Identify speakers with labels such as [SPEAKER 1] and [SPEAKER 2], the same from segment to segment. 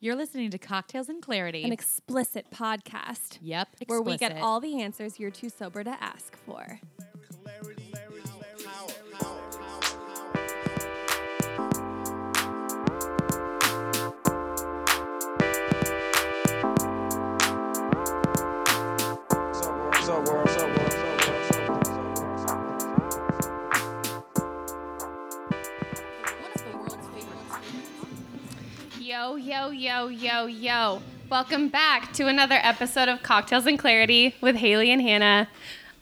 [SPEAKER 1] You're listening to Cocktails and Clarity.
[SPEAKER 2] an explicit podcast
[SPEAKER 1] yep,
[SPEAKER 2] where we get
[SPEAKER 1] explicit.
[SPEAKER 2] all the answers you're too sober to ask for.
[SPEAKER 3] Yo, yo, yo, yo, yo. Welcome back to another episode of Cocktails and Clarity with Haley and Hannah.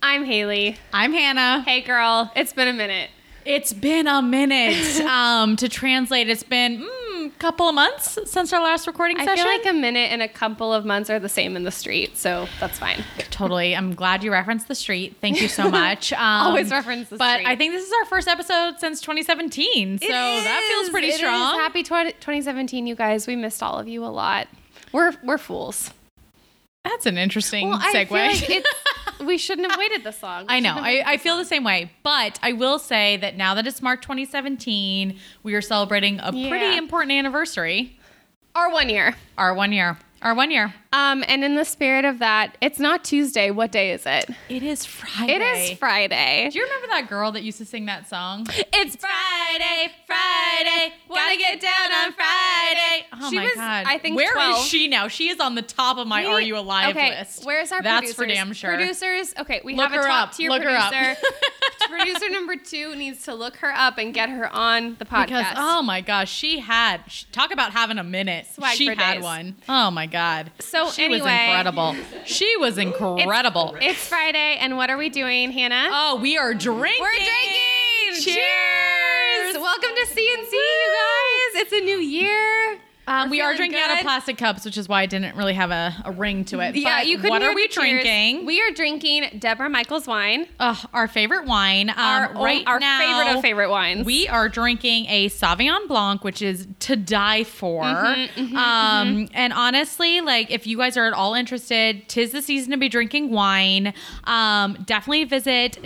[SPEAKER 3] I'm Haley.
[SPEAKER 4] I'm Hannah.
[SPEAKER 3] Hey, girl, it's been a minute.
[SPEAKER 4] It's been a minute. um, to translate, it's been mm, couple of months since our last recording
[SPEAKER 3] I
[SPEAKER 4] session.
[SPEAKER 3] feel like a minute and a couple of months are the same in the street, so that's fine.
[SPEAKER 4] totally. I'm glad you referenced the street. Thank you so much. Um,
[SPEAKER 3] Always reference the
[SPEAKER 4] but
[SPEAKER 3] street.
[SPEAKER 4] I think this is our first episode since 2017, so that feels pretty
[SPEAKER 3] It is.
[SPEAKER 4] strong.
[SPEAKER 3] Happy twen- 2017, you guys. We missed all of you a lot. We're we're fools.
[SPEAKER 4] That's an interesting
[SPEAKER 3] Well, I
[SPEAKER 4] segue.
[SPEAKER 3] feel like it's, we shouldn't have waited this long. We
[SPEAKER 4] I know.
[SPEAKER 3] shouldn't have
[SPEAKER 4] I, I feel the same way. But I will say that now that it's March 2017, we are celebrating a
[SPEAKER 3] Yeah.
[SPEAKER 4] pretty important anniversary.
[SPEAKER 3] our one year.
[SPEAKER 4] Our one year. Our one year.
[SPEAKER 3] Um, and in the spirit of that, it's not Tuesday. What day is it?
[SPEAKER 4] It is Friday.
[SPEAKER 3] It is Friday.
[SPEAKER 4] Do you remember that girl that used to sing that song?
[SPEAKER 3] It's Friday, Friday. Gotta get down on Friday.
[SPEAKER 4] Oh
[SPEAKER 3] she
[SPEAKER 4] my
[SPEAKER 3] was,
[SPEAKER 4] god!
[SPEAKER 3] I think,
[SPEAKER 4] Where is
[SPEAKER 3] 12.
[SPEAKER 4] she now? She is on the top of my
[SPEAKER 3] We-
[SPEAKER 4] Are You Alive
[SPEAKER 3] okay,
[SPEAKER 4] list.
[SPEAKER 3] Where's our
[SPEAKER 4] That's for
[SPEAKER 3] producers?
[SPEAKER 4] damn sure.
[SPEAKER 3] Producers, okay, we
[SPEAKER 4] Look
[SPEAKER 3] have a
[SPEAKER 4] her
[SPEAKER 3] top
[SPEAKER 4] up.
[SPEAKER 3] tier
[SPEAKER 4] Look her
[SPEAKER 3] producer.
[SPEAKER 4] up.
[SPEAKER 3] producer number two needs to look her up and get her on the podcast.
[SPEAKER 4] Because oh my gosh, she had sh talk about having a minute.
[SPEAKER 3] Swag
[SPEAKER 4] she
[SPEAKER 3] for
[SPEAKER 4] had
[SPEAKER 3] days.
[SPEAKER 4] one. Oh my god.
[SPEAKER 3] So
[SPEAKER 4] she was
[SPEAKER 3] anyway-
[SPEAKER 4] incredible. She was incredible.
[SPEAKER 3] It's Friday, and what are we doing, Hannah?
[SPEAKER 4] oh, we are drinking.
[SPEAKER 3] We're drinking!
[SPEAKER 4] Cheers.
[SPEAKER 3] Welcome to CNC, you guys. It's a new year.
[SPEAKER 4] Um,
[SPEAKER 3] We're
[SPEAKER 4] we are
[SPEAKER 3] feeling
[SPEAKER 4] drinking out of
[SPEAKER 3] good.
[SPEAKER 4] plastic cups, which is why I didn't really have a, a ring to it.
[SPEAKER 3] Yeah,
[SPEAKER 4] But
[SPEAKER 3] you could
[SPEAKER 4] What
[SPEAKER 3] hear
[SPEAKER 4] are we
[SPEAKER 3] the cheers.
[SPEAKER 4] drinking?
[SPEAKER 3] We are drinking Deborah Michaels wine.
[SPEAKER 4] Ugh, our favorite wine. Um,
[SPEAKER 3] Our own-
[SPEAKER 4] right
[SPEAKER 3] our
[SPEAKER 4] now,
[SPEAKER 3] favorite of favorite wines.
[SPEAKER 4] We are drinking a Sauvignon Blanc, which is to die for.
[SPEAKER 3] Mm-hmm,
[SPEAKER 4] um, And honestly, like if you guys are at all interested, tis the season to be drinking wine. Um, definitely visit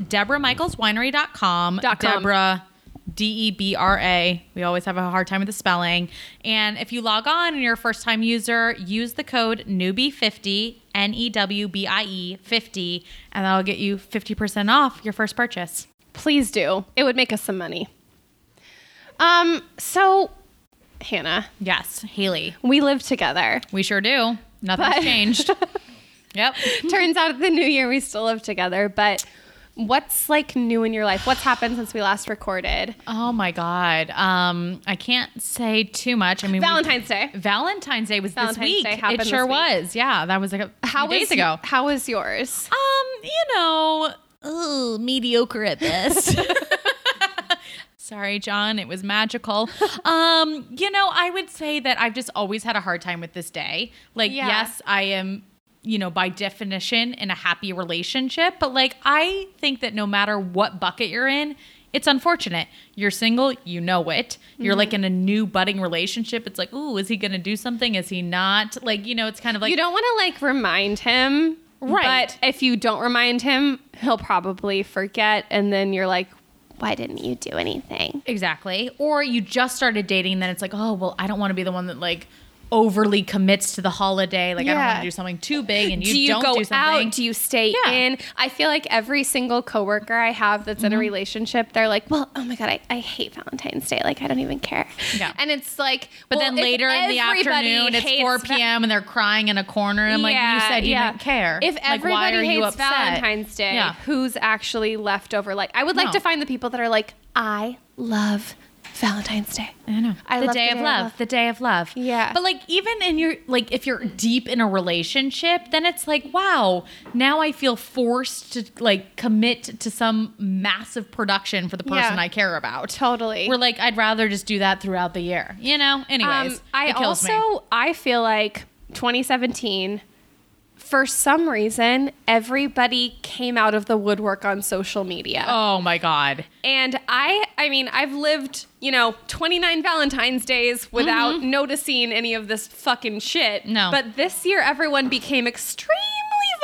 [SPEAKER 4] DeborahMichaelsWinery.com.
[SPEAKER 3] Dot com.
[SPEAKER 4] Deborah. D E B R A. We always have a hard time with the spelling. And if you log on and you're a first time user, use the code E newbie50, N E W B I E 50, and that'll get you 50% off your first purchase.
[SPEAKER 3] Please do. It would make us some money. Um, so Hannah,
[SPEAKER 4] Yes, Haley.
[SPEAKER 3] we live together.
[SPEAKER 4] We sure do. Nothing's
[SPEAKER 3] But-
[SPEAKER 4] changed. yep.
[SPEAKER 3] Turns out the new year we still live together, but what's like new in your life? What's happened since we last recorded?
[SPEAKER 4] Oh my God. Um, I can't say too much. I mean, we-
[SPEAKER 3] Valentine's Day.
[SPEAKER 4] Valentine's Day was
[SPEAKER 3] Valentine's
[SPEAKER 4] this week.
[SPEAKER 3] Day happened
[SPEAKER 4] it sure
[SPEAKER 3] this week.
[SPEAKER 4] was. Yeah, that was like a
[SPEAKER 3] How
[SPEAKER 4] few
[SPEAKER 3] was
[SPEAKER 4] days ago.
[SPEAKER 3] How was yours?
[SPEAKER 4] Um, you know, ugh, mediocre at best. Sorry, John, it was magical. Um, you know, I would say that I've just always had a hard time with this day. Like,
[SPEAKER 3] Yeah.
[SPEAKER 4] yes, I am, you know, by definition in a happy relationship, but like I think that no matter what bucket you're in, it's unfortunate. You're single, you know it. You're like in a new budding relationship. It's like, ooh, is he gonna do something? Is he not? Like, you know, it's kind of like
[SPEAKER 3] you don't want to like remind him,
[SPEAKER 4] Right.
[SPEAKER 3] But if you don't remind him, he'll probably forget, and then you're like, why didn't you do anything?
[SPEAKER 4] Exactly. Or you just started dating, then it's like, oh, well, I don't want to be the one that like overly commits to the holiday. Like, I don't want
[SPEAKER 3] Yeah.
[SPEAKER 4] to do something too big, and you,
[SPEAKER 3] do you
[SPEAKER 4] don't
[SPEAKER 3] go
[SPEAKER 4] do something.
[SPEAKER 3] out? Do you stay
[SPEAKER 4] Yeah.
[SPEAKER 3] in? I feel like every single coworker I have that's
[SPEAKER 4] Mm-hmm.
[SPEAKER 3] in a relationship, they're like, "Well, oh my god, I, I hate Valentine's Day. Like, I don't even care."
[SPEAKER 4] Yeah.
[SPEAKER 3] And it's like,
[SPEAKER 4] but
[SPEAKER 3] well,
[SPEAKER 4] then
[SPEAKER 3] if
[SPEAKER 4] later in the
[SPEAKER 3] everybody
[SPEAKER 4] afternoon, it's
[SPEAKER 3] hates
[SPEAKER 4] 4
[SPEAKER 3] Va-
[SPEAKER 4] p.m. and they're crying in a corner. And I'm like, you
[SPEAKER 3] Yeah,
[SPEAKER 4] said you
[SPEAKER 3] yeah.
[SPEAKER 4] didn't care.
[SPEAKER 3] If
[SPEAKER 4] Like,
[SPEAKER 3] everybody
[SPEAKER 4] why are
[SPEAKER 3] hates
[SPEAKER 4] you upset?
[SPEAKER 3] Valentine's Day,
[SPEAKER 4] Yeah.
[SPEAKER 3] who's actually left over? Like, I would like
[SPEAKER 4] No.
[SPEAKER 3] to find the people that are like, "I love Valentine's Day."
[SPEAKER 4] I know.
[SPEAKER 3] I
[SPEAKER 4] the
[SPEAKER 3] love
[SPEAKER 4] day of love, The day of love.
[SPEAKER 3] Yeah.
[SPEAKER 4] But like even in your like if you're deep in a relationship, then it's like, wow, now I feel forced to like commit to some massive production for the
[SPEAKER 3] Yeah.
[SPEAKER 4] person I care about.
[SPEAKER 3] Totally.
[SPEAKER 4] We're like, I'd rather just do that throughout the year. You know? Anyways.
[SPEAKER 3] Um, I
[SPEAKER 4] it kills
[SPEAKER 3] also
[SPEAKER 4] me.
[SPEAKER 3] I feel like 2017 for some reason everybody came out of the woodwork on social media.
[SPEAKER 4] Oh my God.
[SPEAKER 3] And I I mean I've lived, you know, 29 Valentine's days without
[SPEAKER 5] Mm-hmm.
[SPEAKER 3] noticing any of this fucking shit.
[SPEAKER 4] No.
[SPEAKER 3] But this year everyone became extremely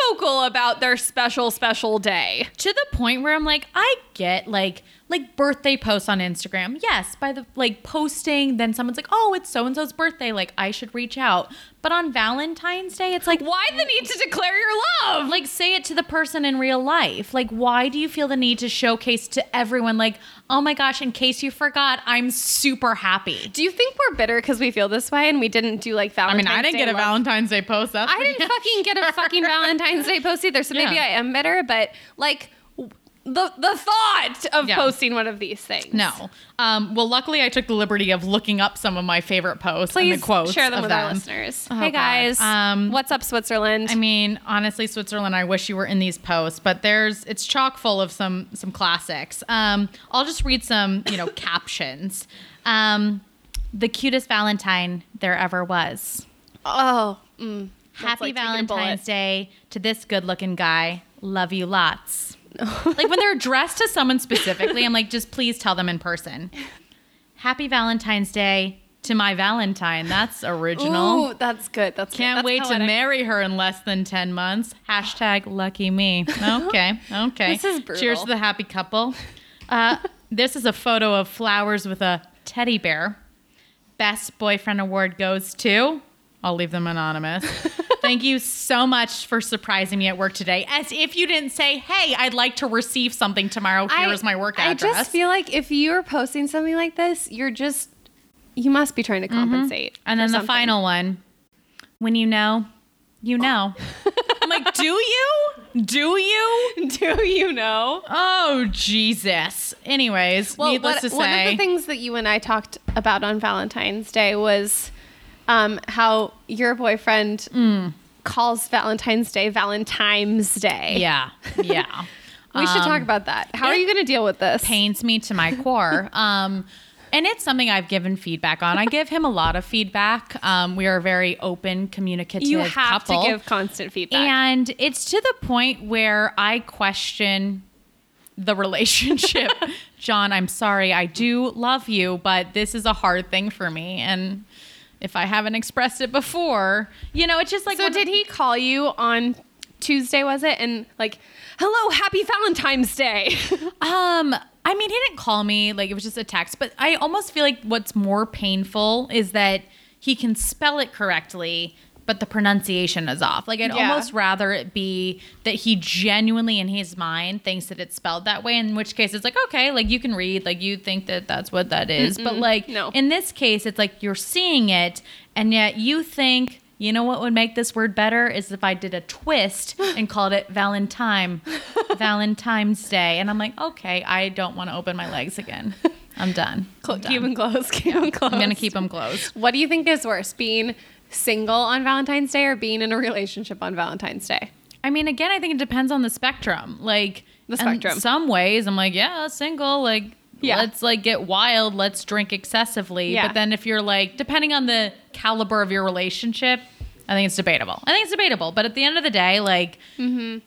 [SPEAKER 3] vocal about their special special day.
[SPEAKER 4] to the point where I'm like, I get like like birthday posts on Instagram. Yes, by the like posting, then someone's like, oh, it's so and so's birthday. Like, I should reach out. But on Valentine's Day, it's like,
[SPEAKER 3] Why the need to declare your love?
[SPEAKER 4] like say it to the person in real life like why do you feel the need to showcase to everyone like oh my gosh in case you forgot i'm super happy
[SPEAKER 3] Do you think we're bitter because we feel this way and we didn't do like
[SPEAKER 5] I
[SPEAKER 3] Valentine's
[SPEAKER 5] mean, I didn't
[SPEAKER 3] Day
[SPEAKER 5] get a
[SPEAKER 3] love?
[SPEAKER 5] Valentine's Day post. That's
[SPEAKER 3] I didn't fucking get a fucking Valentine's Day post either, so maybe
[SPEAKER 4] Yeah.
[SPEAKER 3] I am bitter. But like w- the the thought of
[SPEAKER 4] Yeah.
[SPEAKER 3] posting one of these things.
[SPEAKER 4] no um, well luckily i took the liberty of looking up some of my favorite posts
[SPEAKER 3] please
[SPEAKER 4] and the quotes
[SPEAKER 3] share them Oh,
[SPEAKER 4] of
[SPEAKER 3] with our listeners. hey
[SPEAKER 4] God.
[SPEAKER 3] guys,
[SPEAKER 4] Um,
[SPEAKER 3] what's up, Switzerland?
[SPEAKER 4] I mean, honestly, Switzerland, I wish you were in these posts, but there's it's chock full of some some classics. Um, I'll just read some, you know, captions. Um, the cutest Valentine there ever was.
[SPEAKER 3] oh, mm, that's
[SPEAKER 4] Happy
[SPEAKER 3] like taking a
[SPEAKER 4] Valentine's
[SPEAKER 3] bullet.
[SPEAKER 4] Day to this good looking guy. Love you lots. like when they're addressed to someone specifically, I'm like, just please tell them in person. Happy Valentine's Day to my Valentine. That's original.
[SPEAKER 3] Ooh, that's good. That's good.
[SPEAKER 4] Can't
[SPEAKER 3] That's
[SPEAKER 4] wait to
[SPEAKER 3] poetic.
[SPEAKER 4] marry her in less than 10 months. Hashtag lucky me. Okay. Okay.
[SPEAKER 3] This is
[SPEAKER 4] Cheers
[SPEAKER 3] brutal.
[SPEAKER 4] to the happy couple. Uh, this is a photo of flowers with a teddy bear. Best boyfriend award goes to. I'll leave them anonymous. Thank you so much for surprising me at work today. As if you didn't say, hey, I'd like to receive something tomorrow. Here is my work address.
[SPEAKER 3] I just feel like if you're posting something like this, you're just you must be trying to compensate.
[SPEAKER 4] Mm-hmm. And
[SPEAKER 3] for
[SPEAKER 4] then the
[SPEAKER 3] something.
[SPEAKER 4] final one. When you know, you know. I'm like, do you? Do you?
[SPEAKER 3] Do you know?
[SPEAKER 4] Oh Jesus. Anyways,
[SPEAKER 3] Well,
[SPEAKER 4] needless
[SPEAKER 3] what-
[SPEAKER 4] to say,
[SPEAKER 3] one of the things that you and I talked about on Valentine's Day was um, how your boyfriend
[SPEAKER 4] Mm.
[SPEAKER 3] calls Valentine's Day Valentine's Day.
[SPEAKER 4] yeah, yeah,
[SPEAKER 3] we should
[SPEAKER 4] Um,
[SPEAKER 3] talk about that. How are you going to deal with this?
[SPEAKER 4] pains me to my core. Um, and it's something I've given feedback on. I give him a lot of feedback. Um, we are a very open, communicative
[SPEAKER 3] You have
[SPEAKER 4] couple.
[SPEAKER 3] to give constant feedback.
[SPEAKER 4] And it's to the point where I question the relationship. John, I'm sorry. I do love you, but this is a hard thing for me. And if I haven't expressed it before, you know, it's just like
[SPEAKER 3] so
[SPEAKER 4] one of-
[SPEAKER 3] did he call you on Tuesday? Was it and like, hello, happy Valentine's Day?
[SPEAKER 4] Um, I mean, he didn't call me. Like it was just a text. But I almost feel like what's more painful is that he can spell it correctly, but the pronunciation is off. Like I'd
[SPEAKER 3] Yeah.
[SPEAKER 4] almost rather it be that he genuinely in his mind thinks that it's spelled that way. In which case, it's like okay, like you can read, like you think that that's what that is. But like
[SPEAKER 3] no.
[SPEAKER 4] in this case, it's like you're seeing it, and yet you think. You know what would make this word better is if I did a twist and called it Valentine, Valentine's Day. And I'm like, okay, I don't want to open my legs again. I'm done.
[SPEAKER 3] Cl- keep him close. Keep him close.
[SPEAKER 4] I'm going to keep them closed.
[SPEAKER 3] What do you think is worse, being single on Valentine's Day or being in a relationship on Valentine's Day?
[SPEAKER 4] I mean, again, I think it depends on the spectrum. Like,
[SPEAKER 3] The
[SPEAKER 4] in
[SPEAKER 3] spectrum.
[SPEAKER 4] some ways, I'm like, yeah, single. Like,
[SPEAKER 3] Yeah.
[SPEAKER 4] let's like get wild. Let's drink excessively.
[SPEAKER 3] Yeah.
[SPEAKER 4] But then if you're like, depending on the caliber of your relationship, I think it's debatable. I think it's debatable. But at the end of the day, like,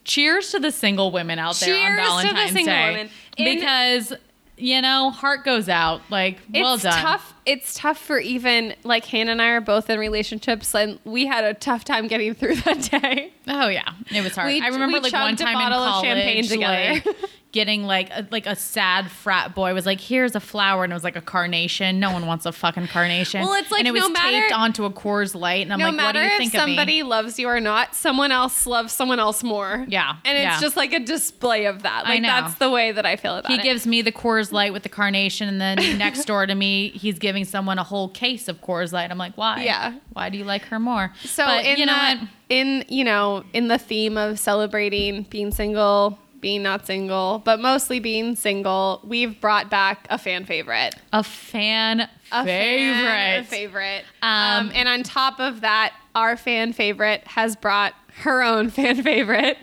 [SPEAKER 4] cheers to the single women out there on
[SPEAKER 3] Mm-hmm. Cheers to the
[SPEAKER 4] Valentine's
[SPEAKER 3] single
[SPEAKER 4] Day.
[SPEAKER 3] women. In-
[SPEAKER 4] because, you know, heart goes out. Like, well
[SPEAKER 3] it's
[SPEAKER 4] done.
[SPEAKER 3] tough. It's tough for even like Hannah and I are both in relationships, and we had a tough time getting through that day.
[SPEAKER 4] Oh yeah, it was hard.
[SPEAKER 3] We-
[SPEAKER 4] I remember
[SPEAKER 3] we
[SPEAKER 4] like one
[SPEAKER 3] chugged a
[SPEAKER 4] time
[SPEAKER 3] bottle
[SPEAKER 4] in
[SPEAKER 3] of
[SPEAKER 4] college,
[SPEAKER 3] champagne together.
[SPEAKER 4] like getting like a, like a sad frat boy was like, "Here's a flower," and it was like a carnation. No one wants a fucking carnation.
[SPEAKER 3] Well, it's like,
[SPEAKER 4] and it
[SPEAKER 3] no
[SPEAKER 4] was
[SPEAKER 3] matter-
[SPEAKER 4] taped onto a Coors Light, and I'm
[SPEAKER 3] no
[SPEAKER 4] like, "What
[SPEAKER 3] matter
[SPEAKER 4] do you
[SPEAKER 3] if
[SPEAKER 4] think of me?"
[SPEAKER 3] somebody loves you or not, someone else loves someone else more.
[SPEAKER 4] Yeah,
[SPEAKER 3] and it's
[SPEAKER 4] yeah.
[SPEAKER 3] just like a display of that.
[SPEAKER 4] I
[SPEAKER 3] Like
[SPEAKER 4] know.
[SPEAKER 3] that's the way that I feel about
[SPEAKER 4] He
[SPEAKER 3] it.
[SPEAKER 4] gives me the Coors Light with the carnation, and then next door to me, he's giving someone a whole case of Coors Light. I'm like, why?
[SPEAKER 3] Yeah.
[SPEAKER 4] Why do you like her more?
[SPEAKER 3] So
[SPEAKER 4] But
[SPEAKER 3] in
[SPEAKER 4] you know
[SPEAKER 3] that,
[SPEAKER 4] what?
[SPEAKER 3] in you know, in the theme of celebrating being single, being not single, but mostly being single, we've brought back a fan favorite.
[SPEAKER 4] a fan
[SPEAKER 3] A
[SPEAKER 4] favorite.
[SPEAKER 3] fan favorite. Um,
[SPEAKER 4] Um,
[SPEAKER 3] and on top of that, our fan favorite has brought her own fan favorite.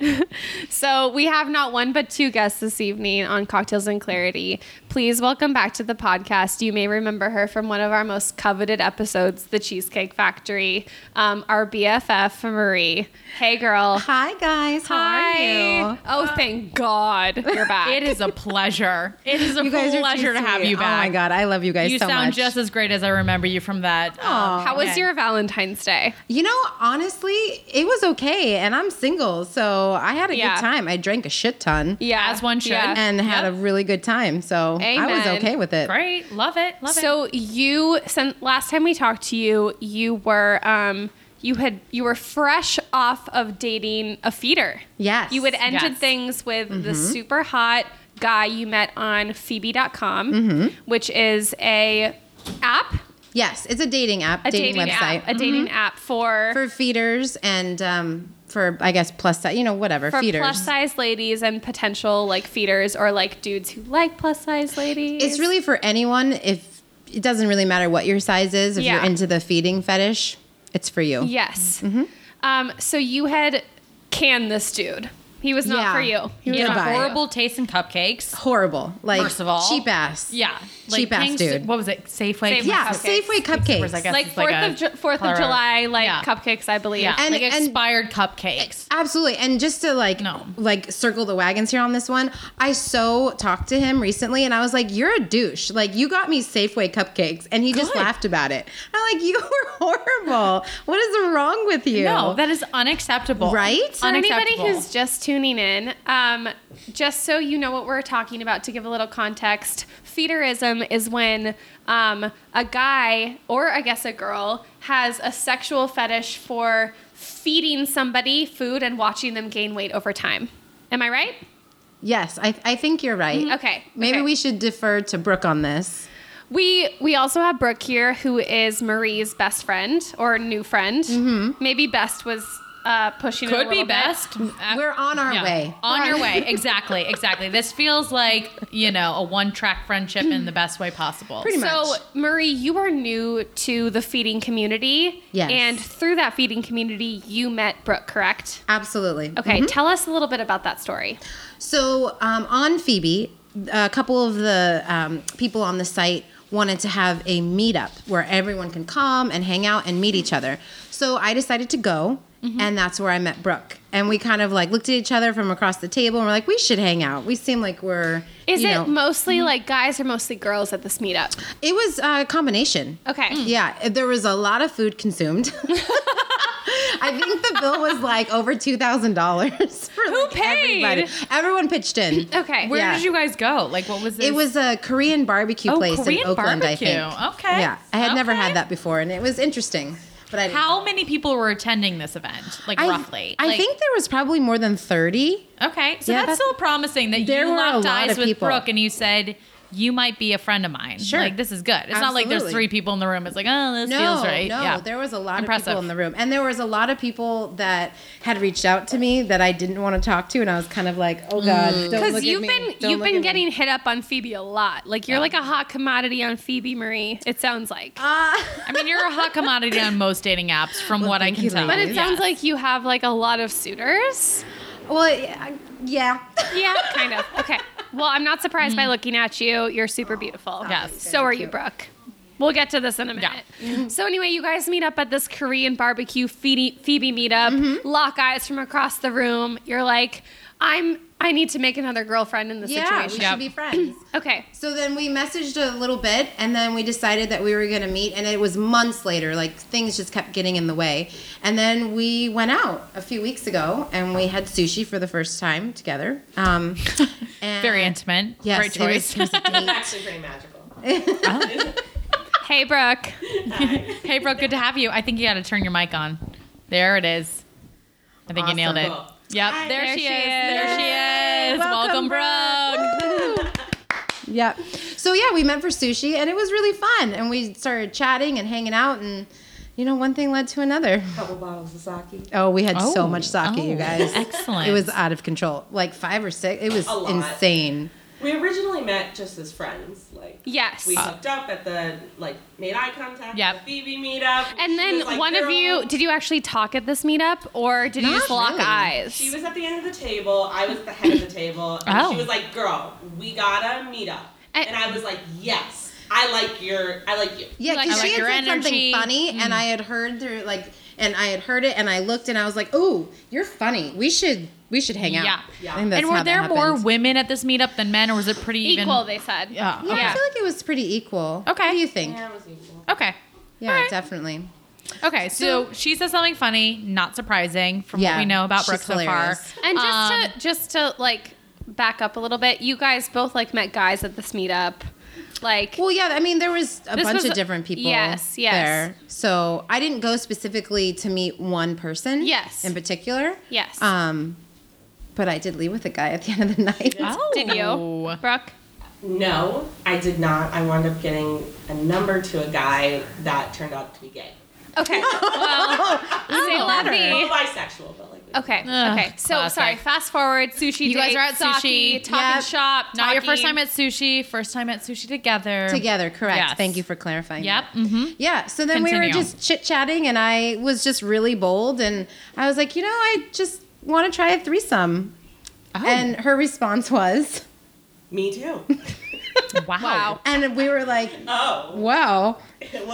[SPEAKER 3] so we have not one but two guests this evening on Cocktails and Clarity. Please welcome back to the podcast. You may remember her from one of our most coveted episodes, The Cheesecake Factory. Um, our BFF, Marie. Hey, girl.
[SPEAKER 6] Hi guys, how are you?
[SPEAKER 3] Oh, thank God you're back.
[SPEAKER 4] It is a pleasure. It is a
[SPEAKER 6] You guys are too
[SPEAKER 4] pleasure to have
[SPEAKER 6] sweet.
[SPEAKER 4] you back.
[SPEAKER 6] Oh my god, I love you guys
[SPEAKER 4] You
[SPEAKER 6] so
[SPEAKER 4] sound
[SPEAKER 6] much.
[SPEAKER 4] just as great as I remember you from that.
[SPEAKER 6] Aw.
[SPEAKER 4] Um,
[SPEAKER 3] How was
[SPEAKER 4] okay.
[SPEAKER 3] your Valentine's Day?
[SPEAKER 6] you know, honestly, it was okay. May and I'm single, so I had a
[SPEAKER 3] Yeah.
[SPEAKER 6] good time. I drank a shit ton
[SPEAKER 3] Yeah.
[SPEAKER 4] As one should.
[SPEAKER 3] Yeah.
[SPEAKER 6] and had
[SPEAKER 4] Yep.
[SPEAKER 6] a really good time. So I was
[SPEAKER 3] Amen.
[SPEAKER 6] okay with it.
[SPEAKER 4] Great. Love it. Love it.
[SPEAKER 3] So you since last time we talked to you, you were um you had you were fresh off of dating a feeder.
[SPEAKER 6] Yes. Mm-hmm.
[SPEAKER 3] You had ended
[SPEAKER 4] Yes.
[SPEAKER 3] things with the super hot guy you met on Phoebe.com,
[SPEAKER 6] Mm-hmm.
[SPEAKER 3] which is a app,
[SPEAKER 6] Yes, it's a dating app,
[SPEAKER 3] a
[SPEAKER 6] dating,
[SPEAKER 3] dating,
[SPEAKER 6] website
[SPEAKER 3] app,
[SPEAKER 6] Mm-hmm.
[SPEAKER 3] a dating app for
[SPEAKER 6] for feeders and um, for I guess plus size, you know, whatever
[SPEAKER 3] for
[SPEAKER 6] feeders.
[SPEAKER 3] plus size ladies and potential like feeders or like dudes who like plus size ladies.
[SPEAKER 6] It's really for anyone. If it doesn't really matter what your size is, if
[SPEAKER 3] Yeah.
[SPEAKER 6] you're into the feeding fetish, it's for you.
[SPEAKER 3] Yes.
[SPEAKER 6] Mm-hmm.
[SPEAKER 3] Um, so you had canned this dude. He was not
[SPEAKER 6] Yeah.
[SPEAKER 3] for you. He
[SPEAKER 4] he
[SPEAKER 3] was
[SPEAKER 4] had
[SPEAKER 3] not
[SPEAKER 6] Yeah. Goodbye.
[SPEAKER 4] horrible taste in cupcakes.
[SPEAKER 6] Horrible. Like
[SPEAKER 4] First of all.
[SPEAKER 6] cheap ass.
[SPEAKER 4] Yeah.
[SPEAKER 6] cheap ass
[SPEAKER 4] King's-
[SPEAKER 6] dude.
[SPEAKER 4] What was it? Safeway.
[SPEAKER 3] Safeway
[SPEAKER 6] yeah,
[SPEAKER 3] cupcakes.
[SPEAKER 6] Safeway cupcakes.
[SPEAKER 4] I guess.
[SPEAKER 3] like
[SPEAKER 4] it's
[SPEAKER 3] Fourth
[SPEAKER 4] a
[SPEAKER 3] of Ju- Fourth of
[SPEAKER 4] Colorado-
[SPEAKER 3] July, like
[SPEAKER 4] Yeah.
[SPEAKER 3] cupcakes, I believe.
[SPEAKER 4] Yeah.
[SPEAKER 6] And-
[SPEAKER 4] like
[SPEAKER 6] and-
[SPEAKER 4] expired cupcakes.
[SPEAKER 6] Absolutely. And just to like
[SPEAKER 4] No.
[SPEAKER 6] like circle the wagons here on this one, I so talked to him recently and I was like, You're a douche. Like you got me Safeway cupcakes and he just
[SPEAKER 4] Good.
[SPEAKER 6] laughed about it. I'm like, You were horrible. what is wrong with you?
[SPEAKER 4] No, that is unacceptable.
[SPEAKER 6] Right? For
[SPEAKER 3] For anybody
[SPEAKER 4] Unacceptable.
[SPEAKER 3] who's just tuning in, um, just so you know what we're talking about, to give a little context, feederism is when um, a guy or I guess a girl has a sexual fetish for feeding somebody food and watching them gain weight over time. Am I right?
[SPEAKER 6] Yes, I, I think you're right.
[SPEAKER 4] Mm-hmm.
[SPEAKER 3] Okay,
[SPEAKER 6] Maybe
[SPEAKER 3] okay.
[SPEAKER 6] we should defer to Brooke on this.
[SPEAKER 3] We we also have Brooke here, who is Marie's best friend or new friend.
[SPEAKER 6] Mm-hmm.
[SPEAKER 3] Maybe best was uh, pushing. it a
[SPEAKER 4] could be
[SPEAKER 3] little bit.
[SPEAKER 4] best. Uh,
[SPEAKER 6] We're on our
[SPEAKER 4] Yeah.
[SPEAKER 6] way.
[SPEAKER 4] On your way. Exactly. Exactly. This feels like, you know, a one track friendship in the best way possible.
[SPEAKER 6] Pretty much.
[SPEAKER 3] So Marie, you are new to the feeding community,
[SPEAKER 6] Yes.
[SPEAKER 3] And through that feeding community, you met Brooke, correct?
[SPEAKER 6] Absolutely.
[SPEAKER 3] Okay, tell us a little bit about that story.
[SPEAKER 6] So um, on Phoebe, a couple of the um, people on the site wanted to have a meetup where everyone can come and hang out and meet each other. So I decided to go,
[SPEAKER 3] Mm-hmm.
[SPEAKER 6] and that's where I met Brooke. And we kind of like looked at each other from across the table, and we're like, we should hang out. We seem like we're.
[SPEAKER 3] Is
[SPEAKER 6] you
[SPEAKER 3] it
[SPEAKER 6] know- mm-hmm.
[SPEAKER 3] mostly like guys or mostly girls at this meetup?
[SPEAKER 6] it was a combination.
[SPEAKER 3] Okay. Mm.
[SPEAKER 6] Yeah, there was a lot of food consumed. I think the bill was like over two thousand dollars for Who
[SPEAKER 3] paid?
[SPEAKER 6] everybody. Everyone pitched in.
[SPEAKER 3] Okay.
[SPEAKER 4] Where
[SPEAKER 6] Yeah.
[SPEAKER 4] did you guys go? Like, what was this?
[SPEAKER 6] It was a Korean barbecue
[SPEAKER 4] Oh,
[SPEAKER 6] place
[SPEAKER 4] Korean
[SPEAKER 6] in Oakland,
[SPEAKER 4] barbecue.
[SPEAKER 6] I think.
[SPEAKER 4] Okay.
[SPEAKER 6] Yeah, I had never
[SPEAKER 4] Okay.
[SPEAKER 6] had that before, and it was interesting. But I didn't-
[SPEAKER 4] How many people were attending this event? Like,
[SPEAKER 6] I,
[SPEAKER 4] roughly?
[SPEAKER 6] I
[SPEAKER 4] Like-
[SPEAKER 6] think there was probably more than thirty.
[SPEAKER 4] Okay, so that's
[SPEAKER 6] Yeah, that's-
[SPEAKER 4] still promising that
[SPEAKER 6] There
[SPEAKER 4] you
[SPEAKER 6] were a
[SPEAKER 4] locked
[SPEAKER 6] lot
[SPEAKER 4] eyes
[SPEAKER 6] of
[SPEAKER 4] with
[SPEAKER 6] people.
[SPEAKER 4] Brooke and you said you might be a friend of mine.
[SPEAKER 6] Sure.
[SPEAKER 4] like this is good. It's not like there's
[SPEAKER 6] Absolutely.
[SPEAKER 4] three people in the room. It's like oh, this
[SPEAKER 6] No,
[SPEAKER 4] feels right.
[SPEAKER 6] no,
[SPEAKER 4] yeah.
[SPEAKER 6] there was a lot
[SPEAKER 4] Impressive.
[SPEAKER 6] of people in the room, and there was a lot of people that had reached out to me that I didn't want to talk to, and I was kind of like, oh god,
[SPEAKER 4] Mm.
[SPEAKER 6] don't
[SPEAKER 3] Because
[SPEAKER 6] look
[SPEAKER 3] you've
[SPEAKER 6] at me.
[SPEAKER 3] been
[SPEAKER 6] Don't
[SPEAKER 3] you've
[SPEAKER 6] look
[SPEAKER 3] been
[SPEAKER 6] at me."
[SPEAKER 3] getting hit up on Phoebe a lot. Like you're like a hot commodity on Phoebe Marie. It sounds like,
[SPEAKER 6] Ah.
[SPEAKER 4] I mean, you're a hot commodity on most dating apps, from what I
[SPEAKER 6] thank
[SPEAKER 4] can
[SPEAKER 6] you,
[SPEAKER 4] tell.
[SPEAKER 3] but it
[SPEAKER 6] yes.
[SPEAKER 3] sounds like you have like a lot of suitors.
[SPEAKER 6] Well, yeah, yeah.
[SPEAKER 3] Yeah, kind of. Okay. Well, I'm not surprised by looking at you. You're super beautiful.
[SPEAKER 4] Yes.
[SPEAKER 3] So are you, Brooke. We'll get to this in a
[SPEAKER 4] Yeah.
[SPEAKER 3] minute. So anyway, you guys meet up at this Korean barbecue Phoebe, Phoebe meetup. Lock eyes from across the room. You're like, I'm. I need to make another girlfriend in this
[SPEAKER 6] yeah, we
[SPEAKER 3] situation.
[SPEAKER 6] should
[SPEAKER 4] Yep.
[SPEAKER 6] be friends.
[SPEAKER 3] Okay.
[SPEAKER 6] So then we messaged a little bit, and then we decided that we were going to meet. And it was months later; like things just kept getting in the way. And then we went out a few weeks ago, and we had sushi for the first time together. Um, and
[SPEAKER 4] very intimate.
[SPEAKER 6] Yes,
[SPEAKER 4] Great
[SPEAKER 6] it was-
[SPEAKER 4] choice.
[SPEAKER 6] it was a date.
[SPEAKER 5] actually pretty magical.
[SPEAKER 3] Hey, Brooke.
[SPEAKER 4] hey, Brooke, good to have you. I think you got to turn your mic on. There it is. I think you nailed it.
[SPEAKER 5] Awesome.
[SPEAKER 4] Yep, there,
[SPEAKER 3] There
[SPEAKER 4] she,
[SPEAKER 3] she
[SPEAKER 4] is.
[SPEAKER 3] is.
[SPEAKER 4] There she is. Welcome,
[SPEAKER 6] Welcome,
[SPEAKER 4] Brooke.
[SPEAKER 6] yeah. So yeah, we met for sushi, and it was really fun. And we started chatting and hanging out, and you know, one thing led to another.
[SPEAKER 5] Couple bottles of sake.
[SPEAKER 6] Oh, we had
[SPEAKER 4] Oh.
[SPEAKER 6] so much sake, you
[SPEAKER 4] Oh,
[SPEAKER 6] guys.
[SPEAKER 4] excellent.
[SPEAKER 6] It was uh, out of control. Like five or six. It was
[SPEAKER 5] A lot.
[SPEAKER 6] insane.
[SPEAKER 5] We originally met just as friends. Like
[SPEAKER 3] Yes.
[SPEAKER 5] we hooked up at the like made eye contact.
[SPEAKER 4] Yep.
[SPEAKER 5] At the Phoebe meetup. She
[SPEAKER 3] And then
[SPEAKER 5] was like,
[SPEAKER 3] one of
[SPEAKER 5] "Girl,"
[SPEAKER 3] you, did you actually talk at this meetup or did you
[SPEAKER 6] Not
[SPEAKER 3] just lock
[SPEAKER 6] really.
[SPEAKER 3] eyes?
[SPEAKER 5] She was at the end of the table. I was at the head of the table. And
[SPEAKER 4] Oh.
[SPEAKER 5] she was like, "Girl, we gotta meet up."
[SPEAKER 3] And-
[SPEAKER 5] And, I was like, "Yes, I like your. I like you."
[SPEAKER 6] Yeah,
[SPEAKER 3] Like,
[SPEAKER 6] because
[SPEAKER 3] I
[SPEAKER 6] she
[SPEAKER 4] like your
[SPEAKER 6] had said
[SPEAKER 4] energy. Mm.
[SPEAKER 6] something funny, and I had heard through like, and I had heard it, and I looked, and I was like, "Oh, you're funny. We should we should hang out."
[SPEAKER 4] Yeah.
[SPEAKER 5] Yeah.
[SPEAKER 6] I think that's
[SPEAKER 4] And were
[SPEAKER 6] how that
[SPEAKER 4] there more
[SPEAKER 6] happened.
[SPEAKER 4] women at this meetup than men, or was it pretty even?
[SPEAKER 3] Equal, they said.
[SPEAKER 4] Yeah.
[SPEAKER 6] Yeah,
[SPEAKER 3] Yeah.
[SPEAKER 6] I feel like it was pretty equal.
[SPEAKER 4] Okay.
[SPEAKER 6] What do you think?
[SPEAKER 5] Yeah, it was equal.
[SPEAKER 4] Okay.
[SPEAKER 6] Yeah,
[SPEAKER 4] Alright.
[SPEAKER 6] definitely.
[SPEAKER 4] Okay, so, she says something funny, not surprising from
[SPEAKER 6] Yeah,
[SPEAKER 4] what we know about
[SPEAKER 6] she's
[SPEAKER 4] Brooke so
[SPEAKER 6] hilarious.
[SPEAKER 4] far.
[SPEAKER 3] And just
[SPEAKER 4] Um,
[SPEAKER 3] to just to like back up a little bit, you guys both like met guys at this meetup. Like
[SPEAKER 6] Well, yeah, I mean, there was a
[SPEAKER 3] This
[SPEAKER 6] bunch
[SPEAKER 3] was-
[SPEAKER 6] of different people
[SPEAKER 3] yes, yes.
[SPEAKER 6] there. So I didn't go specifically to meet one person
[SPEAKER 3] Yes.
[SPEAKER 6] in particular.
[SPEAKER 3] Yes.
[SPEAKER 6] Um, but I did leave with a guy at the end of the night.
[SPEAKER 4] Oh.
[SPEAKER 3] did you? Brooke?
[SPEAKER 7] No, I did not. I wound up getting a number to a guy that turned out to be gay.
[SPEAKER 3] Okay. Well,
[SPEAKER 4] Oh,
[SPEAKER 3] say
[SPEAKER 7] Well,
[SPEAKER 3] lovey.
[SPEAKER 7] bisexual, but like.
[SPEAKER 3] Okay.
[SPEAKER 4] Ugh,
[SPEAKER 3] okay. So
[SPEAKER 4] classic.
[SPEAKER 3] sorry. Fast forward. Sushi.
[SPEAKER 4] You guys
[SPEAKER 3] date,
[SPEAKER 4] are at
[SPEAKER 3] sake,
[SPEAKER 4] sushi.
[SPEAKER 3] Talking
[SPEAKER 6] Yep.
[SPEAKER 3] shop.
[SPEAKER 4] Not your first
[SPEAKER 3] talking-
[SPEAKER 4] time at sushi, first time at sushi together.
[SPEAKER 6] Together, correct.
[SPEAKER 4] Yes.
[SPEAKER 6] Thank you for clarifying.
[SPEAKER 4] Yep.
[SPEAKER 6] that.
[SPEAKER 4] Mm-hmm.
[SPEAKER 6] Yeah. So then we were
[SPEAKER 4] Continue.
[SPEAKER 6] just chit chatting, and I was just really bold, and I was like, you know, I just want to try a threesome.
[SPEAKER 3] Oh.
[SPEAKER 4] Oh,
[SPEAKER 6] And her response was,
[SPEAKER 7] Me too.
[SPEAKER 4] Wow.
[SPEAKER 3] Wow.
[SPEAKER 6] and we were like,
[SPEAKER 7] Oh.
[SPEAKER 6] wow,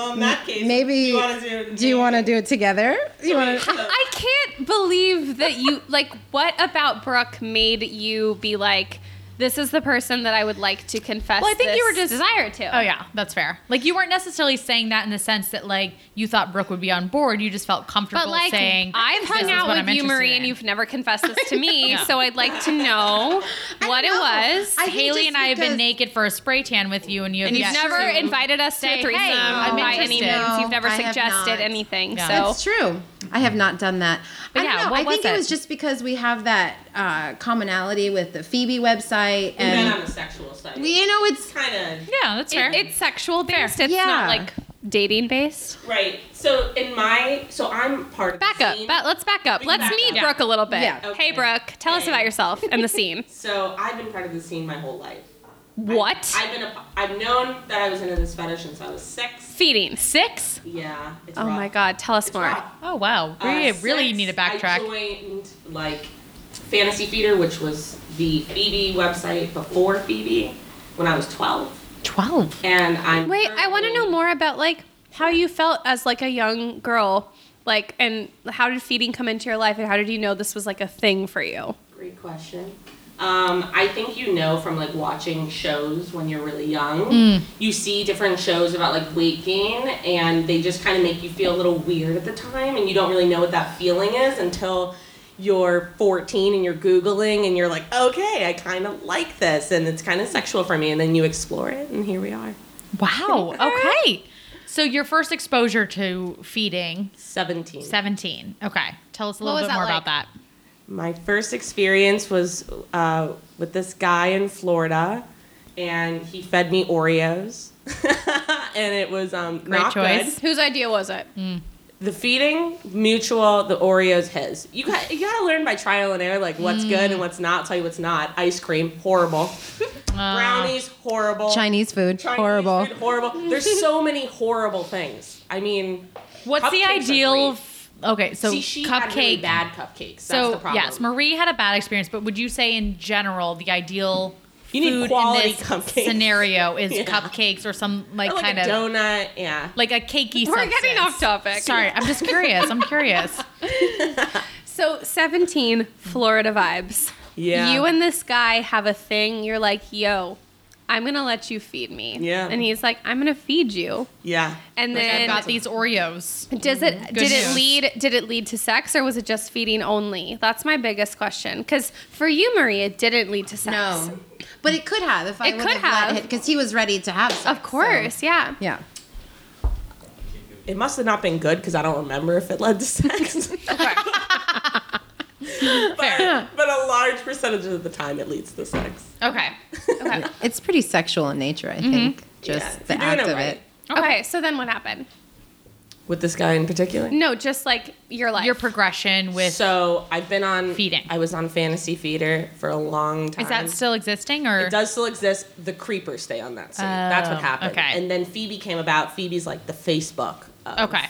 [SPEAKER 7] Well, in that case,
[SPEAKER 6] maybe.
[SPEAKER 7] do you want to do?
[SPEAKER 6] do you want to do it together? You want to?
[SPEAKER 3] I can't believe that you like what about Brooke made you be like this is the person that I would like to confess
[SPEAKER 4] Well, I think you
[SPEAKER 3] this
[SPEAKER 4] were just-
[SPEAKER 3] desire to.
[SPEAKER 4] Oh yeah, that's fair. Like you weren't necessarily saying that in the sense that like you thought Brooke would be on board. You just felt comfortable
[SPEAKER 3] But like
[SPEAKER 4] saying
[SPEAKER 3] I've
[SPEAKER 4] "This
[SPEAKER 3] hung
[SPEAKER 4] is
[SPEAKER 3] out
[SPEAKER 4] what I'm
[SPEAKER 3] with you,
[SPEAKER 4] interested
[SPEAKER 3] Marie,
[SPEAKER 4] in."
[SPEAKER 3] and you've never confessed this to me,
[SPEAKER 4] Yeah.
[SPEAKER 3] so I'd like to know what
[SPEAKER 6] know.
[SPEAKER 3] it was.
[SPEAKER 6] I think
[SPEAKER 4] Haley
[SPEAKER 6] just
[SPEAKER 4] and I have
[SPEAKER 6] because-
[SPEAKER 4] been naked for a spray tan with you, and you have
[SPEAKER 3] and you've
[SPEAKER 4] yet
[SPEAKER 3] never
[SPEAKER 4] to-
[SPEAKER 3] invited us to
[SPEAKER 4] say,
[SPEAKER 3] a threesome
[SPEAKER 4] "Hey, I'm
[SPEAKER 3] by
[SPEAKER 4] interested."
[SPEAKER 3] any means. You've
[SPEAKER 6] No,
[SPEAKER 3] never
[SPEAKER 6] I have
[SPEAKER 3] suggested
[SPEAKER 6] not.
[SPEAKER 3] anything.
[SPEAKER 4] Yeah.
[SPEAKER 3] So
[SPEAKER 6] That's true. I have not done that.
[SPEAKER 3] But
[SPEAKER 6] I don't
[SPEAKER 3] yeah,
[SPEAKER 6] know.
[SPEAKER 3] what
[SPEAKER 6] I
[SPEAKER 3] was
[SPEAKER 6] think it?
[SPEAKER 3] it?
[SPEAKER 6] was just because we have that uh, commonality with the Phoebe website,
[SPEAKER 7] We met on
[SPEAKER 6] and
[SPEAKER 7] the sexual side.
[SPEAKER 6] we, you know, it's
[SPEAKER 7] kind of
[SPEAKER 4] Yeah, that's fair.
[SPEAKER 3] it, it's sexual based. It's
[SPEAKER 6] Yeah.
[SPEAKER 3] not like dating based.
[SPEAKER 7] right. So in my, so I'm part of
[SPEAKER 3] Back
[SPEAKER 7] the
[SPEAKER 3] up.
[SPEAKER 7] scene.
[SPEAKER 3] Ba- let's back up.
[SPEAKER 7] We can
[SPEAKER 3] Let's
[SPEAKER 7] back
[SPEAKER 3] meet
[SPEAKER 7] up.
[SPEAKER 3] Brooke a little bit.
[SPEAKER 6] Yeah.
[SPEAKER 7] Okay.
[SPEAKER 3] Hey, Brooke, tell us
[SPEAKER 7] Hey.
[SPEAKER 3] about yourself and the scene.
[SPEAKER 7] So I've been part of the scene my whole life.
[SPEAKER 3] what?
[SPEAKER 7] I've been a, I've known that I was into this fetish since I was six.
[SPEAKER 3] Feeding six?
[SPEAKER 7] Yeah. It's
[SPEAKER 3] Oh
[SPEAKER 7] rough.
[SPEAKER 3] my God! Tell us
[SPEAKER 7] It's
[SPEAKER 3] more.
[SPEAKER 7] rough.
[SPEAKER 4] oh wow, we
[SPEAKER 7] Uh,
[SPEAKER 4] really
[SPEAKER 7] since
[SPEAKER 4] need to
[SPEAKER 7] I
[SPEAKER 4] backtrack.
[SPEAKER 7] joined like Fantasy Feeder, which was the Phoebe website before Phoebe, when I was twelve,
[SPEAKER 4] Twelve.
[SPEAKER 7] and I'm
[SPEAKER 3] Wait, I want to know more about like how you felt as like a young girl, like, and how did feeding come into your life, and how did you know this was like a thing for you?
[SPEAKER 7] Great question. Um, I think you know from like watching shows when you're really young, you see different shows about like weight gain, and they just kind of make you feel a little weird at the time, and you don't really know what that feeling is until you're 14 and you're Googling and you're like, okay, I kind of like this, and it's kind of sexual for me, and then you explore it, and here we are.
[SPEAKER 4] Wow. Okay. So your first exposure to feeding,
[SPEAKER 7] 17.
[SPEAKER 4] seventeen. Okay, tell us a little
[SPEAKER 3] was
[SPEAKER 4] bit
[SPEAKER 3] that
[SPEAKER 4] more
[SPEAKER 3] like?
[SPEAKER 4] about that.
[SPEAKER 7] My first experience was uh, with this guy in Florida, and he fed me Oreos, and it was um,
[SPEAKER 4] Great
[SPEAKER 7] not
[SPEAKER 4] choice.
[SPEAKER 7] good.
[SPEAKER 3] Whose idea was it?
[SPEAKER 7] The feeding mutual, the Oreos his. You got you gotta learn by trial and error, like what's good
[SPEAKER 4] Mm.
[SPEAKER 7] and what's not. Tell you what's not. Ice cream horrible,
[SPEAKER 4] Uh,
[SPEAKER 7] brownies horrible,
[SPEAKER 6] Chinese food,
[SPEAKER 7] Chinese
[SPEAKER 6] horrible.
[SPEAKER 7] food, horrible. There's so many horrible things. I mean,
[SPEAKER 4] What's the
[SPEAKER 7] cupcakes are
[SPEAKER 4] ideal?
[SPEAKER 7] great.
[SPEAKER 4] f- okay, so
[SPEAKER 7] See, she
[SPEAKER 4] cupcake.
[SPEAKER 7] had really bad cupcakes. That's
[SPEAKER 4] so
[SPEAKER 7] the problem.
[SPEAKER 4] yes, Marie had a bad experience, but would you say in general the ideal
[SPEAKER 7] You need
[SPEAKER 4] food
[SPEAKER 7] quality
[SPEAKER 4] in this
[SPEAKER 7] cupcakes.
[SPEAKER 4] scenario is
[SPEAKER 7] Yeah.
[SPEAKER 4] cupcakes or some like,
[SPEAKER 7] Or like
[SPEAKER 4] kind
[SPEAKER 7] a
[SPEAKER 4] of
[SPEAKER 7] donut. Yeah.
[SPEAKER 4] like a cakey.
[SPEAKER 3] We're
[SPEAKER 4] substance.
[SPEAKER 3] getting off topic.
[SPEAKER 4] Sorry, I'm just curious. I'm curious.
[SPEAKER 3] So, 17 Florida vibes.
[SPEAKER 7] Yeah.
[SPEAKER 3] You and this guy have a thing. You're like, yo, I'm going to let you feed me.
[SPEAKER 7] Yeah.
[SPEAKER 3] And he's like, I'm going to feed you.
[SPEAKER 7] Yeah.
[SPEAKER 3] And
[SPEAKER 4] I've
[SPEAKER 3] then
[SPEAKER 4] got these Oreos.
[SPEAKER 3] does it did
[SPEAKER 4] news.
[SPEAKER 3] it lead did it lead to sex or was it just feeding only? That's my biggest question cuz for you Maria it didn't lead to sex.
[SPEAKER 6] No, but it could have if I
[SPEAKER 3] It
[SPEAKER 6] would
[SPEAKER 3] could
[SPEAKER 6] have
[SPEAKER 3] have.
[SPEAKER 6] because he was ready to have. Sex,
[SPEAKER 3] Of course,
[SPEAKER 6] so-
[SPEAKER 3] yeah.
[SPEAKER 6] Yeah.
[SPEAKER 7] It must have not been good because I don't remember if it led to sex. but, but a large percentage of the time it leads to sex.
[SPEAKER 4] Okay.
[SPEAKER 3] Okay.
[SPEAKER 6] It's pretty sexual in nature, I think.
[SPEAKER 7] Yeah,
[SPEAKER 6] Just
[SPEAKER 7] if
[SPEAKER 6] the
[SPEAKER 7] you're doing
[SPEAKER 6] act
[SPEAKER 7] it
[SPEAKER 6] of
[SPEAKER 7] right.
[SPEAKER 6] it.
[SPEAKER 3] Okay, so then what happened?
[SPEAKER 7] With this guy in particular?
[SPEAKER 3] No, just like your life.
[SPEAKER 4] Your progression with
[SPEAKER 7] So I've been on
[SPEAKER 4] Feeding.
[SPEAKER 7] I was on Fantasy Feeder for a long time.
[SPEAKER 4] is that still existing or
[SPEAKER 7] It does still exist. The creepers stay on that scene. That's what
[SPEAKER 4] Oh,
[SPEAKER 7] happened.
[SPEAKER 4] okay.
[SPEAKER 7] And then Phoebe came about. Phoebe's like the Facebook. Of
[SPEAKER 4] okay?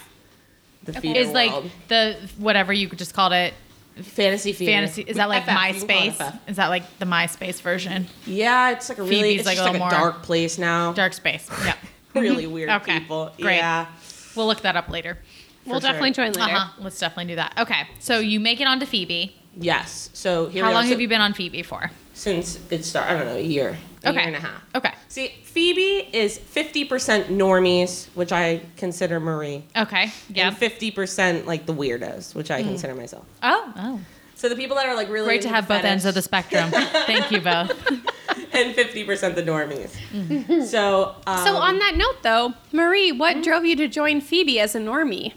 [SPEAKER 7] The Feeder
[SPEAKER 4] Is like
[SPEAKER 7] world.
[SPEAKER 4] the whatever you just called it
[SPEAKER 7] Fantasy Feeder.
[SPEAKER 4] fantasy? Is that like
[SPEAKER 7] FF, you can call it
[SPEAKER 4] MySpace? Is that like the MySpace version?
[SPEAKER 7] FF. Yeah, it's like a really
[SPEAKER 4] Phoebe's
[SPEAKER 7] it's
[SPEAKER 4] like
[SPEAKER 7] just
[SPEAKER 4] a
[SPEAKER 7] like a
[SPEAKER 4] little more-
[SPEAKER 7] dark place now.
[SPEAKER 4] Dark space. Yep.
[SPEAKER 7] Really weird
[SPEAKER 4] Okay,
[SPEAKER 7] people.
[SPEAKER 4] great.
[SPEAKER 7] Yeah.
[SPEAKER 4] We'll look that up later.
[SPEAKER 3] we'll
[SPEAKER 7] sure.
[SPEAKER 3] definitely join later.
[SPEAKER 4] Uh-huh. Let's definitely do that. Okay. So you make it onto Phoebe.
[SPEAKER 7] Yes. So here
[SPEAKER 4] How
[SPEAKER 7] we are.
[SPEAKER 4] long
[SPEAKER 7] So-
[SPEAKER 4] have you been on Phoebe for?
[SPEAKER 7] since it started? I don't know, a year. a
[SPEAKER 4] Okay.
[SPEAKER 7] year and a half.
[SPEAKER 4] Okay.
[SPEAKER 7] See, Phoebe is 50% normies, which I consider Marie.
[SPEAKER 4] Okay. Yeah.
[SPEAKER 7] And 50% like the weirdos, which I consider myself.
[SPEAKER 4] Oh. Oh.
[SPEAKER 7] So the people that are like really
[SPEAKER 4] Great to
[SPEAKER 7] into
[SPEAKER 4] have both ends of the
[SPEAKER 7] fetish
[SPEAKER 4] spectrum. Thank you both.
[SPEAKER 7] and 50% the normies.
[SPEAKER 4] Mm-hmm.
[SPEAKER 7] So um,
[SPEAKER 4] uh,
[SPEAKER 3] So on that note, though, Marie, what drove you to join Phoebe as a normie?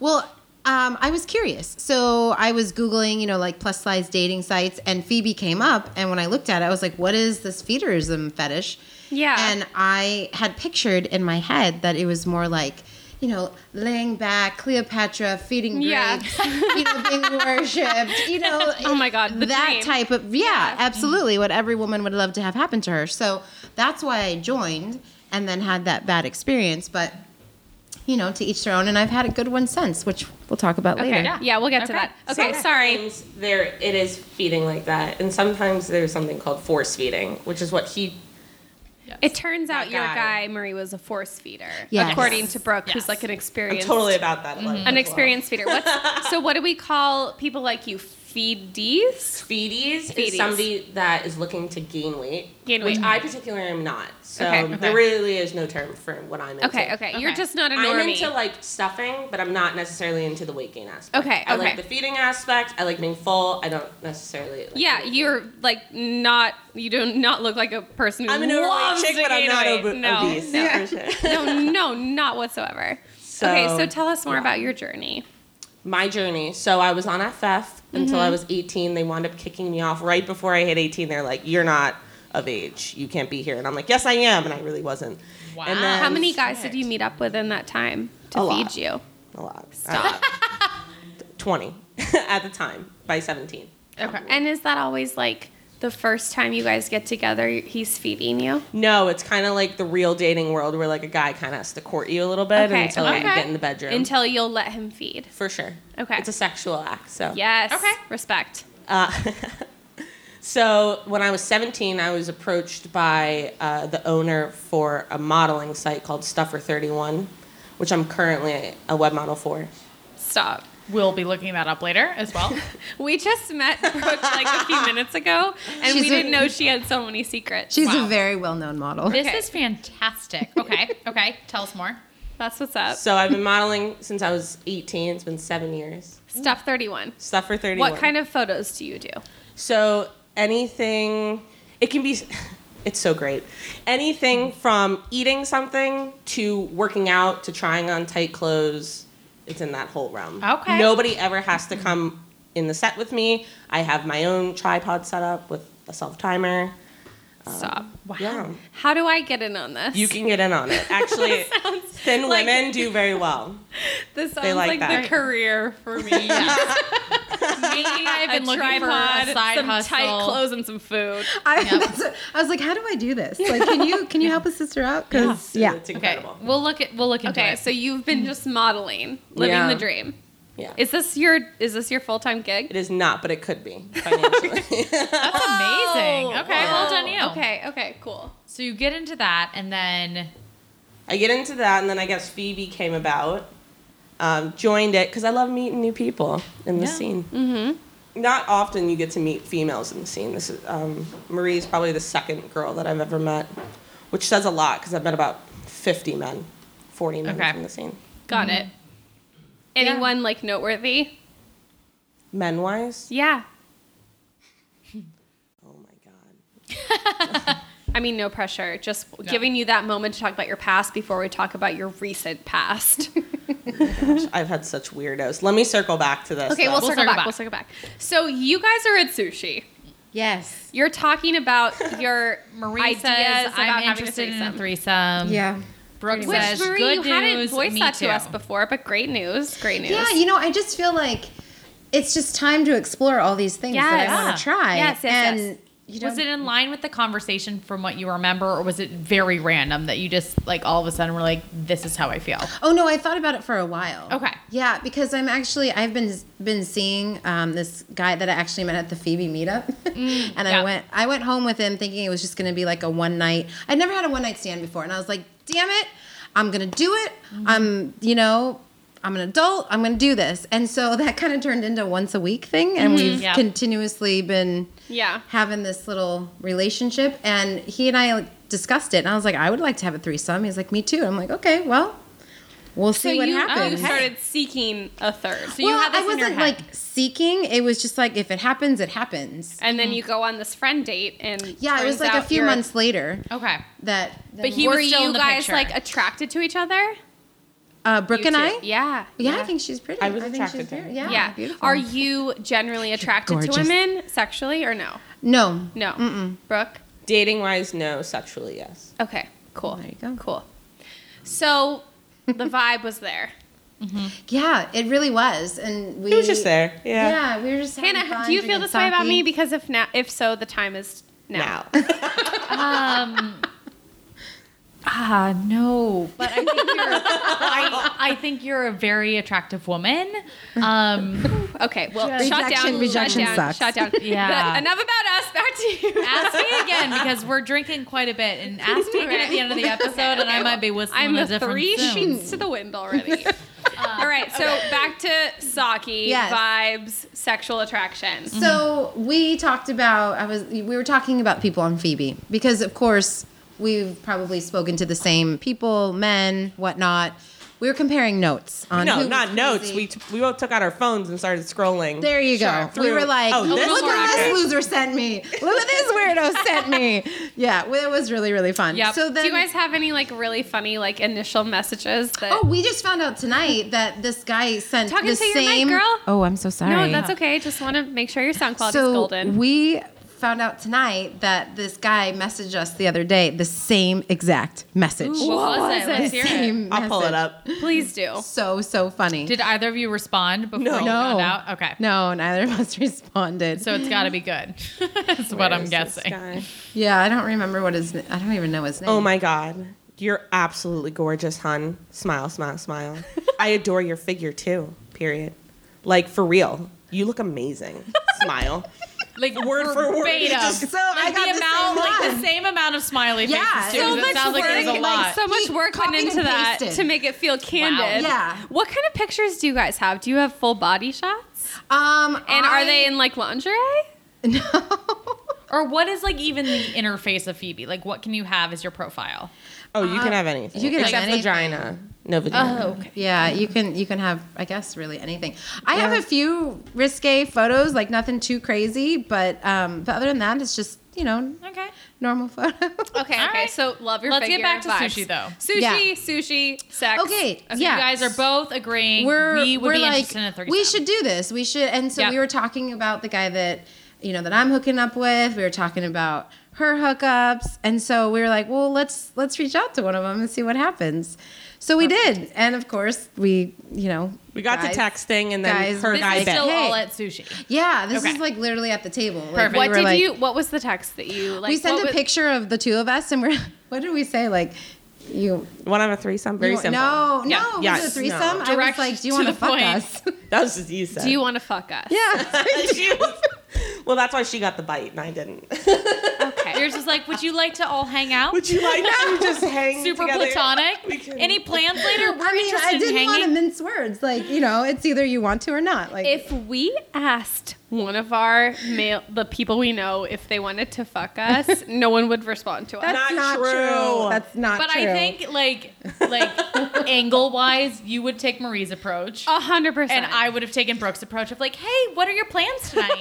[SPEAKER 6] Well, um, I was curious. So I was Googling, you know, like plus size dating sites, and Phoebe came up. And when I looked at it, I was like, what is this feederism fetish?
[SPEAKER 3] Yeah.
[SPEAKER 6] And I had pictured in my head that it was more like, you know, laying back, Cleopatra, feeding
[SPEAKER 3] Yeah.
[SPEAKER 6] grapes, you know, being worshipped, you know.
[SPEAKER 3] Oh my God, the
[SPEAKER 6] that
[SPEAKER 3] dream. Mm-hmm.
[SPEAKER 6] type of, yeah, absolutely. What every woman would love to have happen to her. So that's why I joined and then had that bad experience. But you know, to each their own. And I've had a good one since, which we'll talk about later.
[SPEAKER 3] Yeah, we'll get
[SPEAKER 4] Okay.
[SPEAKER 3] to that. Okay, sorry.
[SPEAKER 7] sometimes there it is feeding like that, and sometimes there's something called force feeding, which is what he
[SPEAKER 3] It turns out your
[SPEAKER 7] guy.
[SPEAKER 3] guy Marie was a force feeder,
[SPEAKER 6] Yes.
[SPEAKER 3] according to Brooke,
[SPEAKER 4] Yes.
[SPEAKER 3] who's like an
[SPEAKER 7] I'm
[SPEAKER 3] experienced,
[SPEAKER 7] totally about that.
[SPEAKER 4] Mm-hmm.
[SPEAKER 7] one as
[SPEAKER 3] an
[SPEAKER 7] well.
[SPEAKER 3] experienced feeder. What's so? What do we call people like you? Feedies?
[SPEAKER 7] Feedies,
[SPEAKER 3] Feedies.
[SPEAKER 7] is somebody that is looking to gain weight.
[SPEAKER 3] Gain
[SPEAKER 7] which
[SPEAKER 3] weight.
[SPEAKER 7] I particularly am not. So
[SPEAKER 3] Okay, okay.
[SPEAKER 7] there really is no term for what I'm into.
[SPEAKER 3] Okay, okay, You're
[SPEAKER 4] Okay.
[SPEAKER 3] just not a normie.
[SPEAKER 7] I'm into like stuffing, but I'm not necessarily into the weight gain aspect.
[SPEAKER 3] Okay,
[SPEAKER 7] I
[SPEAKER 3] okay.
[SPEAKER 7] like the feeding aspect. I like being full. I don't necessarily. Like
[SPEAKER 3] yeah, you're like not. You do not look like a person who
[SPEAKER 7] I'm an overweight
[SPEAKER 3] loves
[SPEAKER 7] chick,
[SPEAKER 3] to
[SPEAKER 7] but I'm
[SPEAKER 3] gain
[SPEAKER 7] not
[SPEAKER 3] weight.
[SPEAKER 7] ob-
[SPEAKER 3] no,
[SPEAKER 7] obese.
[SPEAKER 3] No.
[SPEAKER 7] Yeah. for sure.
[SPEAKER 3] no, no, not whatsoever. okay,
[SPEAKER 7] So-
[SPEAKER 3] so tell us more about your journey.
[SPEAKER 7] my journey. So I was on FF
[SPEAKER 3] Mm-hmm.
[SPEAKER 7] until I was 18. They wound up kicking me off right before I hit 18. They're like, "You're not of age. You can't be here." And I'm like, "Yes, I am," and I really wasn't.
[SPEAKER 4] Wow.
[SPEAKER 7] And
[SPEAKER 3] How many guys did you meet up with in that time to
[SPEAKER 7] A
[SPEAKER 3] feed
[SPEAKER 7] lot.
[SPEAKER 3] you?
[SPEAKER 7] A lot. Stop. 20 at the time by 17.
[SPEAKER 3] And is that always like the first time you guys get together, he's feeding you?
[SPEAKER 7] No, it's kind of like the real dating world where like a guy kind of has to court you a little bit until you get in the bedroom.
[SPEAKER 3] Until you'll let him feed.
[SPEAKER 7] For sure.
[SPEAKER 3] Okay.
[SPEAKER 7] It's a sexual act. So
[SPEAKER 3] Yes. Okay. Respect.
[SPEAKER 7] So when I was 17, I was approached by uh, the owner for a modeling site called Stuffer 31, which I'm currently a web model for.
[SPEAKER 3] Stop.
[SPEAKER 4] We'll be looking that up later as well.
[SPEAKER 3] We just met Brooke like a few minutes ago, and
[SPEAKER 6] She's
[SPEAKER 3] we
[SPEAKER 6] a-
[SPEAKER 3] didn't know she had so many secrets.
[SPEAKER 6] She's
[SPEAKER 4] Wow.
[SPEAKER 6] a very well known model.
[SPEAKER 4] This is fantastic. Okay. Okay. Tell us more.
[SPEAKER 3] That's what's up.
[SPEAKER 7] So I've been modeling since I was 18. It's been seven years.
[SPEAKER 3] Stuff 31.
[SPEAKER 7] Stuffer 31.
[SPEAKER 3] What kind of photos do you do?
[SPEAKER 7] So anything, it can be, it's so great. Anything from eating something to working out to trying on tight clothes, it's in that whole realm.
[SPEAKER 4] Okay.
[SPEAKER 7] Nobody ever has to come in the set with me. I have my own tripod set up with a self timer.
[SPEAKER 3] Stop.
[SPEAKER 4] Wow.
[SPEAKER 7] Yeah.
[SPEAKER 3] How do I get in on this?
[SPEAKER 7] Um, You can get in on it. Actually, thin
[SPEAKER 3] like-
[SPEAKER 7] women do very well.
[SPEAKER 3] This sounds like,
[SPEAKER 7] like that.
[SPEAKER 3] the career for me.
[SPEAKER 4] Me, I've been
[SPEAKER 3] a
[SPEAKER 4] looking
[SPEAKER 3] tripod,
[SPEAKER 4] for a side
[SPEAKER 3] some
[SPEAKER 4] hustle.
[SPEAKER 3] tight clothes, and some food.
[SPEAKER 6] I, that's- I was like, how do I do this? Like, can you can you help a sister out? Because Oh, yeah.
[SPEAKER 7] It's
[SPEAKER 4] Okay.
[SPEAKER 7] incredible.
[SPEAKER 4] We'll look at. We'll look into
[SPEAKER 3] Okay,
[SPEAKER 4] it.
[SPEAKER 3] so you've been just modeling, living
[SPEAKER 7] Yeah.
[SPEAKER 3] the dream.
[SPEAKER 7] Yeah.
[SPEAKER 3] Is this your is this your full time
[SPEAKER 7] it
[SPEAKER 3] gig?
[SPEAKER 7] is not, but it could be financially.
[SPEAKER 4] That's amazing.
[SPEAKER 3] Oh,
[SPEAKER 4] okay. Well done, you.
[SPEAKER 3] Okay, okay, cool.
[SPEAKER 4] So you get into that, and then
[SPEAKER 7] I get into that, and then I guess Phoebe came about, um, joined it because I love meeting new people in the
[SPEAKER 4] Yeah.
[SPEAKER 7] scene. Mm-hmm. Not often you get to meet females in the scene. This is um, Marie's probably the second girl that I've ever met, which says a lot because I've met about fifty men, forty men
[SPEAKER 4] Okay.
[SPEAKER 7] from the scene,
[SPEAKER 3] Got it.
[SPEAKER 4] Mm-hmm.
[SPEAKER 3] Anyone like noteworthy?
[SPEAKER 7] men wise.
[SPEAKER 3] Yeah.
[SPEAKER 7] Oh my god.
[SPEAKER 3] I mean, no pressure. Just giving you that moment to talk about your past before we talk about your recent past.
[SPEAKER 7] I've had such weirdos. Let me circle back to this.
[SPEAKER 3] okay,
[SPEAKER 7] though.
[SPEAKER 3] we'll,
[SPEAKER 4] We'll
[SPEAKER 3] circle
[SPEAKER 4] circle
[SPEAKER 3] back.
[SPEAKER 4] back.
[SPEAKER 3] We'll circle back. So you guys are at sushi.
[SPEAKER 6] Yes.
[SPEAKER 3] You're talking about your
[SPEAKER 4] Marie
[SPEAKER 3] ideas
[SPEAKER 4] says,
[SPEAKER 3] about
[SPEAKER 4] "I'm
[SPEAKER 3] having a
[SPEAKER 4] interested in a threesome."
[SPEAKER 3] threesome."
[SPEAKER 6] Yeah.
[SPEAKER 4] Brooke
[SPEAKER 3] Which
[SPEAKER 4] says,
[SPEAKER 3] Marie,
[SPEAKER 4] "Good
[SPEAKER 3] you
[SPEAKER 4] news,
[SPEAKER 3] hadn't voiced
[SPEAKER 4] me
[SPEAKER 3] that to
[SPEAKER 4] too."
[SPEAKER 3] us before, but great news, great news.
[SPEAKER 6] Yeah, you know, I just feel like it's just time to explore all these things that
[SPEAKER 3] Yes.
[SPEAKER 6] I want
[SPEAKER 4] Yeah.
[SPEAKER 6] to try.
[SPEAKER 3] Yes, yes,
[SPEAKER 6] and,
[SPEAKER 3] yes.
[SPEAKER 6] You know,
[SPEAKER 4] Was it in line with the conversation from what you remember, or was it very random that you just like all of a sudden were like, "This is how I feel"?
[SPEAKER 6] Oh no, I thought about it for a while.
[SPEAKER 4] Okay.
[SPEAKER 6] Yeah, because I'm actually I've been been seeing um, this guy that I actually met at the Phoebe meetup, and
[SPEAKER 4] Mm, yeah.
[SPEAKER 6] I went I went home with him thinking it was just going to be like a one night. I'd
[SPEAKER 4] Mm-hmm.
[SPEAKER 6] never had a one night stand before, and I was like, damn it, I'm gonna do it. I'm you know. I'm an adult. I'm going to do this. And so that kind of turned into a once a week thing. And we've
[SPEAKER 4] Mm-hmm. Yeah.
[SPEAKER 6] continuously been
[SPEAKER 3] Yeah.
[SPEAKER 6] having this little relationship. And he and I like, discussed it. And I was like, I would like to have a threesome. He's like, me too. I'm like, okay, well, we'll see what
[SPEAKER 3] you um,
[SPEAKER 6] happens.
[SPEAKER 3] started seeking a third.
[SPEAKER 4] So you
[SPEAKER 6] oh, well,
[SPEAKER 4] had this
[SPEAKER 6] I
[SPEAKER 4] in your
[SPEAKER 6] wasn't
[SPEAKER 4] head.
[SPEAKER 6] like seeking. It was just like, if it happens, it happens.
[SPEAKER 3] and then you go on this friend date and
[SPEAKER 6] Yeah, it was
[SPEAKER 3] turns
[SPEAKER 6] like
[SPEAKER 3] out
[SPEAKER 6] a few
[SPEAKER 3] you're-
[SPEAKER 6] months later
[SPEAKER 4] okay.
[SPEAKER 6] that.
[SPEAKER 3] But he
[SPEAKER 4] We're
[SPEAKER 3] were
[SPEAKER 4] still in
[SPEAKER 3] you
[SPEAKER 4] the
[SPEAKER 3] guys
[SPEAKER 4] picture.
[SPEAKER 3] like attracted to each other?
[SPEAKER 6] uh, Brooke and I.
[SPEAKER 3] Yeah.
[SPEAKER 6] Yeah, I think she's pretty.
[SPEAKER 5] I was
[SPEAKER 6] think
[SPEAKER 5] attracted
[SPEAKER 6] she's
[SPEAKER 5] to her.
[SPEAKER 6] very- Yeah,
[SPEAKER 3] yeah.
[SPEAKER 6] beautiful.
[SPEAKER 3] Are you generally attracted to
[SPEAKER 6] gorgeous.
[SPEAKER 3] women sexually or no?
[SPEAKER 6] No,
[SPEAKER 3] No. Mm-mm. Brooke?
[SPEAKER 5] Dating wise, no. Sexually, yes.
[SPEAKER 3] Okay. Cool.
[SPEAKER 6] There you go.
[SPEAKER 3] Cool. So the vibe was there.
[SPEAKER 6] Yeah, it really was, and we
[SPEAKER 5] He was just there. Yeah.
[SPEAKER 6] Yeah, we were just. having
[SPEAKER 3] Hannah,
[SPEAKER 6] fun,
[SPEAKER 3] do you feel
[SPEAKER 6] drinking
[SPEAKER 3] this way about
[SPEAKER 6] sake.
[SPEAKER 3] me? Because if now, if so, the time is now.
[SPEAKER 5] Now.
[SPEAKER 4] Um, ah, no. But I think you're, I, I think you're a very attractive woman. Um,
[SPEAKER 3] Okay. Well,
[SPEAKER 6] Just-
[SPEAKER 3] shut
[SPEAKER 6] Rejection-
[SPEAKER 3] down.
[SPEAKER 6] rejection
[SPEAKER 3] shut down.
[SPEAKER 6] sucks.
[SPEAKER 3] Shut down.
[SPEAKER 4] Yeah.
[SPEAKER 3] Enough about us. Back to you.
[SPEAKER 4] ask me again because we're drinking quite a bit, and ask me again at the end of the episode, and I might be whistling
[SPEAKER 3] I'm
[SPEAKER 4] a
[SPEAKER 3] the
[SPEAKER 4] different
[SPEAKER 3] three
[SPEAKER 4] tune.
[SPEAKER 3] sheets to the wind already. Uh, All right, so back to Saki
[SPEAKER 6] Yes. Mm-hmm.
[SPEAKER 3] vibes, sexual attraction.
[SPEAKER 6] So
[SPEAKER 5] Mm-hmm.
[SPEAKER 6] we talked about. I was. We were talking about people on Phoebe because, of course, we've probably spoken to the same people, men, whatnot. We were comparing notes on. who
[SPEAKER 5] no,
[SPEAKER 6] was
[SPEAKER 5] not notes.
[SPEAKER 6] crazy.
[SPEAKER 5] We t- we both took out our phones and started scrolling.
[SPEAKER 6] There you go.
[SPEAKER 5] Sure.
[SPEAKER 6] We
[SPEAKER 5] Through-
[SPEAKER 6] were like,
[SPEAKER 5] oh, this
[SPEAKER 6] look at
[SPEAKER 5] one.
[SPEAKER 6] this loser sent me. Look at this weirdo sent me. Yeah, well, it was really, really fun.
[SPEAKER 4] Yep.
[SPEAKER 6] So then,
[SPEAKER 3] Do you guys have any like really funny like initial messages that
[SPEAKER 6] Oh, we just found out tonight that this guy sent
[SPEAKER 3] Talking
[SPEAKER 6] the
[SPEAKER 3] to your mic,
[SPEAKER 6] same
[SPEAKER 3] girl.
[SPEAKER 6] Oh, I'm so sorry.
[SPEAKER 3] No, that's okay. Just want to make sure your sound quality
[SPEAKER 6] so
[SPEAKER 3] is golden.
[SPEAKER 6] we found out tonight that this guy messaged us the other day the same exact message.
[SPEAKER 4] What was it?
[SPEAKER 3] was
[SPEAKER 4] Let's
[SPEAKER 6] The
[SPEAKER 4] hear it.
[SPEAKER 6] same
[SPEAKER 5] I'll pull it
[SPEAKER 6] message.
[SPEAKER 5] up.
[SPEAKER 3] Please do.
[SPEAKER 6] So so funny.
[SPEAKER 4] Did either of you respond before
[SPEAKER 5] No.
[SPEAKER 4] you found out? Okay.
[SPEAKER 6] No, neither of us responded.
[SPEAKER 4] So it's got to be good. That's what I'm
[SPEAKER 5] Where's this
[SPEAKER 4] guessing.
[SPEAKER 5] guy?
[SPEAKER 6] yeah, I don't remember what his. na- I don't even know his name.
[SPEAKER 5] Oh my God. You're absolutely gorgeous, hun. Smile, smile, smile. I adore your figure too, period. Like, for real. You look amazing. Smile.
[SPEAKER 4] Like
[SPEAKER 5] Word for word.
[SPEAKER 4] verbatim.
[SPEAKER 5] Just- so I
[SPEAKER 4] like
[SPEAKER 5] got
[SPEAKER 4] the
[SPEAKER 5] the
[SPEAKER 4] amount,
[SPEAKER 5] same
[SPEAKER 4] like the same amount of smiley faces.
[SPEAKER 6] Yeah,
[SPEAKER 4] too,
[SPEAKER 6] so
[SPEAKER 4] 'cause it
[SPEAKER 6] much
[SPEAKER 4] sounds like there's a
[SPEAKER 6] wording,
[SPEAKER 4] lot.
[SPEAKER 6] like,
[SPEAKER 3] So much
[SPEAKER 6] He
[SPEAKER 3] work went
[SPEAKER 6] copied and
[SPEAKER 3] into that
[SPEAKER 6] pasted.
[SPEAKER 3] to make it feel candid.
[SPEAKER 6] Yeah.
[SPEAKER 3] What kind of pictures do you guys have? Do you have full body shots?
[SPEAKER 6] Um,
[SPEAKER 3] And
[SPEAKER 6] I-
[SPEAKER 3] are they in like lingerie?
[SPEAKER 6] No.
[SPEAKER 4] Or what is like even the interface of Phoebe? Like what can you have as your profile?
[SPEAKER 5] Oh, you can have anything.
[SPEAKER 6] you can have
[SPEAKER 5] Except
[SPEAKER 6] anything. Oh,
[SPEAKER 5] vagina. No vagina.
[SPEAKER 6] Yeah, you can you can have I guess really anything. I have a few risque photos, like nothing too crazy, but um, but other than that, it's just you know
[SPEAKER 4] Okay.
[SPEAKER 6] normal photos.
[SPEAKER 3] Okay,
[SPEAKER 4] All
[SPEAKER 3] okay.
[SPEAKER 4] right.
[SPEAKER 3] So love your
[SPEAKER 4] Let's get
[SPEAKER 3] figure
[SPEAKER 4] back to
[SPEAKER 3] vibes.
[SPEAKER 4] sushi, though.
[SPEAKER 3] Sushi,
[SPEAKER 6] Yeah.
[SPEAKER 3] sushi, sex.
[SPEAKER 6] Okay,
[SPEAKER 4] So
[SPEAKER 6] yeah,
[SPEAKER 4] You guys are both agreeing
[SPEAKER 6] We're
[SPEAKER 4] we would
[SPEAKER 6] we're
[SPEAKER 4] be
[SPEAKER 6] like
[SPEAKER 4] interested in a threesome.
[SPEAKER 6] we should do this. We should. And so
[SPEAKER 4] Yep.
[SPEAKER 6] we were talking about the guy that you know that I'm hooking up with. We were talking about her hookups, and so we were like, well, let's let's reach out to one of them and see what happens. So we did, and of course we you know
[SPEAKER 5] We got
[SPEAKER 6] guys-
[SPEAKER 5] to texting and then
[SPEAKER 6] guys,
[SPEAKER 5] her
[SPEAKER 6] this
[SPEAKER 5] guy
[SPEAKER 4] It's
[SPEAKER 5] bet.
[SPEAKER 4] still
[SPEAKER 6] Hey.
[SPEAKER 4] all at sushi.
[SPEAKER 6] Yeah, this
[SPEAKER 4] Okay.
[SPEAKER 6] is like literally at the table. Like,
[SPEAKER 4] Perfect.
[SPEAKER 6] we
[SPEAKER 3] What
[SPEAKER 6] were
[SPEAKER 3] did
[SPEAKER 6] like-
[SPEAKER 3] you? What was the text that you like?
[SPEAKER 6] we sent
[SPEAKER 3] what
[SPEAKER 6] a
[SPEAKER 3] was-
[SPEAKER 6] picture of the two of us, and we're what did we say? Like you,
[SPEAKER 5] Want to have a threesome? Very
[SPEAKER 6] you-
[SPEAKER 5] simple.
[SPEAKER 6] No,
[SPEAKER 4] Yeah.
[SPEAKER 6] no,
[SPEAKER 5] Yes.
[SPEAKER 6] was it a threesome?
[SPEAKER 5] No.
[SPEAKER 6] I was
[SPEAKER 4] Direct
[SPEAKER 6] like, do you
[SPEAKER 4] to
[SPEAKER 6] want to
[SPEAKER 4] the
[SPEAKER 6] fuck
[SPEAKER 4] point.
[SPEAKER 6] us?
[SPEAKER 5] That was just you said.
[SPEAKER 3] Do you want to fuck us?
[SPEAKER 6] yeah.
[SPEAKER 5] She was- well, that's why she got the bite and I didn't.
[SPEAKER 3] Okay.
[SPEAKER 4] You're just like, would you like to all hang out?
[SPEAKER 5] Would you like to just hang
[SPEAKER 4] Super
[SPEAKER 5] together? We
[SPEAKER 4] platonic.
[SPEAKER 5] can-
[SPEAKER 4] Any plans later? We're
[SPEAKER 6] I mean,
[SPEAKER 4] interested
[SPEAKER 6] I
[SPEAKER 4] in
[SPEAKER 6] didn't
[SPEAKER 4] hanging.
[SPEAKER 6] want to mince words. Like you know, it's either you want to or not. Like
[SPEAKER 3] if we asked one of our male, the people we know, if they wanted to fuck us, no one would respond to us.
[SPEAKER 6] that's
[SPEAKER 5] Not
[SPEAKER 6] not,
[SPEAKER 5] true.
[SPEAKER 6] true. That's not
[SPEAKER 4] but
[SPEAKER 6] true.
[SPEAKER 4] I think like like angle wise, you would take Marie's approach.
[SPEAKER 3] A hundred Oh, percent.
[SPEAKER 4] and I would have taken Brooke's approach of like, "Hey, what are your plans tonight?"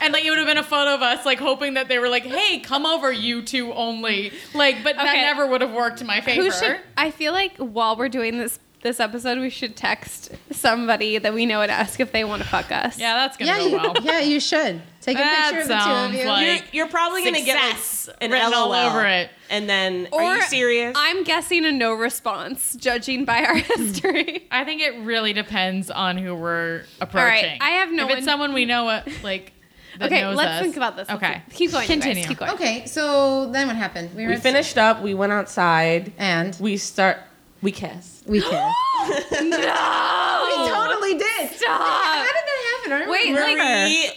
[SPEAKER 4] And like, it would have been a photo of us, like hoping that they were like, "Hey, come over, you two only." Like, but that
[SPEAKER 3] Okay.
[SPEAKER 4] never would have worked in my favor.
[SPEAKER 3] Who should? I feel like while we're doing this this episode, we should text somebody that we know and ask if they want to fuck us.
[SPEAKER 4] yeah, that's gonna
[SPEAKER 6] yeah,
[SPEAKER 4] go
[SPEAKER 6] you,
[SPEAKER 4] well.
[SPEAKER 6] yeah, you should take a
[SPEAKER 4] That
[SPEAKER 6] picture of the two of
[SPEAKER 4] sounds
[SPEAKER 6] you.
[SPEAKER 4] like-
[SPEAKER 5] You're, you're probably going to get like,
[SPEAKER 4] Success
[SPEAKER 5] an
[SPEAKER 4] written all
[SPEAKER 5] LOL
[SPEAKER 4] over it.
[SPEAKER 5] And then,
[SPEAKER 3] Or
[SPEAKER 5] are you serious?
[SPEAKER 3] I'm guessing a no response, judging by our history.
[SPEAKER 4] I think it really depends on who we're approaching.
[SPEAKER 3] I have no
[SPEAKER 4] If
[SPEAKER 3] one-
[SPEAKER 4] it's someone we know, uh, like that
[SPEAKER 3] okay,
[SPEAKER 4] knows
[SPEAKER 3] let's
[SPEAKER 4] us.
[SPEAKER 3] think about this. Let's
[SPEAKER 4] Okay,
[SPEAKER 3] think- keep going. you guys.
[SPEAKER 4] Continue.
[SPEAKER 3] Keep going.
[SPEAKER 6] okay, so then what happened? We were
[SPEAKER 5] we finished up. We went outside.
[SPEAKER 6] and
[SPEAKER 5] we start. We kissed.
[SPEAKER 6] we kissed.
[SPEAKER 3] No.
[SPEAKER 6] we totally did.
[SPEAKER 3] Stop.
[SPEAKER 6] How did that happen? I don't
[SPEAKER 3] Oh. Wait,
[SPEAKER 6] remember.
[SPEAKER 3] like-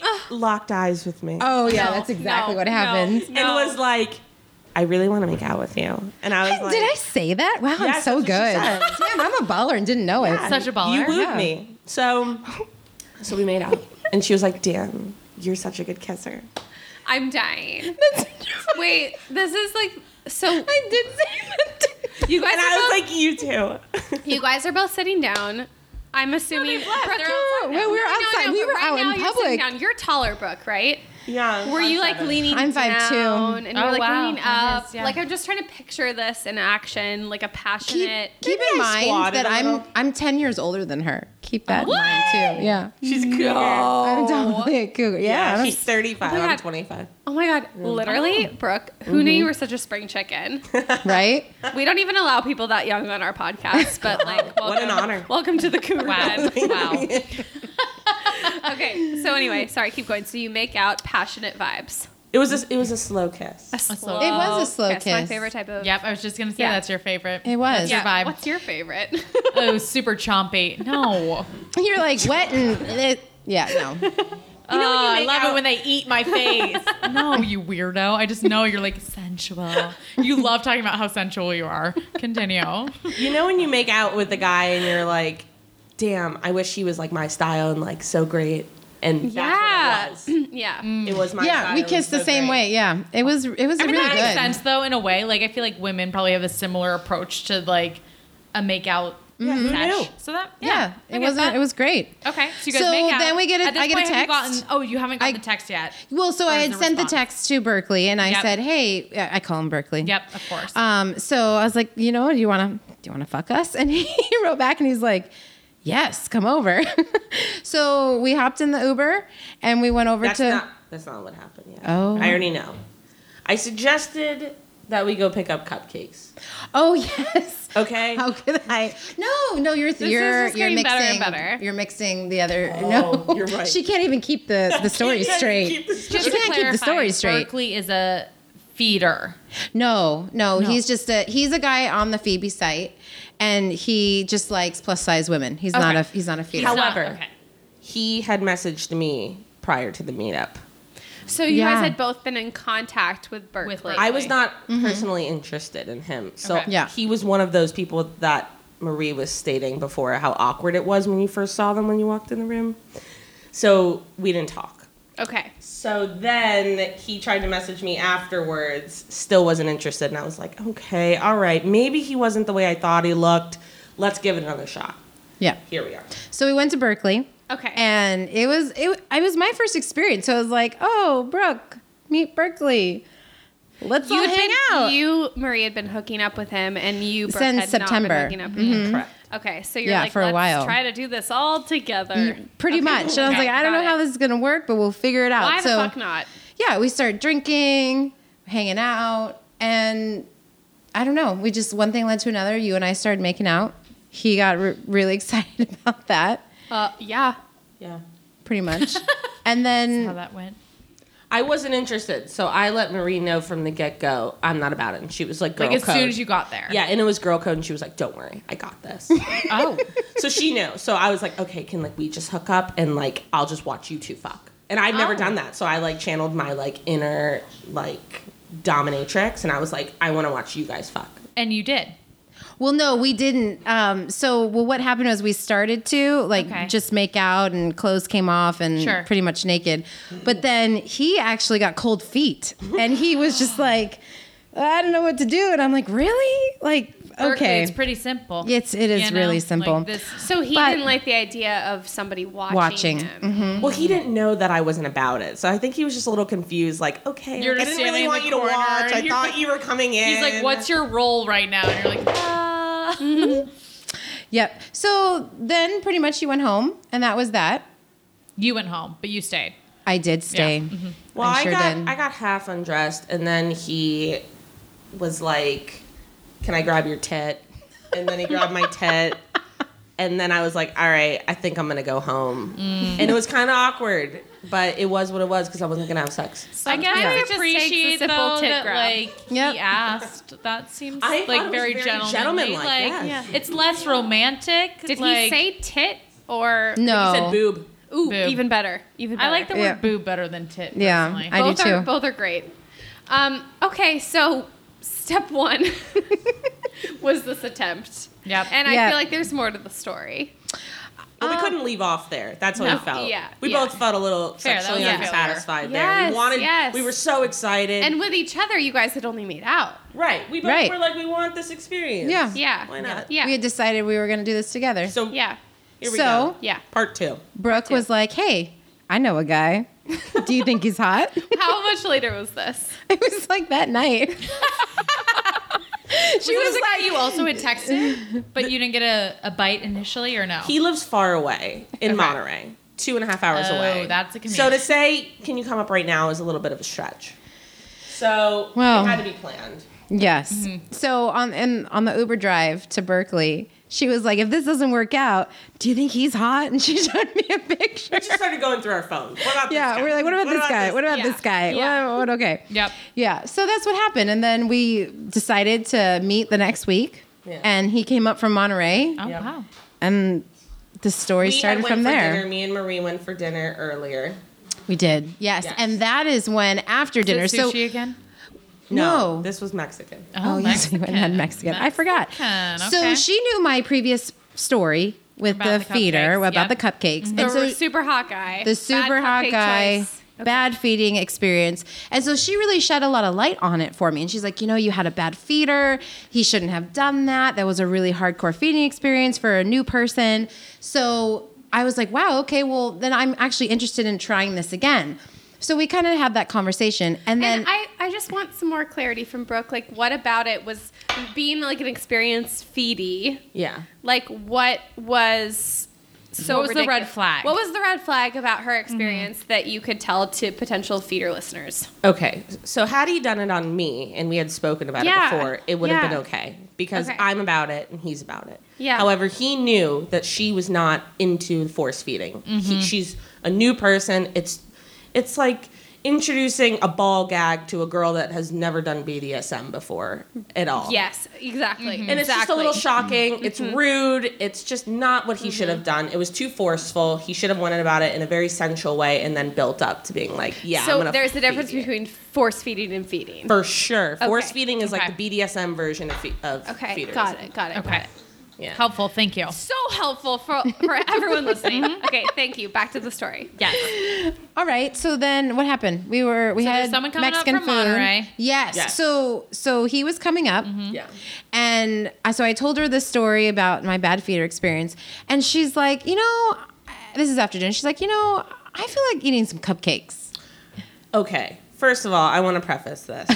[SPEAKER 5] Marie locked eyes with me
[SPEAKER 6] oh yeah,
[SPEAKER 3] No,
[SPEAKER 6] that's exactly
[SPEAKER 3] no,
[SPEAKER 6] what
[SPEAKER 3] no.
[SPEAKER 6] happened.
[SPEAKER 5] and was like,
[SPEAKER 7] I really want to make out with you. And I was like,
[SPEAKER 6] Did I say that? Wow, I'm
[SPEAKER 7] Yes,
[SPEAKER 6] so
[SPEAKER 7] that's
[SPEAKER 6] good.
[SPEAKER 7] what she
[SPEAKER 6] Damn, I'm a baller and didn't know it.
[SPEAKER 1] Such a baller.
[SPEAKER 7] You wooed
[SPEAKER 6] Yeah.
[SPEAKER 7] me. So, so we made out. and she was like, damn, you're such a good kisser.
[SPEAKER 3] I'm dying. Wait, this is like so.
[SPEAKER 6] I did say that.
[SPEAKER 3] You guys,
[SPEAKER 7] And
[SPEAKER 3] are both,
[SPEAKER 7] I was like, you too.
[SPEAKER 3] you guys are both sitting down. I'm assuming But they're outside now.
[SPEAKER 6] No, we were
[SPEAKER 3] No, no,
[SPEAKER 6] outside.
[SPEAKER 3] no,
[SPEAKER 6] We
[SPEAKER 3] but
[SPEAKER 6] were
[SPEAKER 3] right
[SPEAKER 6] out in
[SPEAKER 3] now you're sitting
[SPEAKER 6] public.
[SPEAKER 3] Down. You're taller, Brooke, right?
[SPEAKER 7] yeah.
[SPEAKER 3] Were you like leaning?
[SPEAKER 6] I'm 5'2".
[SPEAKER 3] down and you
[SPEAKER 4] Oh,
[SPEAKER 3] were like
[SPEAKER 4] wow.
[SPEAKER 3] leaning
[SPEAKER 4] I
[SPEAKER 3] up.
[SPEAKER 4] guess, yeah.
[SPEAKER 3] Like I'm just trying to picture this in action, like a
[SPEAKER 6] Keep,
[SPEAKER 3] passionate.
[SPEAKER 6] keep
[SPEAKER 7] Maybe
[SPEAKER 6] in
[SPEAKER 7] I
[SPEAKER 6] mind
[SPEAKER 7] squatted
[SPEAKER 6] that
[SPEAKER 7] a
[SPEAKER 6] I'm
[SPEAKER 7] little.
[SPEAKER 6] I'm 10 years older than her. Keep that
[SPEAKER 3] What?
[SPEAKER 6] in mind too. Yeah.
[SPEAKER 7] She's cool. Yeah,
[SPEAKER 4] Oh.
[SPEAKER 6] I'm definitely a cougar. Yeah. I'm-
[SPEAKER 7] she's 35.
[SPEAKER 3] my
[SPEAKER 7] I'm
[SPEAKER 3] God.
[SPEAKER 7] 25.
[SPEAKER 3] oh my god! Literally,
[SPEAKER 6] Oh.
[SPEAKER 3] Brooke, who knew
[SPEAKER 6] Mm-hmm.
[SPEAKER 3] you were such a spring chicken?
[SPEAKER 6] right?
[SPEAKER 3] we don't even allow people that young on our podcast, but like, welcome,
[SPEAKER 7] What an honor.
[SPEAKER 3] Welcome to the cougar.
[SPEAKER 4] Wow. wow.
[SPEAKER 3] Okay, so anyway, sorry, keep going. So you make out passionate vibes.
[SPEAKER 7] It was a, it was a slow kiss.
[SPEAKER 4] slow-
[SPEAKER 6] It was a slow
[SPEAKER 3] My
[SPEAKER 6] kiss.
[SPEAKER 3] favorite type of.
[SPEAKER 4] Yep, I was just gonna say
[SPEAKER 3] Yeah.
[SPEAKER 4] that's your favorite.
[SPEAKER 6] It was.
[SPEAKER 4] Yeah. vibe.
[SPEAKER 3] What's your favorite?
[SPEAKER 4] Oh, super chompy. No.
[SPEAKER 6] You're like wet and it, yeah, no.
[SPEAKER 7] You know
[SPEAKER 4] Oh,
[SPEAKER 7] when
[SPEAKER 4] I
[SPEAKER 7] you make
[SPEAKER 4] love
[SPEAKER 7] out-
[SPEAKER 4] it when they eat my face. no, you weirdo. I just know you're like sensual. You love talking about how sensual you are. Continue.
[SPEAKER 7] You know when you make out with a guy and you're like, damn, I wish he was like my style and like so great. And
[SPEAKER 3] yeah.
[SPEAKER 7] that's what
[SPEAKER 3] yeah.
[SPEAKER 6] Mm.
[SPEAKER 7] it was. It was my
[SPEAKER 6] Yeah,
[SPEAKER 7] style,
[SPEAKER 6] we
[SPEAKER 7] it was
[SPEAKER 6] kissed the
[SPEAKER 7] so
[SPEAKER 6] same
[SPEAKER 7] great.
[SPEAKER 6] way. Yeah. It was it was
[SPEAKER 4] I mean,
[SPEAKER 6] really
[SPEAKER 4] that
[SPEAKER 6] good.
[SPEAKER 4] makes sense though, in a way. Like I feel like women probably have a similar approach to like a make out
[SPEAKER 7] Who knew?
[SPEAKER 4] sesh. So that yeah,
[SPEAKER 6] Mm-hmm. Yeah,
[SPEAKER 4] I
[SPEAKER 6] it
[SPEAKER 4] get
[SPEAKER 6] wasn't
[SPEAKER 4] that.
[SPEAKER 6] it was great.
[SPEAKER 4] Okay, so you guys
[SPEAKER 6] So
[SPEAKER 4] make out.
[SPEAKER 6] then we get a-
[SPEAKER 4] At this
[SPEAKER 6] I get a
[SPEAKER 4] point, have you
[SPEAKER 6] text.
[SPEAKER 4] gotten- oh, you haven't gotten
[SPEAKER 6] I-
[SPEAKER 4] the text yet.
[SPEAKER 6] Well, so
[SPEAKER 4] Or
[SPEAKER 6] I
[SPEAKER 4] is
[SPEAKER 6] had
[SPEAKER 4] the
[SPEAKER 6] sent the
[SPEAKER 4] response?
[SPEAKER 6] text to Berkeley and I
[SPEAKER 4] Yep.
[SPEAKER 6] said, "Hey, I call him Berkeley."
[SPEAKER 4] Yep, of course.
[SPEAKER 6] Um, so I was like, "You know, do you want to do you want to fuck us?" And he wrote back and he's like, "Yes, come over." so we hopped in the Uber and we went over
[SPEAKER 7] That's
[SPEAKER 6] to
[SPEAKER 7] not that's not what happened yet.
[SPEAKER 6] Oh.
[SPEAKER 7] I already know. I suggested that we go pick up cupcakes.
[SPEAKER 6] Oh, yes.
[SPEAKER 7] Okay.
[SPEAKER 6] How could I? No, no, you're you're
[SPEAKER 3] just
[SPEAKER 6] you're
[SPEAKER 3] getting
[SPEAKER 6] mixing
[SPEAKER 3] better and better.
[SPEAKER 6] you're mixing the other
[SPEAKER 7] Oh,
[SPEAKER 6] no.
[SPEAKER 7] you're right.
[SPEAKER 6] She can't even keep the the story
[SPEAKER 7] You can't
[SPEAKER 6] straight.
[SPEAKER 7] keep this-
[SPEAKER 6] she
[SPEAKER 4] to
[SPEAKER 6] can't keep the
[SPEAKER 4] clarify,
[SPEAKER 6] story straight.
[SPEAKER 4] Berkeley is a feeder.
[SPEAKER 6] No, no, he's just a he's a guy on the Phoebe site, and he just likes plus size women. He's not a he's not a feeder.
[SPEAKER 4] It's not-
[SPEAKER 7] However,
[SPEAKER 4] Oh, okay.
[SPEAKER 7] he had messaged me prior to the meetup.
[SPEAKER 3] So you
[SPEAKER 6] Yeah.
[SPEAKER 3] guys had both been in contact with Berkeley.
[SPEAKER 4] Berkeley.
[SPEAKER 7] I was not personally interested in him. So
[SPEAKER 4] Okay.
[SPEAKER 6] Yeah.
[SPEAKER 7] he was one of those people that Marie was stating before how awkward it was when you first saw them when you walked in the room. So we didn't talk.
[SPEAKER 3] Okay.
[SPEAKER 7] So then he tried to message me afterwards, still wasn't interested. And I was like, okay, all right, maybe he wasn't the way I thought he looked. Let's give it another shot.
[SPEAKER 6] yeah.
[SPEAKER 7] Here we are.
[SPEAKER 6] So we went to Berkeley.
[SPEAKER 3] Okay.
[SPEAKER 6] And it was it I was my first experience. So I was like, oh, Brooke, meet Berkeley. Let's all
[SPEAKER 3] had
[SPEAKER 6] hang
[SPEAKER 3] been,
[SPEAKER 6] out.
[SPEAKER 3] You, Marie, had been hooking up with him, and you, Brooke,
[SPEAKER 6] Since
[SPEAKER 3] had
[SPEAKER 6] September. Mm-hmm.
[SPEAKER 3] Not been hooking up with him.
[SPEAKER 7] Correct.
[SPEAKER 3] Okay, so you're
[SPEAKER 6] Yeah,
[SPEAKER 3] like,
[SPEAKER 6] for a
[SPEAKER 3] let's
[SPEAKER 6] while. Mm,
[SPEAKER 3] try to do this all together.
[SPEAKER 6] Pretty much. And I was
[SPEAKER 3] Okay,
[SPEAKER 6] like, I don't
[SPEAKER 3] got
[SPEAKER 6] know how
[SPEAKER 3] it.
[SPEAKER 6] this is gonna work, but we'll figure it out.
[SPEAKER 3] Why
[SPEAKER 6] so
[SPEAKER 3] the fuck not?
[SPEAKER 6] yeah, we started drinking, hanging out, and I don't know. We just one thing led to another. You and I started making out. He got re- really excited about that,
[SPEAKER 3] Uh, yeah.
[SPEAKER 7] Yeah.
[SPEAKER 6] pretty much. and
[SPEAKER 4] How
[SPEAKER 6] then
[SPEAKER 4] that went.
[SPEAKER 7] I wasn't interested. So I let Marie know from the get go, I'm not about it. And she was like, girl
[SPEAKER 4] Like as
[SPEAKER 7] code.
[SPEAKER 4] soon as you got there.
[SPEAKER 7] Yeah, and it was girl code, and she was like, "Don't worry, I got this."
[SPEAKER 4] Oh.
[SPEAKER 7] so she knew. So I was like, "Okay, can like we just hook up and like I'll just watch you two fuck?" And I've
[SPEAKER 4] Oh.
[SPEAKER 7] never done that, so I like channeled my like inner like dominatrix, and I was like, "I want to watch you guys fuck."
[SPEAKER 4] and you did.
[SPEAKER 6] well, no, we didn't. Um, so well, what happened was we started to like
[SPEAKER 4] Okay.
[SPEAKER 6] just make out, and clothes came off, and
[SPEAKER 4] Sure.
[SPEAKER 6] pretty much naked. But then he actually got cold feet, and he was just like, I don't know what to do, and I'm like, really? Like,
[SPEAKER 4] Berkeley,
[SPEAKER 6] okay,
[SPEAKER 4] it's pretty simple.
[SPEAKER 6] It's- it is
[SPEAKER 4] You
[SPEAKER 6] really
[SPEAKER 4] like
[SPEAKER 6] simple.
[SPEAKER 4] this-
[SPEAKER 3] So he
[SPEAKER 6] But-
[SPEAKER 3] didn't like the idea of somebody watching,
[SPEAKER 6] Watching. Mm-hmm.
[SPEAKER 3] him.
[SPEAKER 4] Mm-hmm.
[SPEAKER 7] Well, he didn't know that I wasn't about it, so I think he was just a little confused. Like, okay,
[SPEAKER 4] You're
[SPEAKER 7] I
[SPEAKER 4] just
[SPEAKER 7] didn't
[SPEAKER 4] standing
[SPEAKER 7] really
[SPEAKER 4] in
[SPEAKER 7] want
[SPEAKER 4] the
[SPEAKER 7] you to
[SPEAKER 4] corner,
[SPEAKER 7] watch. I
[SPEAKER 4] and you're-
[SPEAKER 7] thought you were coming in.
[SPEAKER 4] He's like, "What's your role right now?" And you're like, "Uh."
[SPEAKER 6] Yep. So then pretty much you went home and that was that.
[SPEAKER 4] "You went home, but you stayed."
[SPEAKER 6] I did stay.
[SPEAKER 4] Yeah.
[SPEAKER 7] Well,
[SPEAKER 6] I
[SPEAKER 7] I,
[SPEAKER 6] sure
[SPEAKER 7] got
[SPEAKER 6] did.
[SPEAKER 7] I got half undressed, and then he was like, "Can I grab your tit?" And then he grabbed my tit, and then I was like, "All right, I think I'm gonna go home." And it was kind of awkward, but it was what it was because I wasn't gonna have sex.
[SPEAKER 4] I guess
[SPEAKER 3] Sometimes
[SPEAKER 4] I
[SPEAKER 3] it just takes a
[SPEAKER 4] appreciate
[SPEAKER 3] simple
[SPEAKER 4] though
[SPEAKER 3] tit
[SPEAKER 4] that
[SPEAKER 3] grab.
[SPEAKER 4] like
[SPEAKER 6] Yep.
[SPEAKER 4] he asked. That seems
[SPEAKER 7] I thought it
[SPEAKER 4] like
[SPEAKER 7] was
[SPEAKER 4] very,
[SPEAKER 7] very
[SPEAKER 4] gentlemanly.
[SPEAKER 7] gentlemanlike,
[SPEAKER 4] Like
[SPEAKER 7] yes.
[SPEAKER 4] it's less romantic.
[SPEAKER 3] Did he
[SPEAKER 4] like-
[SPEAKER 3] say tit or
[SPEAKER 6] No.
[SPEAKER 7] He said boob.
[SPEAKER 3] Ooh,
[SPEAKER 4] Boob.
[SPEAKER 3] even better. Even better.
[SPEAKER 4] I like the word
[SPEAKER 6] Yeah.
[SPEAKER 4] "boo" better than "tit."
[SPEAKER 6] Yeah,
[SPEAKER 4] personally.
[SPEAKER 6] I do
[SPEAKER 3] both are
[SPEAKER 6] too.
[SPEAKER 3] both are great. Um, okay, so step one was this attempt.
[SPEAKER 4] Yep.
[SPEAKER 3] And I
[SPEAKER 6] Yeah.
[SPEAKER 3] feel like there's more to the story.
[SPEAKER 7] But we couldn't leave off there. That's what
[SPEAKER 4] No.
[SPEAKER 7] we felt.
[SPEAKER 3] Yeah,
[SPEAKER 7] we
[SPEAKER 3] yeah.
[SPEAKER 7] both felt a little
[SPEAKER 4] Fair, that
[SPEAKER 7] sexually
[SPEAKER 4] was unfair.
[SPEAKER 7] unsatisfied there.
[SPEAKER 3] Yes,
[SPEAKER 7] We wanted.
[SPEAKER 3] yes.
[SPEAKER 7] We were so excited.
[SPEAKER 3] And with each other, you guys had only made out.
[SPEAKER 7] right. We both
[SPEAKER 6] Right.
[SPEAKER 7] were like, we want this experience.
[SPEAKER 6] Yeah.
[SPEAKER 3] Yeah.
[SPEAKER 7] Why not?
[SPEAKER 3] Yeah.
[SPEAKER 6] We had decided we were going to do this together.
[SPEAKER 7] So
[SPEAKER 3] yeah.
[SPEAKER 7] here we
[SPEAKER 6] So-
[SPEAKER 7] go.
[SPEAKER 3] Yeah.
[SPEAKER 7] Part two.
[SPEAKER 6] Brooke was like, "Hey, I know a guy. Do you think he's hot?"
[SPEAKER 3] How much later was this?
[SPEAKER 6] it was like that night.
[SPEAKER 4] She was, like, you also had texted, but you didn't get a, a bite initially, or no?
[SPEAKER 7] He lives far away in Monterey, two and a half hours
[SPEAKER 4] Oh,
[SPEAKER 7] away.
[SPEAKER 4] that's a commute.
[SPEAKER 7] So to say, can you come up right now is a little bit of a stretch. So
[SPEAKER 6] Well.
[SPEAKER 7] it had to be planned.
[SPEAKER 6] Yes. So on and on the Uber drive to Berkeley, she was like, "If this doesn't work out, do you think he's hot?" And she showed me a picture.
[SPEAKER 7] We just started going through our phones. What about this
[SPEAKER 6] Yeah,
[SPEAKER 7] guy?
[SPEAKER 6] we're like, "What about this guy? What about
[SPEAKER 3] Yeah.
[SPEAKER 6] this guy?
[SPEAKER 3] Yeah.
[SPEAKER 6] What, what- okay."
[SPEAKER 4] Yep.
[SPEAKER 6] Yeah. So that's what happened, and then we decided to meet the next week,
[SPEAKER 7] Yeah.
[SPEAKER 6] and he came up from Monterey,
[SPEAKER 4] oh
[SPEAKER 7] Yep.
[SPEAKER 4] wow.
[SPEAKER 6] and the story
[SPEAKER 7] We had
[SPEAKER 6] started
[SPEAKER 7] went
[SPEAKER 6] from
[SPEAKER 7] for
[SPEAKER 6] there.
[SPEAKER 7] Dinner. Me and Marie went for dinner earlier.
[SPEAKER 6] We did. Yes.
[SPEAKER 7] Yes.
[SPEAKER 6] And that is when after dinner.
[SPEAKER 4] Sushi
[SPEAKER 6] So
[SPEAKER 4] again?
[SPEAKER 6] no.
[SPEAKER 7] this was Mexican.
[SPEAKER 6] oh, yes, we went and had Mexican. I forgot.
[SPEAKER 4] Mexican,
[SPEAKER 6] So
[SPEAKER 4] okay.
[SPEAKER 6] she knew my previous story with
[SPEAKER 4] About
[SPEAKER 6] the,
[SPEAKER 4] the
[SPEAKER 6] feeder
[SPEAKER 4] cupcakes,
[SPEAKER 6] about
[SPEAKER 4] yeah.
[SPEAKER 6] the cupcakes.
[SPEAKER 3] The
[SPEAKER 6] And so
[SPEAKER 3] super hot guy.
[SPEAKER 6] the super
[SPEAKER 3] Bad
[SPEAKER 6] hot
[SPEAKER 3] cupcake
[SPEAKER 6] guy,
[SPEAKER 3] choice.
[SPEAKER 6] bad feeding experience. And so she really shed a lot of light on it for me. And she's like, you know, you had a bad feeder. He shouldn't have done that. That was a really hardcore feeding experience for a new person. So I was like, wow, okay, well, then I'm actually interested in trying this again. So we kind of had that conversation. And then
[SPEAKER 3] And I, I just want some more clarity from Brooke. Like, what about it was being like an experienced feedy?
[SPEAKER 7] Yeah.
[SPEAKER 3] Like, what was so
[SPEAKER 4] What was the
[SPEAKER 3] ridiculous-
[SPEAKER 4] red flag?
[SPEAKER 3] What was the red flag about her experience that you could tell to potential feeder listeners?
[SPEAKER 7] Okay. So had he done it on me and we had spoken about
[SPEAKER 3] Yeah.
[SPEAKER 7] it before, it would
[SPEAKER 3] Yeah.
[SPEAKER 7] have been okay because
[SPEAKER 3] Okay.
[SPEAKER 7] I'm about it and he's about it.
[SPEAKER 3] Yeah.
[SPEAKER 7] However, he knew that she was not into force feeding.
[SPEAKER 3] Mm-hmm.
[SPEAKER 7] He, she's a new person. It's it's like introducing a ball gag to a girl that has never done BDSM before at all.
[SPEAKER 3] Yes, exactly.
[SPEAKER 7] And it's just a little shocking.
[SPEAKER 3] Mm-hmm.
[SPEAKER 7] It's rude. It's just not what he should have done. It was too forceful. He should have wanted about it in a very sensual way and then built up to being like, yeah. I'm
[SPEAKER 3] so
[SPEAKER 7] gonna
[SPEAKER 3] there's the difference
[SPEAKER 7] feed you.
[SPEAKER 3] between force feeding and feeding.
[SPEAKER 7] For sure. Force
[SPEAKER 3] Okay.
[SPEAKER 7] feeding is like
[SPEAKER 4] Okay.
[SPEAKER 7] the BDSM version of, fe- of
[SPEAKER 3] Okay,
[SPEAKER 7] feeders.
[SPEAKER 3] got it, got it. got
[SPEAKER 4] Okay.
[SPEAKER 3] it.
[SPEAKER 7] Yeah.
[SPEAKER 4] Helpful. Thank you.
[SPEAKER 3] So helpful for, for everyone listening. okay, thank you. Back to the story.
[SPEAKER 4] Yes.
[SPEAKER 6] All right. So then what happened? We were we
[SPEAKER 4] So there's
[SPEAKER 6] had
[SPEAKER 4] someone coming up
[SPEAKER 6] Mexican
[SPEAKER 4] from
[SPEAKER 6] food.
[SPEAKER 4] Monterey.
[SPEAKER 6] Yes.
[SPEAKER 7] Yes.
[SPEAKER 6] So so he was coming up.
[SPEAKER 4] Mm-hmm.
[SPEAKER 7] Yeah.
[SPEAKER 6] And I- so I told her this story about my bad feeder experience and she's like, "You know, this is after dinner. She's like, "You know, I feel like eating some cupcakes."
[SPEAKER 7] Okay. First of all, I want to preface this.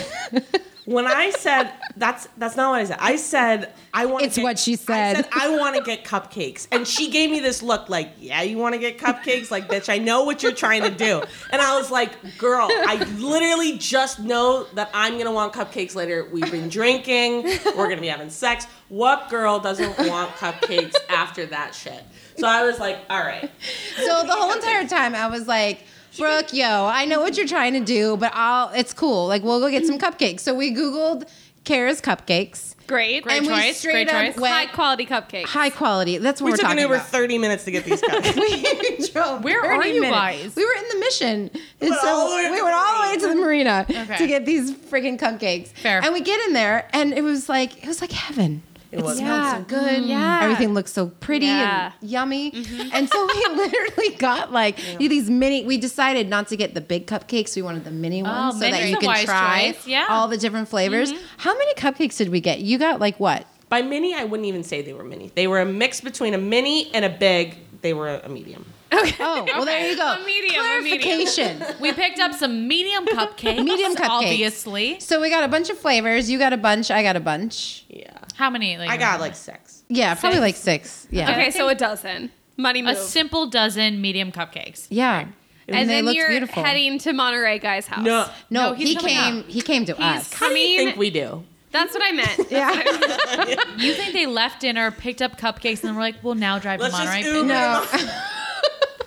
[SPEAKER 7] when I said that's that's not what I said. I said I want.
[SPEAKER 6] It's what she
[SPEAKER 7] I
[SPEAKER 6] said.
[SPEAKER 7] said I want to get cupcakes, and she gave me this look like, "Yeah, you want to get cupcakes? Like, bitch, I know what you're trying to do." And I was like, "Girl, I literally just know that I'm gonna want cupcakes later. We've been drinking. We're gonna be having sex. What girl doesn't want cupcakes after that shit?" So I was like, "All right."
[SPEAKER 6] So the whole entire time I was like, Brooke, yo, I know what you're trying to do, but I'll it's cool. Like we'll go get some cupcakes. So we googled Kara's cupcakes.
[SPEAKER 3] Great.
[SPEAKER 6] and
[SPEAKER 4] choice,
[SPEAKER 6] we
[SPEAKER 4] great
[SPEAKER 6] straight up
[SPEAKER 4] choice.
[SPEAKER 6] went
[SPEAKER 3] High quality cupcakes.
[SPEAKER 6] high quality. That's what
[SPEAKER 7] We
[SPEAKER 6] are
[SPEAKER 7] took
[SPEAKER 6] talking
[SPEAKER 7] an Uber
[SPEAKER 6] about.
[SPEAKER 7] 30 minutes to get these cupcakes.
[SPEAKER 6] we drove.
[SPEAKER 4] Where are
[SPEAKER 6] 30
[SPEAKER 4] you
[SPEAKER 6] minutes.
[SPEAKER 4] guys?
[SPEAKER 6] We were in the mission. And
[SPEAKER 7] went all the
[SPEAKER 6] so
[SPEAKER 7] way up
[SPEAKER 6] we
[SPEAKER 7] to
[SPEAKER 6] went
[SPEAKER 7] the
[SPEAKER 6] all the way
[SPEAKER 7] marina.
[SPEAKER 6] to the marina
[SPEAKER 4] Okay.
[SPEAKER 6] to get these freaking cupcakes.
[SPEAKER 4] Fair.
[SPEAKER 6] And we get in there and it was like it was like heaven. It,
[SPEAKER 7] was.
[SPEAKER 6] smelled so good.
[SPEAKER 3] Yeah.
[SPEAKER 6] Everything looked so pretty
[SPEAKER 3] Yeah.
[SPEAKER 6] and yummy.
[SPEAKER 4] Mm-hmm.
[SPEAKER 6] And so we literally got like these mini we decided not to get the big cupcakes. We wanted the mini ones so
[SPEAKER 4] Oh, mini
[SPEAKER 6] that
[SPEAKER 4] is
[SPEAKER 6] you
[SPEAKER 4] a
[SPEAKER 6] can
[SPEAKER 4] wise
[SPEAKER 6] try
[SPEAKER 4] choice. Yeah. Mm-hmm.
[SPEAKER 6] all the different flavors. How many cupcakes did we get? You got like what?
[SPEAKER 7] By mini, I wouldn't even say they were mini. They were a mix between a mini and a big. They were a medium.
[SPEAKER 6] Oh, well there you go.
[SPEAKER 3] A medium, a medium.
[SPEAKER 6] Clarification.
[SPEAKER 4] We picked up some medium cupcakes.
[SPEAKER 6] Medium cupcakes.
[SPEAKER 4] Obviously.
[SPEAKER 6] So we got a bunch of flavors. You got a bunch. I got a bunch.
[SPEAKER 7] Yeah.
[SPEAKER 4] How many? Like,
[SPEAKER 7] I got like six.
[SPEAKER 6] Yeah, probably like six. Yeah.
[SPEAKER 3] Okay, so a dozen. Money
[SPEAKER 4] a
[SPEAKER 3] move.
[SPEAKER 4] simple dozen medium cupcakes.
[SPEAKER 6] Yeah.
[SPEAKER 3] and
[SPEAKER 6] they
[SPEAKER 3] then
[SPEAKER 6] looked
[SPEAKER 3] you're
[SPEAKER 6] beautiful.
[SPEAKER 3] heading to Monterey guy's house.
[SPEAKER 7] No.
[SPEAKER 6] No,
[SPEAKER 4] No, he's
[SPEAKER 6] he
[SPEAKER 4] coming
[SPEAKER 6] came. He came to us.
[SPEAKER 7] How do you
[SPEAKER 3] Coming-
[SPEAKER 7] think we do?
[SPEAKER 3] That's what I meant.
[SPEAKER 6] yeah.
[SPEAKER 4] You think they left dinner, picked up cupcakes, and were like, "We'll now drive
[SPEAKER 7] Let's
[SPEAKER 4] to
[SPEAKER 7] just
[SPEAKER 4] Monterey."
[SPEAKER 7] Uber.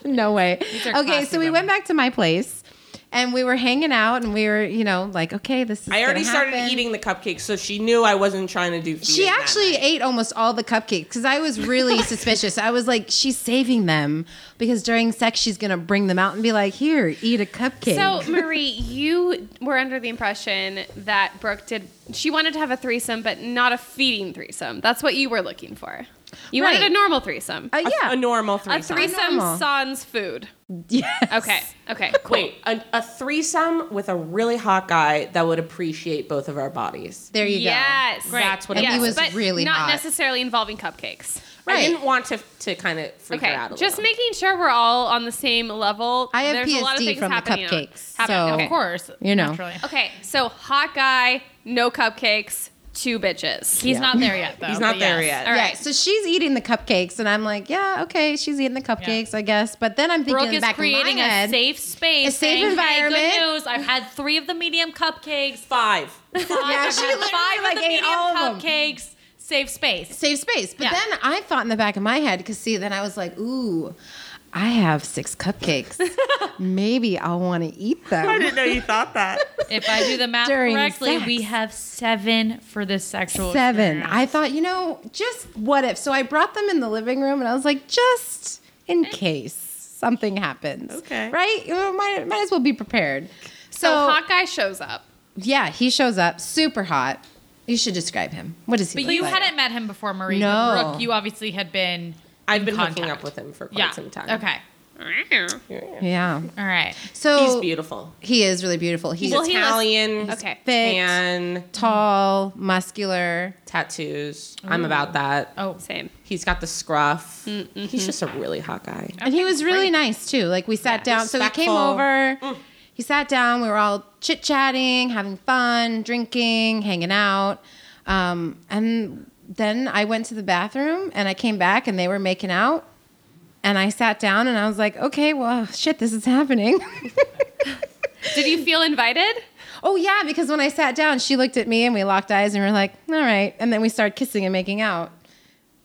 [SPEAKER 6] No. no way.
[SPEAKER 4] are
[SPEAKER 6] Okay,
[SPEAKER 4] classy
[SPEAKER 6] so we
[SPEAKER 4] women.
[SPEAKER 6] went back to my place. And we were hanging out, and we were, you know, like, okay, this is.
[SPEAKER 7] I already
[SPEAKER 6] gonna
[SPEAKER 7] started
[SPEAKER 6] happen.
[SPEAKER 7] eating the cupcakes, so she knew I wasn't trying to do.
[SPEAKER 6] She
[SPEAKER 7] feeding that
[SPEAKER 6] actually
[SPEAKER 7] night.
[SPEAKER 6] ate almost all the cupcakes because I was really suspicious. I was like, she's saving them because during sex she's gonna bring them out and be like, here, eat a cupcake.
[SPEAKER 3] So Marie, you were under the impression that Brooke did. She wanted to have a threesome, but not a feeding threesome. That's what you were looking for. You wanted
[SPEAKER 6] Right.
[SPEAKER 3] a normal threesome.
[SPEAKER 6] Uh,
[SPEAKER 7] a,
[SPEAKER 6] yeah,
[SPEAKER 7] a normal
[SPEAKER 3] a
[SPEAKER 7] threesome.
[SPEAKER 3] threesome
[SPEAKER 6] Normal.
[SPEAKER 3] sans food.
[SPEAKER 6] Yes.
[SPEAKER 3] Okay. Okay. Cool.
[SPEAKER 7] Wait, a, a threesome with a really hot guy that would appreciate both of our bodies.
[SPEAKER 6] There you
[SPEAKER 3] yes.
[SPEAKER 6] go.
[SPEAKER 3] That's
[SPEAKER 6] what it And he was. was
[SPEAKER 3] but
[SPEAKER 6] really
[SPEAKER 3] not
[SPEAKER 6] hot.
[SPEAKER 3] necessarily involving cupcakes.
[SPEAKER 7] I
[SPEAKER 6] Right.
[SPEAKER 7] didn't want to to kind of freak her
[SPEAKER 3] Okay,
[SPEAKER 7] out a
[SPEAKER 3] just
[SPEAKER 7] little.
[SPEAKER 3] making sure we're all on the same level.
[SPEAKER 6] I have
[SPEAKER 3] There's a lot of
[SPEAKER 6] PhD
[SPEAKER 3] things
[SPEAKER 6] from the
[SPEAKER 3] happening on-
[SPEAKER 6] cupcakes,
[SPEAKER 3] happening.
[SPEAKER 6] so-
[SPEAKER 3] okay.
[SPEAKER 4] Of course.
[SPEAKER 6] You know.
[SPEAKER 4] Naturally.
[SPEAKER 3] Okay, so hot guy, no cupcakes, two bitches.
[SPEAKER 4] He's not there yet, though.
[SPEAKER 7] He's not
[SPEAKER 4] but
[SPEAKER 7] there
[SPEAKER 4] yes.
[SPEAKER 7] yet.
[SPEAKER 3] All
[SPEAKER 6] Yeah,
[SPEAKER 3] right.
[SPEAKER 6] so she's eating the cupcakes, and I'm like, yeah, okay, she's eating the cupcakes, I guess. But then I'm thinking
[SPEAKER 4] Brooke
[SPEAKER 6] in the
[SPEAKER 4] is
[SPEAKER 6] back
[SPEAKER 4] creating
[SPEAKER 6] of my
[SPEAKER 4] a
[SPEAKER 6] head,
[SPEAKER 4] safe space.
[SPEAKER 6] A safe
[SPEAKER 4] saying,
[SPEAKER 6] environment.
[SPEAKER 4] Hey, good news. I've had three of the medium cupcakes.
[SPEAKER 7] five.
[SPEAKER 6] yeah, she
[SPEAKER 4] I've had
[SPEAKER 6] literally
[SPEAKER 4] five
[SPEAKER 6] like
[SPEAKER 4] of the
[SPEAKER 6] ate
[SPEAKER 4] medium
[SPEAKER 6] all of them.
[SPEAKER 4] cupcakes. Safe space.
[SPEAKER 6] Safe space. But
[SPEAKER 4] Yeah.
[SPEAKER 6] then I thought in the back of my head, because see, then I was like, ooh, I have six cupcakes. Maybe I'll want to eat them.
[SPEAKER 7] didn't know you thought that.
[SPEAKER 4] If I do the math
[SPEAKER 6] During
[SPEAKER 4] correctly,
[SPEAKER 6] sex.
[SPEAKER 4] we have seven for this sexual.
[SPEAKER 6] Seven.
[SPEAKER 4] experience.
[SPEAKER 6] I thought, you know, just what if? So I brought them in the living room, and I was like, just
[SPEAKER 4] Eh.
[SPEAKER 6] in case something happens.
[SPEAKER 7] Okay.
[SPEAKER 6] Right? You know, might, might as well be prepared. So,
[SPEAKER 3] So hot guy shows up.
[SPEAKER 6] Yeah, he shows up super hot. You should describe him. What is he?
[SPEAKER 4] But
[SPEAKER 6] look
[SPEAKER 4] you
[SPEAKER 6] like?
[SPEAKER 4] hadn't met him before, Marie.
[SPEAKER 6] No.
[SPEAKER 4] But Brooke, you obviously had been.
[SPEAKER 7] I've
[SPEAKER 4] in
[SPEAKER 7] been hooking
[SPEAKER 4] contact.
[SPEAKER 7] up with him for quite
[SPEAKER 4] Yeah.
[SPEAKER 7] some time.
[SPEAKER 4] Okay.
[SPEAKER 7] Okay.
[SPEAKER 6] Yeah.
[SPEAKER 4] All right.
[SPEAKER 6] So
[SPEAKER 7] He's beautiful.
[SPEAKER 6] He is really beautiful. He's
[SPEAKER 7] He's
[SPEAKER 3] Well, he was-
[SPEAKER 7] Italian.
[SPEAKER 3] okay.
[SPEAKER 6] thick,
[SPEAKER 7] And
[SPEAKER 6] tall, muscular.
[SPEAKER 7] tattoos. I'm about that.
[SPEAKER 4] Oh,
[SPEAKER 3] Same.
[SPEAKER 7] He's got the scruff. He's just a really hot guy.
[SPEAKER 6] And he was really nice too. Like we sat down. So he came
[SPEAKER 7] respectful.
[SPEAKER 6] over. He sat down. We were all chit chatting, having fun, drinking, hanging out. Um, and then I went to the bathroom and I came back and they were making out. And I sat down and I was like, okay, well, shit, this is happening.
[SPEAKER 3] Did you feel invited?
[SPEAKER 6] Oh yeah, because when I sat down, she looked at me and we locked eyes and we are like, all right. And then we started kissing and making out.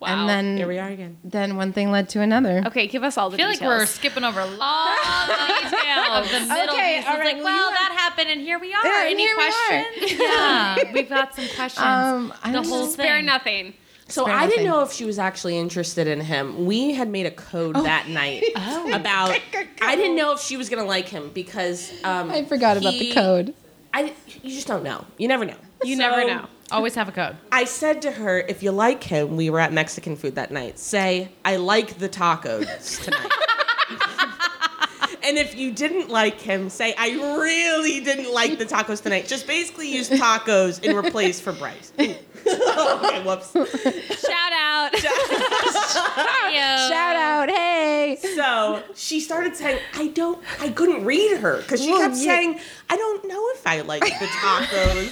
[SPEAKER 3] Wow.
[SPEAKER 6] And then
[SPEAKER 7] Here we are again.
[SPEAKER 6] Then one thing led to another.
[SPEAKER 3] okay, give us all the
[SPEAKER 4] I feel like we're skipping over a lot of the middle.
[SPEAKER 6] Okay,
[SPEAKER 4] pieces.
[SPEAKER 6] all right,
[SPEAKER 4] Like,
[SPEAKER 6] well,
[SPEAKER 4] well,
[SPEAKER 6] you
[SPEAKER 4] that happened, and here we are.
[SPEAKER 6] Yeah, and
[SPEAKER 4] Any
[SPEAKER 6] here we are.
[SPEAKER 4] questions? yeah, we've got some questions.
[SPEAKER 6] Um, I
[SPEAKER 4] the
[SPEAKER 6] don't
[SPEAKER 4] whole
[SPEAKER 6] know.
[SPEAKER 3] Spare
[SPEAKER 4] thing.
[SPEAKER 3] nothing.
[SPEAKER 7] So
[SPEAKER 6] Spare
[SPEAKER 7] I didn't
[SPEAKER 6] nothing.
[SPEAKER 7] know if she was actually interested in him. We had made a code that night about. I didn't know if she was gonna like him because um,
[SPEAKER 6] I forgot about
[SPEAKER 7] he-
[SPEAKER 6] the code.
[SPEAKER 7] I you just don't know. You never know.
[SPEAKER 3] You
[SPEAKER 7] So
[SPEAKER 3] never know.
[SPEAKER 4] Always have a code.
[SPEAKER 7] I said to her, if you like him, we were at Mexican food that night. Say, I like the tacos tonight. and if you didn't like him, say, I really didn't like the tacos tonight. Just basically use tacos in replace for Bryce. okay, whoops.
[SPEAKER 3] Shout out.
[SPEAKER 6] Shout out, hey.
[SPEAKER 7] So she started saying, I don't, I couldn't read her because she
[SPEAKER 6] Well,
[SPEAKER 7] kept
[SPEAKER 6] yeah.
[SPEAKER 7] saying, I don't know if I like the tacos.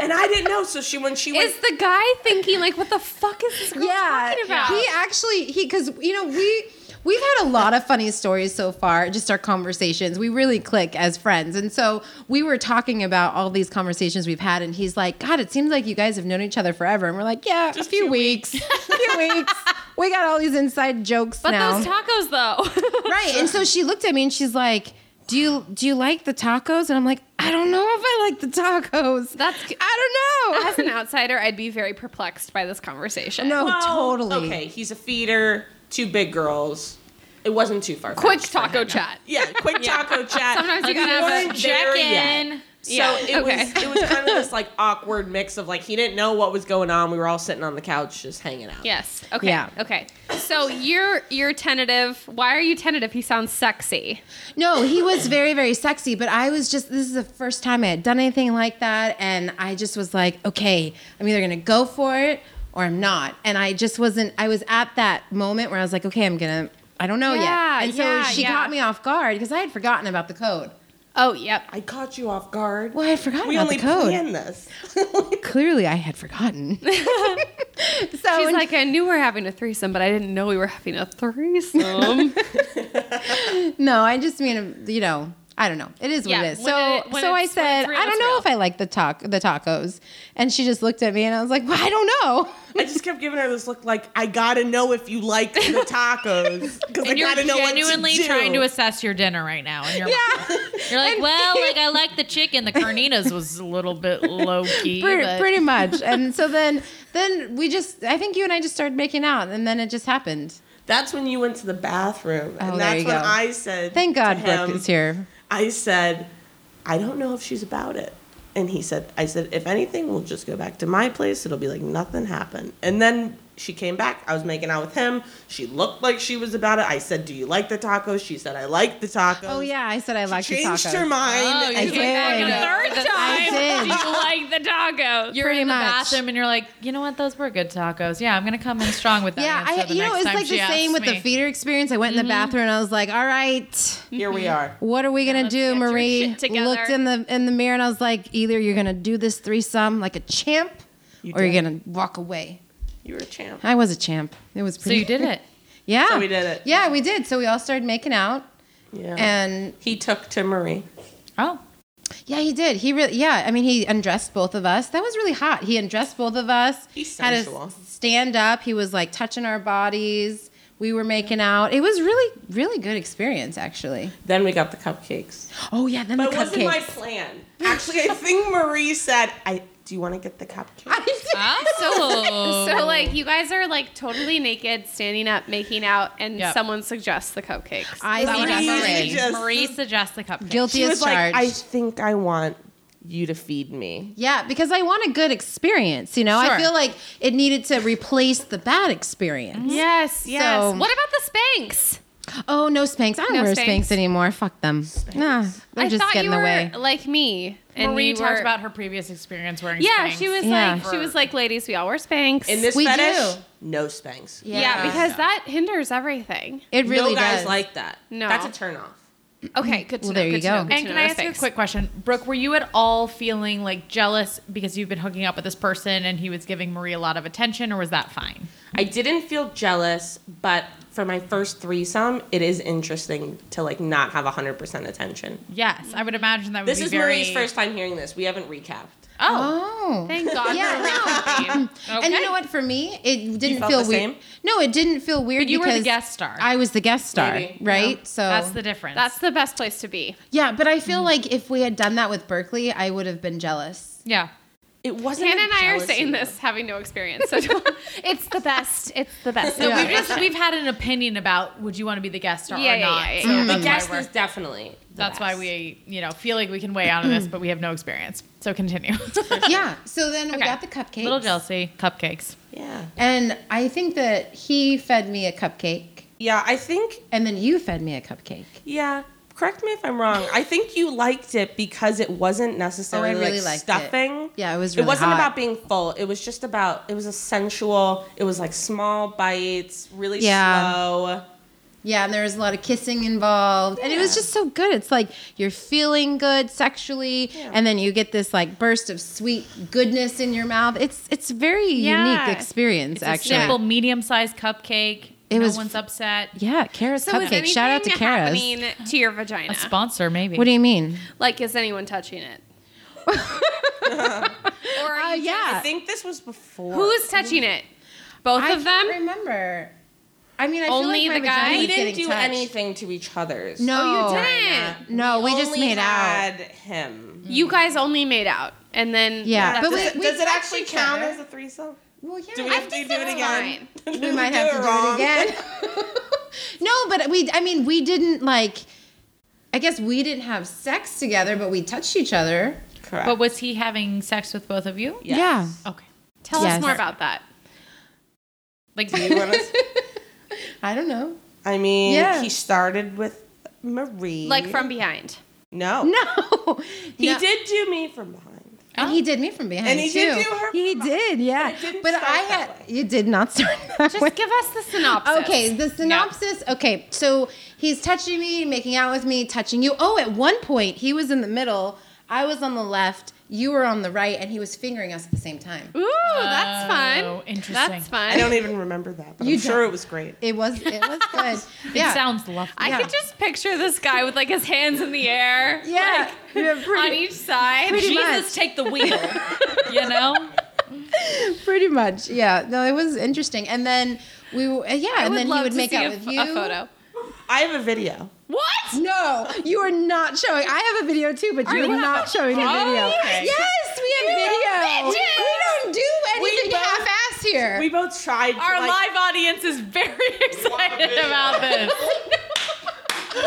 [SPEAKER 7] and I didn't know. So she, when she went,
[SPEAKER 3] Is the guy thinking like, what the fuck is this girl
[SPEAKER 6] Yeah.
[SPEAKER 3] talking about?
[SPEAKER 6] He actually he cuz you know, we we've had a lot of funny stories so far, just our conversations. We really click as friends. And so we were talking about all these conversations we've had and he's like, "God, it seems like you guys have known each other forever." And we're like, "Yeah, a few weeks. a few weeks. We got all these inside jokes
[SPEAKER 3] but
[SPEAKER 6] now."
[SPEAKER 3] those tacos though.
[SPEAKER 6] Right. And so she looked at me and she's like, "Do you do you like the tacos?" And I'm like, "I don't know if I like the tacos."
[SPEAKER 3] That's
[SPEAKER 6] I don't know.
[SPEAKER 3] as an outsider, I'd be very perplexed by this conversation.
[SPEAKER 6] No,
[SPEAKER 7] Well,
[SPEAKER 6] totally.
[SPEAKER 7] Oh, Okay, he's a feeder, two big girls. It wasn't too far.
[SPEAKER 3] Quick taco chat.
[SPEAKER 7] Yeah, quick taco chat.
[SPEAKER 3] Sometimes you
[SPEAKER 7] We
[SPEAKER 3] gotta have a
[SPEAKER 7] weren't there
[SPEAKER 4] Check
[SPEAKER 7] yet.
[SPEAKER 4] in.
[SPEAKER 7] So
[SPEAKER 3] Yeah,
[SPEAKER 7] it
[SPEAKER 3] okay.
[SPEAKER 7] was it was kind of this like awkward mix of like he didn't know what was going on. We were all sitting on the couch just hanging out.
[SPEAKER 3] Yes. Okay.
[SPEAKER 6] Yeah.
[SPEAKER 3] Okay. So you're you're tentative. Why are you tentative? He sounds sexy.
[SPEAKER 6] No, he was very, very sexy, but I was just, this is the first time I had done anything like that. And I just was like, okay, I'm either going to go for it or I'm not. And I just wasn't, I was at that moment where I was like, okay, I'm going to, I don't know
[SPEAKER 3] Yeah,
[SPEAKER 6] yet. And so
[SPEAKER 3] yeah,
[SPEAKER 6] she
[SPEAKER 3] yeah.
[SPEAKER 6] caught me off guard because I had forgotten about the code.
[SPEAKER 3] Oh, yep.
[SPEAKER 7] I caught you off guard.
[SPEAKER 6] Well, I had forgotten
[SPEAKER 7] we
[SPEAKER 6] about
[SPEAKER 7] only
[SPEAKER 6] the code.
[SPEAKER 7] planned this.
[SPEAKER 6] Clearly, I had forgotten. so
[SPEAKER 3] She's
[SPEAKER 4] Oh,
[SPEAKER 6] and
[SPEAKER 3] like, I knew we were having a threesome, but I didn't know we were having a threesome.
[SPEAKER 6] No, I just mean, you know, I don't know. It is
[SPEAKER 4] Yeah,
[SPEAKER 6] what it is.
[SPEAKER 4] when
[SPEAKER 6] So
[SPEAKER 4] it- when
[SPEAKER 6] so I
[SPEAKER 4] it's- when
[SPEAKER 6] said,
[SPEAKER 4] it's real,
[SPEAKER 6] I don't
[SPEAKER 4] it's
[SPEAKER 6] know
[SPEAKER 4] real."
[SPEAKER 6] if I like the tac the tacos. And she just looked at me and I was like, well, I don't know.
[SPEAKER 7] I just kept giving her this look like, I gotta know if you like the tacos. Because I
[SPEAKER 4] And you're
[SPEAKER 7] gotta know what to
[SPEAKER 4] genuinely
[SPEAKER 7] do.
[SPEAKER 4] trying to assess your dinner right now. And you're, you're like, well, like I like the chicken. The carnitas was a little bit low key.
[SPEAKER 6] pretty,
[SPEAKER 4] but
[SPEAKER 6] pretty much. And so then then we just I think you and I just started making out and then it just happened.
[SPEAKER 7] That's when you went to the bathroom. And
[SPEAKER 6] Oh, there
[SPEAKER 7] that's
[SPEAKER 6] you
[SPEAKER 7] when
[SPEAKER 6] go.
[SPEAKER 7] I said,
[SPEAKER 6] Thank
[SPEAKER 7] to
[SPEAKER 6] God Brooke
[SPEAKER 7] him,
[SPEAKER 6] is here.
[SPEAKER 7] I said, I don't know if she's about it. And he said, I said, if anything, we'll just go back to my place. It'll be like nothing happened. And then she came back. I was making out with him. She looked like she was about it. I said, Do you like the tacos? She said, I like the tacos.
[SPEAKER 6] Oh yeah, I said I
[SPEAKER 7] She
[SPEAKER 6] liked the
[SPEAKER 7] changed
[SPEAKER 6] tacos.
[SPEAKER 7] her mind.
[SPEAKER 4] Oh, you
[SPEAKER 7] and-
[SPEAKER 4] came back on
[SPEAKER 6] did.
[SPEAKER 4] a third
[SPEAKER 6] I
[SPEAKER 4] time.
[SPEAKER 6] did.
[SPEAKER 3] like the tacos.
[SPEAKER 4] You're
[SPEAKER 6] Pretty
[SPEAKER 4] in the
[SPEAKER 6] much.
[SPEAKER 4] bathroom and you're like, you know what? Those were good tacos. Yeah, I'm gonna come in strong with that.
[SPEAKER 6] Yeah, I,
[SPEAKER 4] answer the
[SPEAKER 6] you know,
[SPEAKER 4] next
[SPEAKER 6] it's
[SPEAKER 4] time
[SPEAKER 6] like
[SPEAKER 4] she
[SPEAKER 6] the same
[SPEAKER 4] asks
[SPEAKER 6] with the
[SPEAKER 4] me. Mm-hmm.
[SPEAKER 6] feeder experience. I went in the bathroom and I was like, "All right,
[SPEAKER 7] Here we are.
[SPEAKER 6] what are we gonna do,
[SPEAKER 3] your
[SPEAKER 6] Marie?"
[SPEAKER 3] shit together.
[SPEAKER 6] Looked in the in the mirror and I was like, "Either you're gonna do this threesome like a champ, or
[SPEAKER 7] did.
[SPEAKER 6] you're gonna walk away."
[SPEAKER 7] You were a champ.
[SPEAKER 6] I was a champ. It was
[SPEAKER 4] So
[SPEAKER 6] pretty.
[SPEAKER 4] you did it.
[SPEAKER 6] Yeah,
[SPEAKER 7] So we did it.
[SPEAKER 6] Yeah, we did. So we all started making out,
[SPEAKER 7] Yeah.
[SPEAKER 6] and
[SPEAKER 7] he took to Marie.
[SPEAKER 4] Oh,
[SPEAKER 6] yeah, he did. He really, yeah. I mean, he undressed both of us. That was really hot. He undressed both of us.
[SPEAKER 7] He's
[SPEAKER 6] had us
[SPEAKER 7] sensual.
[SPEAKER 6] stand up. He was like touching our bodies. We were making out. It was really, really good experience, actually.
[SPEAKER 7] Then we got the cupcakes.
[SPEAKER 6] Oh yeah, then
[SPEAKER 7] But
[SPEAKER 6] the
[SPEAKER 7] it wasn't my
[SPEAKER 6] cupcakes.
[SPEAKER 7] plan. Actually, I think Marie said, I do you want to get the cupcakes?
[SPEAKER 4] oh,
[SPEAKER 3] So like you guys are like totally naked, standing up, making out, and
[SPEAKER 4] Yep.
[SPEAKER 3] someone suggests the cupcakes.
[SPEAKER 6] I
[SPEAKER 7] Marie
[SPEAKER 6] suggested it.
[SPEAKER 7] just-
[SPEAKER 4] Marie suggests the cupcake.
[SPEAKER 6] guilty
[SPEAKER 7] She
[SPEAKER 6] as
[SPEAKER 7] was
[SPEAKER 6] charged.
[SPEAKER 7] like, I think I want you to feed me.
[SPEAKER 6] yeah, because I want a good experience. You know,
[SPEAKER 4] Sure.
[SPEAKER 6] I feel like it needed to replace the bad experience.
[SPEAKER 3] Yes, yes.
[SPEAKER 6] So-
[SPEAKER 3] what about the Spanx?
[SPEAKER 6] Oh no, Spanx! I don't
[SPEAKER 3] No
[SPEAKER 6] wear
[SPEAKER 3] Spanx.
[SPEAKER 6] Spanx. anymore. Fuck them. Nah, they're
[SPEAKER 3] I
[SPEAKER 6] just
[SPEAKER 3] thought
[SPEAKER 6] getting
[SPEAKER 3] you
[SPEAKER 6] in the
[SPEAKER 3] were
[SPEAKER 6] way.
[SPEAKER 3] like me. And
[SPEAKER 4] Marie
[SPEAKER 3] you
[SPEAKER 4] talked
[SPEAKER 3] were-
[SPEAKER 4] about her previous experience wearing.
[SPEAKER 3] Yeah,
[SPEAKER 4] Spanx.
[SPEAKER 3] she was
[SPEAKER 6] Yeah.
[SPEAKER 3] like she was like, ladies, we all wear Spanx.
[SPEAKER 7] In this
[SPEAKER 6] We
[SPEAKER 7] fetish,
[SPEAKER 6] do.
[SPEAKER 7] no spanks.
[SPEAKER 3] yeah, because that hinders everything.
[SPEAKER 6] It really
[SPEAKER 7] no guys
[SPEAKER 6] does.
[SPEAKER 7] like that.
[SPEAKER 3] No.
[SPEAKER 7] That's a turnoff.
[SPEAKER 3] Okay, good to
[SPEAKER 6] Well,
[SPEAKER 3] know.
[SPEAKER 6] there you
[SPEAKER 3] good to
[SPEAKER 6] go.
[SPEAKER 3] know, good
[SPEAKER 4] And
[SPEAKER 3] to
[SPEAKER 4] can
[SPEAKER 3] know
[SPEAKER 4] I
[SPEAKER 3] the
[SPEAKER 4] ask you a
[SPEAKER 3] Spanx.
[SPEAKER 4] quick question, Brooke? Were you at all feeling like jealous because you've been hooking up with this person and he was giving Marie a lot of attention, or was that fine?
[SPEAKER 7] I didn't feel jealous, but for my first threesome, it is interesting to like not have 100% attention.
[SPEAKER 4] Yes, I would imagine that would
[SPEAKER 7] This
[SPEAKER 4] be
[SPEAKER 7] is
[SPEAKER 4] very.
[SPEAKER 7] Marie's first time hearing this. We haven't recapped.
[SPEAKER 4] Oh,
[SPEAKER 6] Oh.
[SPEAKER 3] Thank God.
[SPEAKER 6] Yeah,
[SPEAKER 3] for no.
[SPEAKER 6] And you know what? For me, it didn't
[SPEAKER 7] felt
[SPEAKER 6] feel
[SPEAKER 7] the
[SPEAKER 6] weird.
[SPEAKER 7] same?
[SPEAKER 6] No, it didn't feel weird.
[SPEAKER 4] you were the
[SPEAKER 6] because
[SPEAKER 4] guest star.
[SPEAKER 6] I was the guest star,
[SPEAKER 7] Maybe,
[SPEAKER 6] right? So
[SPEAKER 4] that's the difference.
[SPEAKER 3] That's the best place to be.
[SPEAKER 6] yeah. But I feel like if we had done that with Berkeley, I would have been jealous.
[SPEAKER 4] yeah.
[SPEAKER 7] It wasn't.
[SPEAKER 3] Hannah and I are
[SPEAKER 7] jealousy,
[SPEAKER 3] saying
[SPEAKER 7] though.
[SPEAKER 3] this having no experience. So don't- it's the best. It's the best.
[SPEAKER 4] No,
[SPEAKER 6] Yeah.
[SPEAKER 4] we've just we've had an opinion about would you want to be the guest star
[SPEAKER 3] Yeah,
[SPEAKER 4] or
[SPEAKER 3] yeah,
[SPEAKER 4] not.
[SPEAKER 3] yeah, yeah,
[SPEAKER 4] so
[SPEAKER 3] yeah.
[SPEAKER 4] that's
[SPEAKER 7] The
[SPEAKER 4] why
[SPEAKER 7] guest
[SPEAKER 4] we're-
[SPEAKER 7] is definitely. the
[SPEAKER 4] That's why
[SPEAKER 7] best.
[SPEAKER 4] we, you know, feel like we can weigh out on this, but we have no experience. So continue.
[SPEAKER 6] yeah. So then we
[SPEAKER 4] Okay.
[SPEAKER 6] got the cupcakes.
[SPEAKER 4] Little jealousy, cupcakes.
[SPEAKER 7] Yeah.
[SPEAKER 6] And I think that he fed me a cupcake,
[SPEAKER 7] Yeah, I think.
[SPEAKER 6] and then you fed me a cupcake.
[SPEAKER 7] Yeah. Correct me if I'm wrong. I think you liked it because it wasn't necessarily
[SPEAKER 6] Oh, really
[SPEAKER 7] like
[SPEAKER 6] liked it.
[SPEAKER 7] stuffing.
[SPEAKER 6] Yeah, it was really
[SPEAKER 7] It wasn't
[SPEAKER 6] hot.
[SPEAKER 7] about being full. It was just about. It was a sensual. It was like small bites, really
[SPEAKER 6] Yeah.
[SPEAKER 7] slow.
[SPEAKER 6] Yeah, and there was a lot of kissing involved. And it was just so good. It's like you're feeling good sexually and then you get this like burst of sweet goodness in your mouth. It's it's very
[SPEAKER 3] Yeah.
[SPEAKER 6] unique experience actually.
[SPEAKER 4] Simple, medium-sized cupcake.
[SPEAKER 6] It
[SPEAKER 4] no
[SPEAKER 6] was-
[SPEAKER 4] one's upset.
[SPEAKER 6] Yeah, Kara's
[SPEAKER 3] So is
[SPEAKER 6] cupcake. Shout out to
[SPEAKER 3] anything
[SPEAKER 6] Kara's.
[SPEAKER 3] happening to your vagina?
[SPEAKER 4] A sponsor, maybe.
[SPEAKER 6] What do you mean?
[SPEAKER 3] Like, is anyone touching it? or are you
[SPEAKER 7] I
[SPEAKER 6] Oh, yeah.
[SPEAKER 7] think this was before.
[SPEAKER 3] who's touching it? Both
[SPEAKER 6] I
[SPEAKER 3] of
[SPEAKER 6] can't
[SPEAKER 3] them.
[SPEAKER 6] remember. I mean, I
[SPEAKER 3] Only
[SPEAKER 6] feel like
[SPEAKER 3] the
[SPEAKER 6] my
[SPEAKER 3] guy?
[SPEAKER 6] vagina
[SPEAKER 7] We
[SPEAKER 6] was
[SPEAKER 7] didn't
[SPEAKER 6] getting
[SPEAKER 7] do
[SPEAKER 6] touched.
[SPEAKER 7] anything to each other's.
[SPEAKER 6] No,
[SPEAKER 3] Oh, you didn't.
[SPEAKER 6] No, we, just
[SPEAKER 7] only
[SPEAKER 6] made out.
[SPEAKER 7] had him.
[SPEAKER 3] You guys only made out, and then
[SPEAKER 6] Yeah,
[SPEAKER 7] Yeah,
[SPEAKER 6] but
[SPEAKER 7] does,
[SPEAKER 6] we-
[SPEAKER 7] it-
[SPEAKER 6] we
[SPEAKER 7] does it
[SPEAKER 6] touched
[SPEAKER 7] actually
[SPEAKER 6] each
[SPEAKER 7] count
[SPEAKER 6] other.
[SPEAKER 7] as a threesome?
[SPEAKER 6] Well, yeah.
[SPEAKER 7] Do we
[SPEAKER 3] I
[SPEAKER 7] have to do
[SPEAKER 3] think
[SPEAKER 7] it
[SPEAKER 3] that's
[SPEAKER 7] again? Did
[SPEAKER 6] we might
[SPEAKER 7] do
[SPEAKER 6] have to
[SPEAKER 7] wrong?
[SPEAKER 6] do it again. no, but we, I mean, we didn't like, I guess we didn't have sex together, but we touched each other.
[SPEAKER 7] Correct.
[SPEAKER 4] But was he having sex with both of you?
[SPEAKER 7] Yes.
[SPEAKER 4] Okay.
[SPEAKER 3] tell
[SPEAKER 6] Yes.
[SPEAKER 3] us more about that.
[SPEAKER 4] Like,
[SPEAKER 7] Do you want us-
[SPEAKER 6] Yeah. I don't know.
[SPEAKER 7] I mean,
[SPEAKER 6] Yeah.
[SPEAKER 7] he started with Marie.
[SPEAKER 3] Like from behind.
[SPEAKER 7] no,
[SPEAKER 6] No.
[SPEAKER 7] he
[SPEAKER 6] No.
[SPEAKER 7] did do me from behind.
[SPEAKER 6] And he did me from behind.
[SPEAKER 7] And he did
[SPEAKER 6] too.
[SPEAKER 7] do her
[SPEAKER 6] He
[SPEAKER 7] from
[SPEAKER 6] did, yeah.
[SPEAKER 7] But it didn't
[SPEAKER 6] But
[SPEAKER 7] start
[SPEAKER 6] I
[SPEAKER 7] that
[SPEAKER 6] had,
[SPEAKER 7] way.
[SPEAKER 6] you did not start that way.
[SPEAKER 3] Just give us the synopsis.
[SPEAKER 6] Okay, the synopsis. Okay, so he's touching me, making out with me, touching you. Oh, at one point he was in the middle, I was on the left, you were on the right and he was fingering us at the same time.
[SPEAKER 3] Ooh, that's fun.
[SPEAKER 4] Oh, interesting.
[SPEAKER 3] That's fun.
[SPEAKER 7] I don't even remember that, but
[SPEAKER 6] You
[SPEAKER 7] I'm sure
[SPEAKER 6] don't.
[SPEAKER 7] it was great.
[SPEAKER 6] It was it was good. yeah.
[SPEAKER 4] It sounds lovely.
[SPEAKER 3] I could just picture this guy with like his hands in the air.
[SPEAKER 6] yeah. yeah,
[SPEAKER 3] on
[SPEAKER 6] pretty,
[SPEAKER 3] each side.
[SPEAKER 6] pretty
[SPEAKER 4] Jesus,
[SPEAKER 6] much.
[SPEAKER 4] take the wheel. you know,
[SPEAKER 6] pretty much. Yeah. No, it was interesting. And then we w- uh, yeah, and then he would make out with you.
[SPEAKER 7] I have a video.
[SPEAKER 3] What?
[SPEAKER 6] No, you are not showing. I have a video too, but you are not showing the video. Yes, we have video.
[SPEAKER 3] bitches.
[SPEAKER 6] We don't do anything
[SPEAKER 7] both-
[SPEAKER 6] half-assed here.
[SPEAKER 7] We both tried. to,
[SPEAKER 4] our
[SPEAKER 7] like,
[SPEAKER 4] live audience is very excited about this.
[SPEAKER 3] This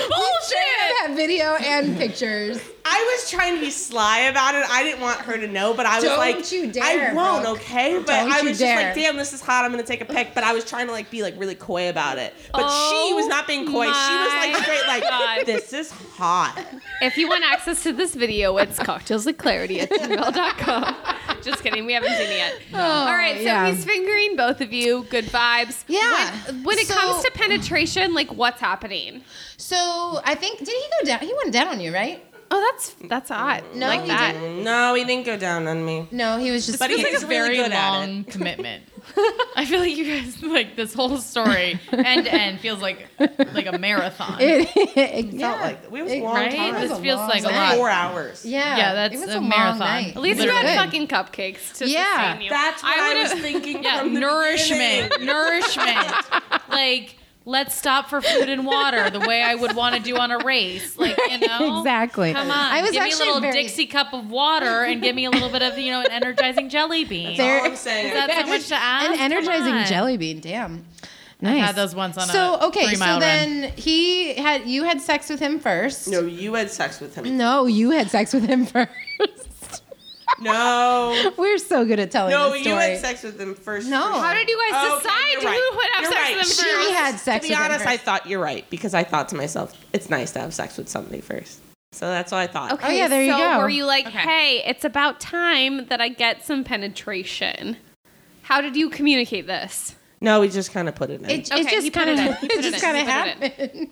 [SPEAKER 3] is bullshit.
[SPEAKER 6] have video and pictures.
[SPEAKER 7] I was trying to be sly about it. I didn't want her to know, but I was
[SPEAKER 6] Don't
[SPEAKER 7] like,
[SPEAKER 6] you dare,
[SPEAKER 7] I won't,
[SPEAKER 6] Brooke.
[SPEAKER 7] okay? But
[SPEAKER 6] Don't
[SPEAKER 7] I
[SPEAKER 6] you
[SPEAKER 7] was
[SPEAKER 6] dare.
[SPEAKER 7] just like, damn, this is hot. I'm gonna take a pic. But I was trying to like be like really coy about it. But she
[SPEAKER 3] Oh
[SPEAKER 7] was not being coy. She was like
[SPEAKER 3] my
[SPEAKER 7] straight like,
[SPEAKER 3] God.
[SPEAKER 7] this is hot.
[SPEAKER 3] If you want access to this video, it's cocktails with clarity at gmail.com. Just kidding, we haven't seen it yet. All right, so
[SPEAKER 6] Oh, yeah.
[SPEAKER 3] he's fingering both of you. Good vibes.
[SPEAKER 6] Yeah.
[SPEAKER 3] When, when it
[SPEAKER 6] So-
[SPEAKER 3] comes to penetration, like what's happening?
[SPEAKER 6] So I think did he go down? He went down on you, right?
[SPEAKER 3] Oh, that's that's odd.
[SPEAKER 6] No,
[SPEAKER 3] like
[SPEAKER 6] he
[SPEAKER 3] that.
[SPEAKER 7] No, he didn't go down on me.
[SPEAKER 6] No, he was just.
[SPEAKER 7] But he
[SPEAKER 4] It's like
[SPEAKER 7] is
[SPEAKER 4] a
[SPEAKER 7] really
[SPEAKER 4] very
[SPEAKER 7] good at it.
[SPEAKER 4] long commitment. I feel like you guys like this whole story end to end feels like like a marathon.
[SPEAKER 6] it, it
[SPEAKER 7] Felt
[SPEAKER 6] yeah.
[SPEAKER 7] like we was a
[SPEAKER 6] It-
[SPEAKER 7] long
[SPEAKER 4] right?
[SPEAKER 7] time.
[SPEAKER 4] This
[SPEAKER 6] was a
[SPEAKER 4] feels
[SPEAKER 6] long
[SPEAKER 4] like a
[SPEAKER 7] Like
[SPEAKER 6] night.
[SPEAKER 4] lot.
[SPEAKER 7] four hours.
[SPEAKER 6] yeah,
[SPEAKER 4] Yeah, that's
[SPEAKER 6] it was
[SPEAKER 4] a
[SPEAKER 6] a, long
[SPEAKER 4] marathon.
[SPEAKER 6] night.
[SPEAKER 4] At
[SPEAKER 3] At least you
[SPEAKER 6] Literally.
[SPEAKER 3] had fucking cupcakes to
[SPEAKER 6] Yeah.
[SPEAKER 3] sustain you.
[SPEAKER 7] That's what I, was
[SPEAKER 3] would've-
[SPEAKER 7] thinking.
[SPEAKER 4] Yeah,
[SPEAKER 7] from the
[SPEAKER 4] nourishment,
[SPEAKER 7] beginning.
[SPEAKER 4] nourishment. Like, let's stop for food and water the way I would want to do on a race. Like, you know,
[SPEAKER 6] Exactly.
[SPEAKER 4] Come on,
[SPEAKER 6] I was
[SPEAKER 4] give me a
[SPEAKER 6] actually
[SPEAKER 4] little
[SPEAKER 6] very-
[SPEAKER 4] Dixie cup of water and give me a little bit of you know an energizing jelly bean.
[SPEAKER 6] There-
[SPEAKER 7] All I'm saying.
[SPEAKER 4] Is that so much to ask?
[SPEAKER 6] An
[SPEAKER 4] Come
[SPEAKER 6] energizing
[SPEAKER 4] on.
[SPEAKER 6] jelly bean. Damn. Nice.
[SPEAKER 4] had those once on a
[SPEAKER 6] so okay. so
[SPEAKER 4] three-mile
[SPEAKER 6] then he had you had sex with him first.
[SPEAKER 7] no, you had sex with him.
[SPEAKER 6] No, you had sex with him first.
[SPEAKER 7] No.
[SPEAKER 6] We're so good at telling.
[SPEAKER 7] No,
[SPEAKER 6] this
[SPEAKER 7] you had
[SPEAKER 6] story.
[SPEAKER 7] sex with him first.
[SPEAKER 6] No.
[SPEAKER 7] For sure.
[SPEAKER 3] How did you guys
[SPEAKER 7] Okay,
[SPEAKER 3] decide
[SPEAKER 7] you're right.
[SPEAKER 3] who would have
[SPEAKER 7] You're
[SPEAKER 3] sex
[SPEAKER 7] right.
[SPEAKER 3] with them
[SPEAKER 6] She
[SPEAKER 3] first?
[SPEAKER 6] had sex
[SPEAKER 7] to be
[SPEAKER 6] with
[SPEAKER 7] honest,
[SPEAKER 6] him
[SPEAKER 7] I
[SPEAKER 6] first.
[SPEAKER 7] thought you're right because I thought to myself, it's nice to have sex with somebody first. So that's what I thought.
[SPEAKER 3] Okay,
[SPEAKER 6] Oh, yeah, there you
[SPEAKER 3] so
[SPEAKER 6] go.
[SPEAKER 3] were you like,
[SPEAKER 4] Okay.
[SPEAKER 3] hey, it's about time that I get some penetration? How did you communicate this?
[SPEAKER 7] No, we just kind of put it in.
[SPEAKER 6] It,
[SPEAKER 3] Okay,
[SPEAKER 6] it
[SPEAKER 3] he
[SPEAKER 6] just
[SPEAKER 3] put
[SPEAKER 6] kind
[SPEAKER 3] it
[SPEAKER 6] of
[SPEAKER 3] in. He put
[SPEAKER 6] it
[SPEAKER 3] it
[SPEAKER 6] just
[SPEAKER 3] in.
[SPEAKER 6] kind of
[SPEAKER 3] He put
[SPEAKER 6] happened.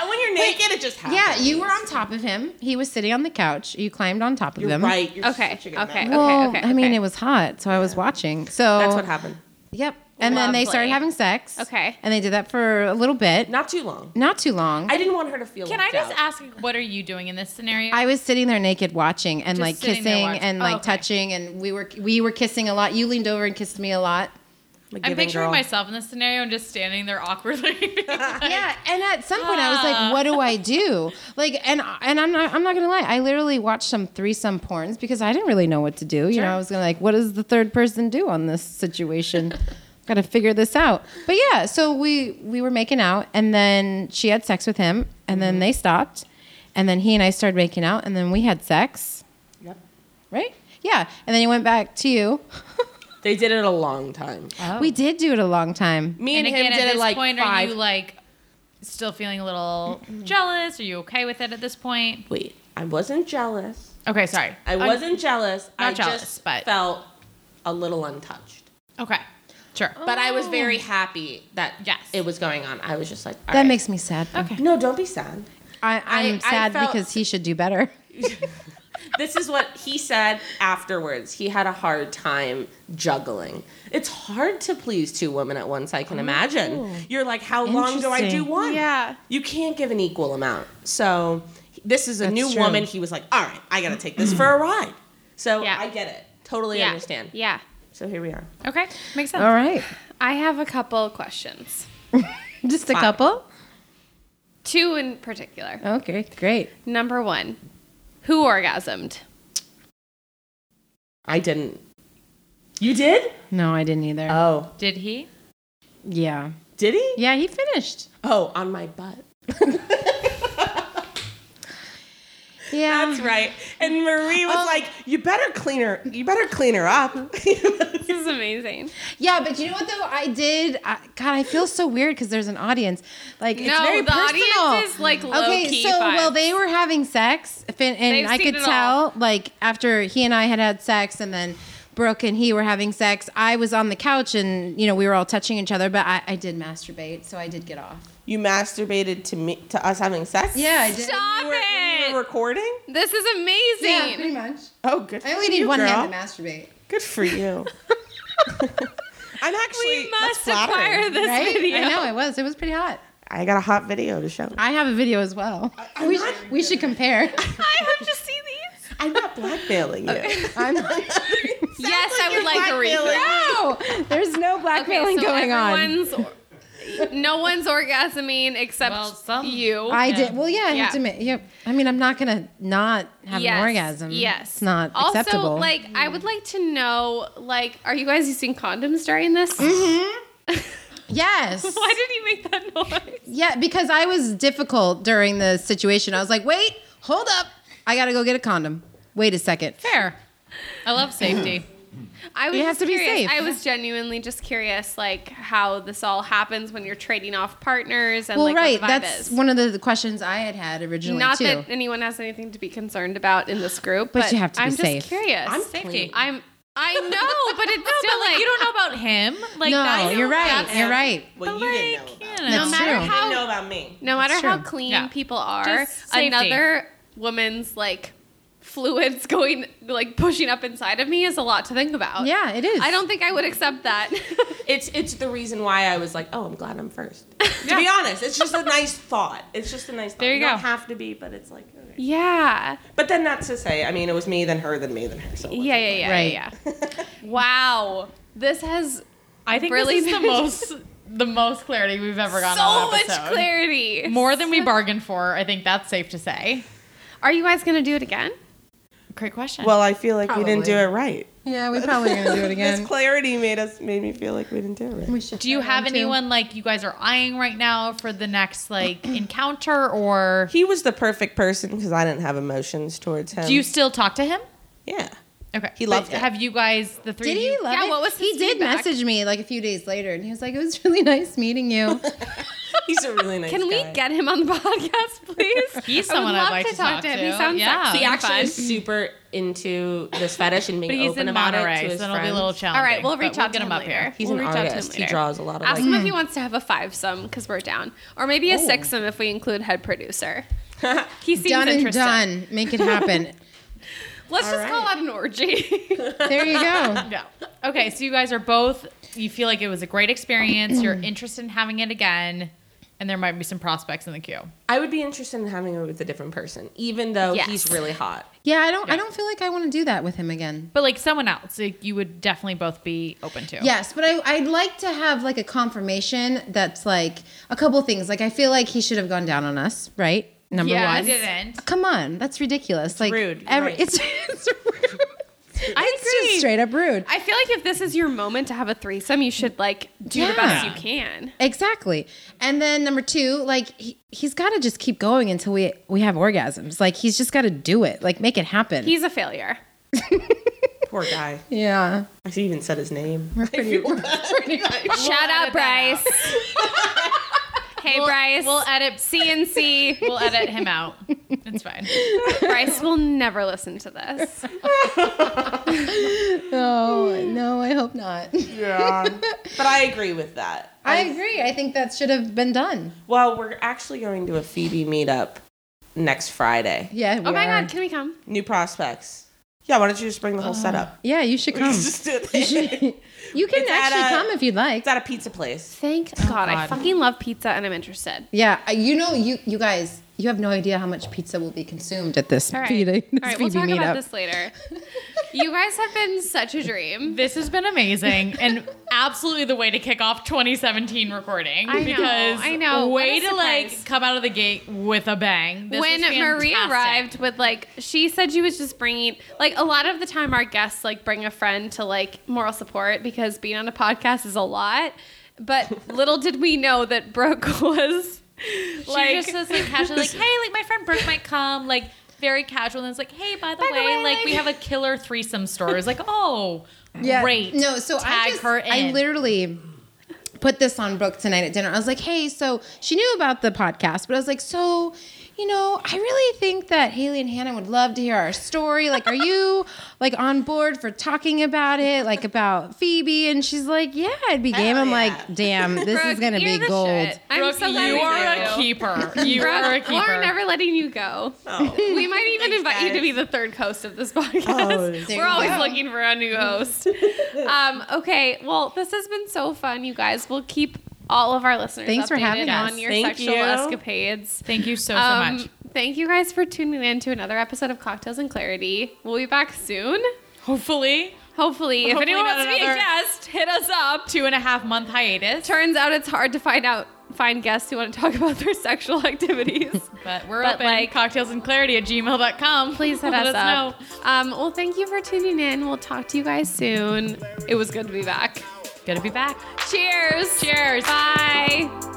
[SPEAKER 7] and when you're naked, it just
[SPEAKER 6] Yeah,
[SPEAKER 7] happens.
[SPEAKER 6] you were on top of him. He was sitting on the couch. You climbed on top of
[SPEAKER 7] You're
[SPEAKER 6] him.
[SPEAKER 7] right. You're
[SPEAKER 3] Okay,
[SPEAKER 7] such a good
[SPEAKER 3] okay.
[SPEAKER 7] man.
[SPEAKER 6] Well,
[SPEAKER 3] okay,
[SPEAKER 6] I mean,
[SPEAKER 3] okay.
[SPEAKER 6] it was hot, so I was watching. So
[SPEAKER 7] That's what happened.
[SPEAKER 6] Yep. And then they started
[SPEAKER 3] Lovely.
[SPEAKER 6] having sex.
[SPEAKER 3] Okay.
[SPEAKER 6] And they did that for a little bit, not,
[SPEAKER 7] Not too long.
[SPEAKER 6] too long.
[SPEAKER 7] I
[SPEAKER 6] I,
[SPEAKER 7] didn't want her to feel.
[SPEAKER 4] Can I
[SPEAKER 7] left
[SPEAKER 4] just
[SPEAKER 7] out.
[SPEAKER 4] ask, what are you doing in this scenario?
[SPEAKER 6] was sitting there naked, watching and
[SPEAKER 4] Just
[SPEAKER 6] like
[SPEAKER 4] sitting
[SPEAKER 6] kissing
[SPEAKER 4] there watching.
[SPEAKER 6] and
[SPEAKER 4] Oh,
[SPEAKER 6] like
[SPEAKER 4] okay.
[SPEAKER 6] touching, and we were we were kissing a lot. You leaned over and kissed me a lot.
[SPEAKER 7] Like
[SPEAKER 4] I'm
[SPEAKER 7] giving
[SPEAKER 4] picturing
[SPEAKER 7] girl.
[SPEAKER 4] myself in this scenario and just standing there awkwardly. being like,
[SPEAKER 6] yeah, and at some point I was
[SPEAKER 4] Ah.
[SPEAKER 6] like, "What do I do?" Like, and and I'm not I'm not gonna lie, I literally watched some threesome porns because I didn't really know what to do. You know, I was gonna like, "What does the third person do on this situation?" Got to figure this out. But yeah, so we we were making out, and then she had sex with him, and then
[SPEAKER 7] Mm-hmm.
[SPEAKER 6] they stopped, and then he and I started making out, and then we had sex,
[SPEAKER 7] Yep.
[SPEAKER 6] right? Yeah, and then he went back to you.
[SPEAKER 7] They did it a long time.
[SPEAKER 6] We did do it a long time.
[SPEAKER 7] Me and,
[SPEAKER 4] and again,
[SPEAKER 7] him
[SPEAKER 4] at
[SPEAKER 7] did
[SPEAKER 4] this
[SPEAKER 7] it like
[SPEAKER 4] point,
[SPEAKER 7] five.
[SPEAKER 4] are you like still feeling a little jealous? Are you okay with it at this point?
[SPEAKER 7] Wait, I wasn't jealous.
[SPEAKER 4] Okay, sorry.
[SPEAKER 7] I
[SPEAKER 4] I'm-
[SPEAKER 7] wasn't jealous. I
[SPEAKER 4] jealous,
[SPEAKER 7] just
[SPEAKER 4] but-
[SPEAKER 7] felt a little untouched.
[SPEAKER 4] Okay, sure.
[SPEAKER 7] But I was very happy that
[SPEAKER 4] Yes.
[SPEAKER 7] it was going on. I was just like,
[SPEAKER 6] That makes me sad. Okay,
[SPEAKER 7] no, don't be sad.
[SPEAKER 6] I, I'm
[SPEAKER 7] I
[SPEAKER 6] sad
[SPEAKER 7] felt-
[SPEAKER 6] because he should do better.
[SPEAKER 7] This is what he said afterwards. He had a hard time juggling. It's hard to please two women at once, I can imagine. You're like, how long do I do
[SPEAKER 6] Interesting.
[SPEAKER 7] one?
[SPEAKER 3] Yeah.
[SPEAKER 7] You can't give an equal amount. So this is a
[SPEAKER 6] That's
[SPEAKER 7] new
[SPEAKER 6] true.
[SPEAKER 7] woman. He was like, all right, I got to take this for a ride. So
[SPEAKER 3] Yeah.
[SPEAKER 7] I get it. Totally
[SPEAKER 3] yeah.
[SPEAKER 7] understand.
[SPEAKER 3] Yeah.
[SPEAKER 7] So here we are.
[SPEAKER 4] Okay, makes sense.
[SPEAKER 6] All right.
[SPEAKER 3] I have a couple of questions.
[SPEAKER 6] Just a couple?
[SPEAKER 3] Two in particular.
[SPEAKER 6] Okay, great.
[SPEAKER 3] Number one, who orgasmed?
[SPEAKER 7] I didn't. You did?
[SPEAKER 6] No, I didn't either.
[SPEAKER 7] Oh.
[SPEAKER 4] Did he?
[SPEAKER 6] yeah.
[SPEAKER 7] Did he?
[SPEAKER 6] Yeah, he finished.
[SPEAKER 7] Oh, on my butt.
[SPEAKER 6] Yeah.
[SPEAKER 7] That's right. And Marie was like, "You better clean her. You better clean her up."
[SPEAKER 3] This is amazing.
[SPEAKER 6] Yeah, but you know what though? I did. I, God, I feel so weird because there's an audience. Like, it's
[SPEAKER 3] No,
[SPEAKER 6] very
[SPEAKER 3] the audience
[SPEAKER 6] personal.
[SPEAKER 3] is, like,
[SPEAKER 6] Okay,
[SPEAKER 3] low-key
[SPEAKER 6] so well,
[SPEAKER 3] vibes.
[SPEAKER 6] they were having sex, fin- and
[SPEAKER 3] They've
[SPEAKER 6] I
[SPEAKER 3] seen
[SPEAKER 6] could
[SPEAKER 3] it
[SPEAKER 6] tell, like after he and I had had sex, and then. Brooke and he were having sex. I was on the couch and you know we were all touching each other, but I, I did masturbate, so I did get off.
[SPEAKER 7] You masturbated to me to us having sex.
[SPEAKER 6] Yeah, I did.
[SPEAKER 3] Stop
[SPEAKER 7] When you
[SPEAKER 3] it!
[SPEAKER 7] were recording.
[SPEAKER 3] This is
[SPEAKER 6] Yeah, pretty
[SPEAKER 3] amazing.
[SPEAKER 6] much.
[SPEAKER 7] Oh, good.
[SPEAKER 6] I only
[SPEAKER 7] for
[SPEAKER 6] need
[SPEAKER 7] you,
[SPEAKER 6] one
[SPEAKER 7] girl.
[SPEAKER 6] hand to masturbate.
[SPEAKER 7] Good for you. I'm actually.
[SPEAKER 3] we
[SPEAKER 7] that's
[SPEAKER 3] must acquire
[SPEAKER 7] flattering.
[SPEAKER 3] this
[SPEAKER 6] Right?
[SPEAKER 3] video.
[SPEAKER 6] I know it was. It was pretty hot.
[SPEAKER 7] I got a hot video to show.
[SPEAKER 6] I have a video as well. we, sh- we should
[SPEAKER 3] I
[SPEAKER 6] compare.
[SPEAKER 3] have to see these.
[SPEAKER 7] I'm not blackmailing you.
[SPEAKER 6] I'm
[SPEAKER 3] yes, I would like a refill.
[SPEAKER 6] no, there's no blackmailing going on.
[SPEAKER 3] on. No one's orgasming except
[SPEAKER 4] Well, some-
[SPEAKER 3] you.
[SPEAKER 6] I did. Well, yeah, I
[SPEAKER 3] Yeah.
[SPEAKER 6] have to admit. Yeah, I mean, I'm not gonna not have
[SPEAKER 3] Yes,
[SPEAKER 6] an orgasm.
[SPEAKER 3] Yes.
[SPEAKER 6] it's not
[SPEAKER 3] also,
[SPEAKER 6] acceptable.
[SPEAKER 3] like, I would like to know, like, are you guys using condoms during this?
[SPEAKER 6] Mm-hmm. yes.
[SPEAKER 3] Why did he make that noise?
[SPEAKER 6] Yeah, because I was difficult during the situation. I was like, wait, hold up. I got to go get a condom. Wait a second.
[SPEAKER 4] Fair. I love safety.
[SPEAKER 3] I was
[SPEAKER 6] You have
[SPEAKER 3] just
[SPEAKER 6] to be
[SPEAKER 3] curious.
[SPEAKER 6] safe.
[SPEAKER 3] I was genuinely just curious, like, how this all happens when you're trading off partners and
[SPEAKER 6] Well,
[SPEAKER 3] like
[SPEAKER 6] right.
[SPEAKER 3] what the vibe
[SPEAKER 6] That's
[SPEAKER 3] is.
[SPEAKER 6] one of the, the questions I had had originally,
[SPEAKER 3] Not
[SPEAKER 6] too.
[SPEAKER 3] that anyone has anything to be concerned about in this group,
[SPEAKER 6] But
[SPEAKER 3] but,
[SPEAKER 6] you have to be
[SPEAKER 3] I'm
[SPEAKER 6] safe.
[SPEAKER 3] just curious.
[SPEAKER 4] I'm safety.
[SPEAKER 3] I'm. I know, but it's still like
[SPEAKER 4] you don't know about him. Like
[SPEAKER 6] no,
[SPEAKER 4] that,
[SPEAKER 6] you're right.
[SPEAKER 4] that's-
[SPEAKER 6] You're right.
[SPEAKER 7] Well, you didn't
[SPEAKER 4] you
[SPEAKER 7] know. About. me.
[SPEAKER 4] know.
[SPEAKER 6] That's
[SPEAKER 3] no matter
[SPEAKER 6] true.
[SPEAKER 7] You didn't know
[SPEAKER 3] how
[SPEAKER 7] about me.
[SPEAKER 3] no matter
[SPEAKER 6] It's
[SPEAKER 3] how
[SPEAKER 6] true.
[SPEAKER 3] clean
[SPEAKER 4] Yeah.
[SPEAKER 3] people are,
[SPEAKER 4] Just safety.
[SPEAKER 3] another woman's like fluids going like pushing up inside of me is a lot to think about.
[SPEAKER 6] Yeah, it is.
[SPEAKER 3] I don't think I would accept that.
[SPEAKER 7] It's it's the reason why I was like, oh, I'm glad I'm first. To be honest, it's just a nice thought. It's just a nice thought.
[SPEAKER 4] There you
[SPEAKER 7] Don't
[SPEAKER 4] go.
[SPEAKER 7] have to be, but it's like. Okay.
[SPEAKER 3] yeah.
[SPEAKER 7] But then that's to say, I mean, it was me, then her, then me, then her. So it wasn't
[SPEAKER 3] Yeah, yeah, yeah,
[SPEAKER 6] Right.
[SPEAKER 3] yeah. yeah. wow. This has
[SPEAKER 4] I think
[SPEAKER 3] Really
[SPEAKER 4] this is the
[SPEAKER 3] made-
[SPEAKER 4] most the most clarity we've ever gotten on
[SPEAKER 3] so
[SPEAKER 4] an
[SPEAKER 3] much
[SPEAKER 4] episode.
[SPEAKER 3] clarity.
[SPEAKER 4] More than we bargained for. I think that's safe to say.
[SPEAKER 3] Are you guys going to do it again?
[SPEAKER 4] Great question.
[SPEAKER 7] Well, I feel like we didn't do
[SPEAKER 6] Probably.
[SPEAKER 7] it right.
[SPEAKER 6] Yeah, we probably going to do it
[SPEAKER 7] This
[SPEAKER 6] again.
[SPEAKER 7] clarity made us made me feel like we didn't do it right.
[SPEAKER 6] We should
[SPEAKER 4] do you
[SPEAKER 6] try
[SPEAKER 4] have
[SPEAKER 6] one, too.
[SPEAKER 4] anyone like you guys are eyeing right now for the next like encounter or
[SPEAKER 7] He was the perfect person because I didn't have emotions towards him.
[SPEAKER 4] do you still talk to him?
[SPEAKER 7] Yeah.
[SPEAKER 4] Okay.
[SPEAKER 7] He
[SPEAKER 4] But
[SPEAKER 7] loved it.
[SPEAKER 4] Have you guys the three
[SPEAKER 6] Did
[SPEAKER 4] of
[SPEAKER 6] he
[SPEAKER 4] you-
[SPEAKER 6] love
[SPEAKER 3] Yeah,
[SPEAKER 6] it?
[SPEAKER 3] what was
[SPEAKER 6] he
[SPEAKER 3] his
[SPEAKER 6] did
[SPEAKER 3] feedback?
[SPEAKER 6] message me like a few days later, and he was like, "It was really nice meeting you."
[SPEAKER 7] He's a really nice
[SPEAKER 3] Can we
[SPEAKER 7] guy.
[SPEAKER 3] get him on the podcast, please?
[SPEAKER 4] He's
[SPEAKER 3] I would
[SPEAKER 4] someone I'd
[SPEAKER 3] love
[SPEAKER 4] like to talk
[SPEAKER 3] him.
[SPEAKER 4] to.
[SPEAKER 3] He sounds
[SPEAKER 4] Yeah.
[SPEAKER 3] sexy.
[SPEAKER 4] He
[SPEAKER 7] He
[SPEAKER 3] and
[SPEAKER 7] actually
[SPEAKER 3] fun.
[SPEAKER 7] is super into this fetish and
[SPEAKER 4] But
[SPEAKER 7] being
[SPEAKER 4] he's
[SPEAKER 7] open
[SPEAKER 4] in
[SPEAKER 7] about
[SPEAKER 4] Monterey,
[SPEAKER 7] it to
[SPEAKER 4] so
[SPEAKER 7] his
[SPEAKER 4] it'll
[SPEAKER 7] friends.
[SPEAKER 4] be a little challenging.
[SPEAKER 3] All right, we'll reach
[SPEAKER 4] but
[SPEAKER 3] out
[SPEAKER 4] get
[SPEAKER 3] to
[SPEAKER 4] him
[SPEAKER 3] him,
[SPEAKER 4] up
[SPEAKER 3] later.
[SPEAKER 4] here.
[SPEAKER 7] He's
[SPEAKER 3] we'll
[SPEAKER 7] an
[SPEAKER 3] reach out to
[SPEAKER 7] artist.
[SPEAKER 3] him
[SPEAKER 7] He
[SPEAKER 3] later.
[SPEAKER 7] draws a lot of.
[SPEAKER 3] Ask
[SPEAKER 7] like,
[SPEAKER 3] him
[SPEAKER 6] Hmm.
[SPEAKER 3] if he wants to have a five some because we're down, or maybe a six some if we include head producer. He seems
[SPEAKER 6] done and
[SPEAKER 3] interested.
[SPEAKER 6] done. Make it happen.
[SPEAKER 3] Let's just call that an orgy.
[SPEAKER 6] there you go.
[SPEAKER 4] Yeah. Okay, so you guys are both you feel like it was a great experience, you're interested in having it again, and there might be some prospects in the queue.
[SPEAKER 7] I would be interested in having it with a different person, even though
[SPEAKER 3] Yes.
[SPEAKER 7] he's really hot.
[SPEAKER 6] Yeah, I don't. I don't feel like I want to do that with him again.
[SPEAKER 4] But like someone else, like you would definitely both be open to.
[SPEAKER 6] Yes, but I, I'd like to have like a confirmation that's like a couple things. Like I feel like he should have gone down on us, right? Number
[SPEAKER 4] Yeah, I
[SPEAKER 6] one.
[SPEAKER 4] didn't.
[SPEAKER 6] Come on, that's ridiculous. like
[SPEAKER 7] rude, you're
[SPEAKER 6] every-
[SPEAKER 7] right.
[SPEAKER 6] it's, it's rude. It's
[SPEAKER 3] agree.
[SPEAKER 6] just straight up rude.
[SPEAKER 3] I feel like if this is your moment to have a threesome, you should like do the best you can.
[SPEAKER 6] Exactly. And then number two, like he, he's got to just keep going until we we have orgasms. Like he's just got to do it. Like make it happen.
[SPEAKER 3] He's a failure.
[SPEAKER 7] Poor guy.
[SPEAKER 6] yeah.
[SPEAKER 7] I even said his name.
[SPEAKER 3] Shout out Bryce. hey Bryce.
[SPEAKER 4] We'll edit
[SPEAKER 3] CNC.
[SPEAKER 4] we'll edit him out. It's fine.
[SPEAKER 3] Bryce will never listen to this.
[SPEAKER 6] No, no, I hope not.
[SPEAKER 7] Yeah. but I agree with that.
[SPEAKER 6] I agree. I think that should have been done.
[SPEAKER 7] Well, we're actually going to a Phoebe meetup next Friday.
[SPEAKER 6] Yeah. we
[SPEAKER 3] Oh my
[SPEAKER 6] are.
[SPEAKER 3] god, can we come?
[SPEAKER 7] New prospects. Yeah, why don't you just bring the whole setup?
[SPEAKER 6] Yeah, you should
[SPEAKER 7] We can
[SPEAKER 6] come.
[SPEAKER 7] just do
[SPEAKER 6] You
[SPEAKER 7] this.
[SPEAKER 6] should- you can
[SPEAKER 7] It's at
[SPEAKER 6] actually
[SPEAKER 7] a-
[SPEAKER 6] come if you'd like.
[SPEAKER 7] It's at a pizza place.
[SPEAKER 3] Thank god, I fucking love pizza and I'm interested.
[SPEAKER 6] Yeah, I- you know, you you guys, you have no idea how much pizza will be consumed at this
[SPEAKER 3] All right.
[SPEAKER 6] Phoebe, this
[SPEAKER 3] All right, we'll
[SPEAKER 6] Phoebe
[SPEAKER 3] talk
[SPEAKER 6] meetup.
[SPEAKER 3] about this later. you guys have been such a dream.
[SPEAKER 4] This has been amazing and absolutely the way to kick off 2017 recording.
[SPEAKER 3] I know,
[SPEAKER 4] because
[SPEAKER 3] I know. What
[SPEAKER 4] Way
[SPEAKER 3] a
[SPEAKER 4] to like
[SPEAKER 3] surprise.
[SPEAKER 4] come out of the gate with a bang. This
[SPEAKER 3] when
[SPEAKER 4] was
[SPEAKER 3] Maria
[SPEAKER 4] fantastic.
[SPEAKER 3] arrived with like she said she was just bringing like a lot of the time our guests like bring a friend to like moral support because being on a podcast is a lot. But little did we know that Brooke was
[SPEAKER 4] she
[SPEAKER 3] like
[SPEAKER 4] just was like casually like, hey, like my friend Brooke might come, like very casual and it's like, hey, by the, way, like we have a killer threesome story. It's like, oh, great.
[SPEAKER 6] No, so I
[SPEAKER 4] Tag
[SPEAKER 6] just,
[SPEAKER 4] her
[SPEAKER 6] I
[SPEAKER 4] in.
[SPEAKER 6] literally put this on Brooke tonight at dinner. I was like, hey, so she knew about the podcast, but I was like, so. you know, I really think that Haley and Hannah would love to hear our story. Like, are you like on board for talking about it? Like about Phoebe? And she's like, yeah, I'd be game.
[SPEAKER 7] Hell
[SPEAKER 6] I'm
[SPEAKER 7] yeah.
[SPEAKER 6] like, damn, this is gonna be gold.
[SPEAKER 3] I'm
[SPEAKER 4] Brooke,
[SPEAKER 3] so glad
[SPEAKER 4] you
[SPEAKER 3] we
[SPEAKER 4] are
[SPEAKER 3] did.
[SPEAKER 4] a keeper. You
[SPEAKER 3] Brooke,
[SPEAKER 4] are a
[SPEAKER 3] We're
[SPEAKER 4] keeper.
[SPEAKER 3] never letting you go.
[SPEAKER 7] Oh.
[SPEAKER 3] We might even invite you to be the third host of
[SPEAKER 6] Oh,
[SPEAKER 3] this podcast.
[SPEAKER 6] there
[SPEAKER 3] We're
[SPEAKER 6] you
[SPEAKER 3] always
[SPEAKER 6] go.
[SPEAKER 3] looking for a new host. um, okay, well, this has been so fun, you guys. We'll keep all of our listeners
[SPEAKER 6] Thanks for
[SPEAKER 3] updated
[SPEAKER 6] having
[SPEAKER 3] on
[SPEAKER 6] us.
[SPEAKER 3] your
[SPEAKER 7] Thank
[SPEAKER 3] sexual
[SPEAKER 7] you.
[SPEAKER 3] escapades.
[SPEAKER 4] Thank you so, so
[SPEAKER 3] Um,
[SPEAKER 4] much.
[SPEAKER 3] Thank you guys for tuning in to another episode of Cocktails and Clarity. We'll be back soon.
[SPEAKER 4] Hopefully,
[SPEAKER 3] Hopefully, if
[SPEAKER 4] Hopefully
[SPEAKER 3] anyone
[SPEAKER 4] not
[SPEAKER 3] wants to be a
[SPEAKER 4] another-
[SPEAKER 3] guest, hit us up.
[SPEAKER 4] two and a half month hiatus.
[SPEAKER 3] Turns out it's hard to find out find guests who want to talk about their sexual activities.
[SPEAKER 4] But we're
[SPEAKER 3] But,
[SPEAKER 4] open.
[SPEAKER 3] like-
[SPEAKER 4] Like, cocktailsandclarity at gmail.com.
[SPEAKER 3] Please hit
[SPEAKER 4] Let
[SPEAKER 3] us, up. Um, well, thank you for tuning in. We'll talk to you guys soon. It was good to be back.
[SPEAKER 4] Gonna be back.
[SPEAKER 3] Cheers. Cheers. Bye.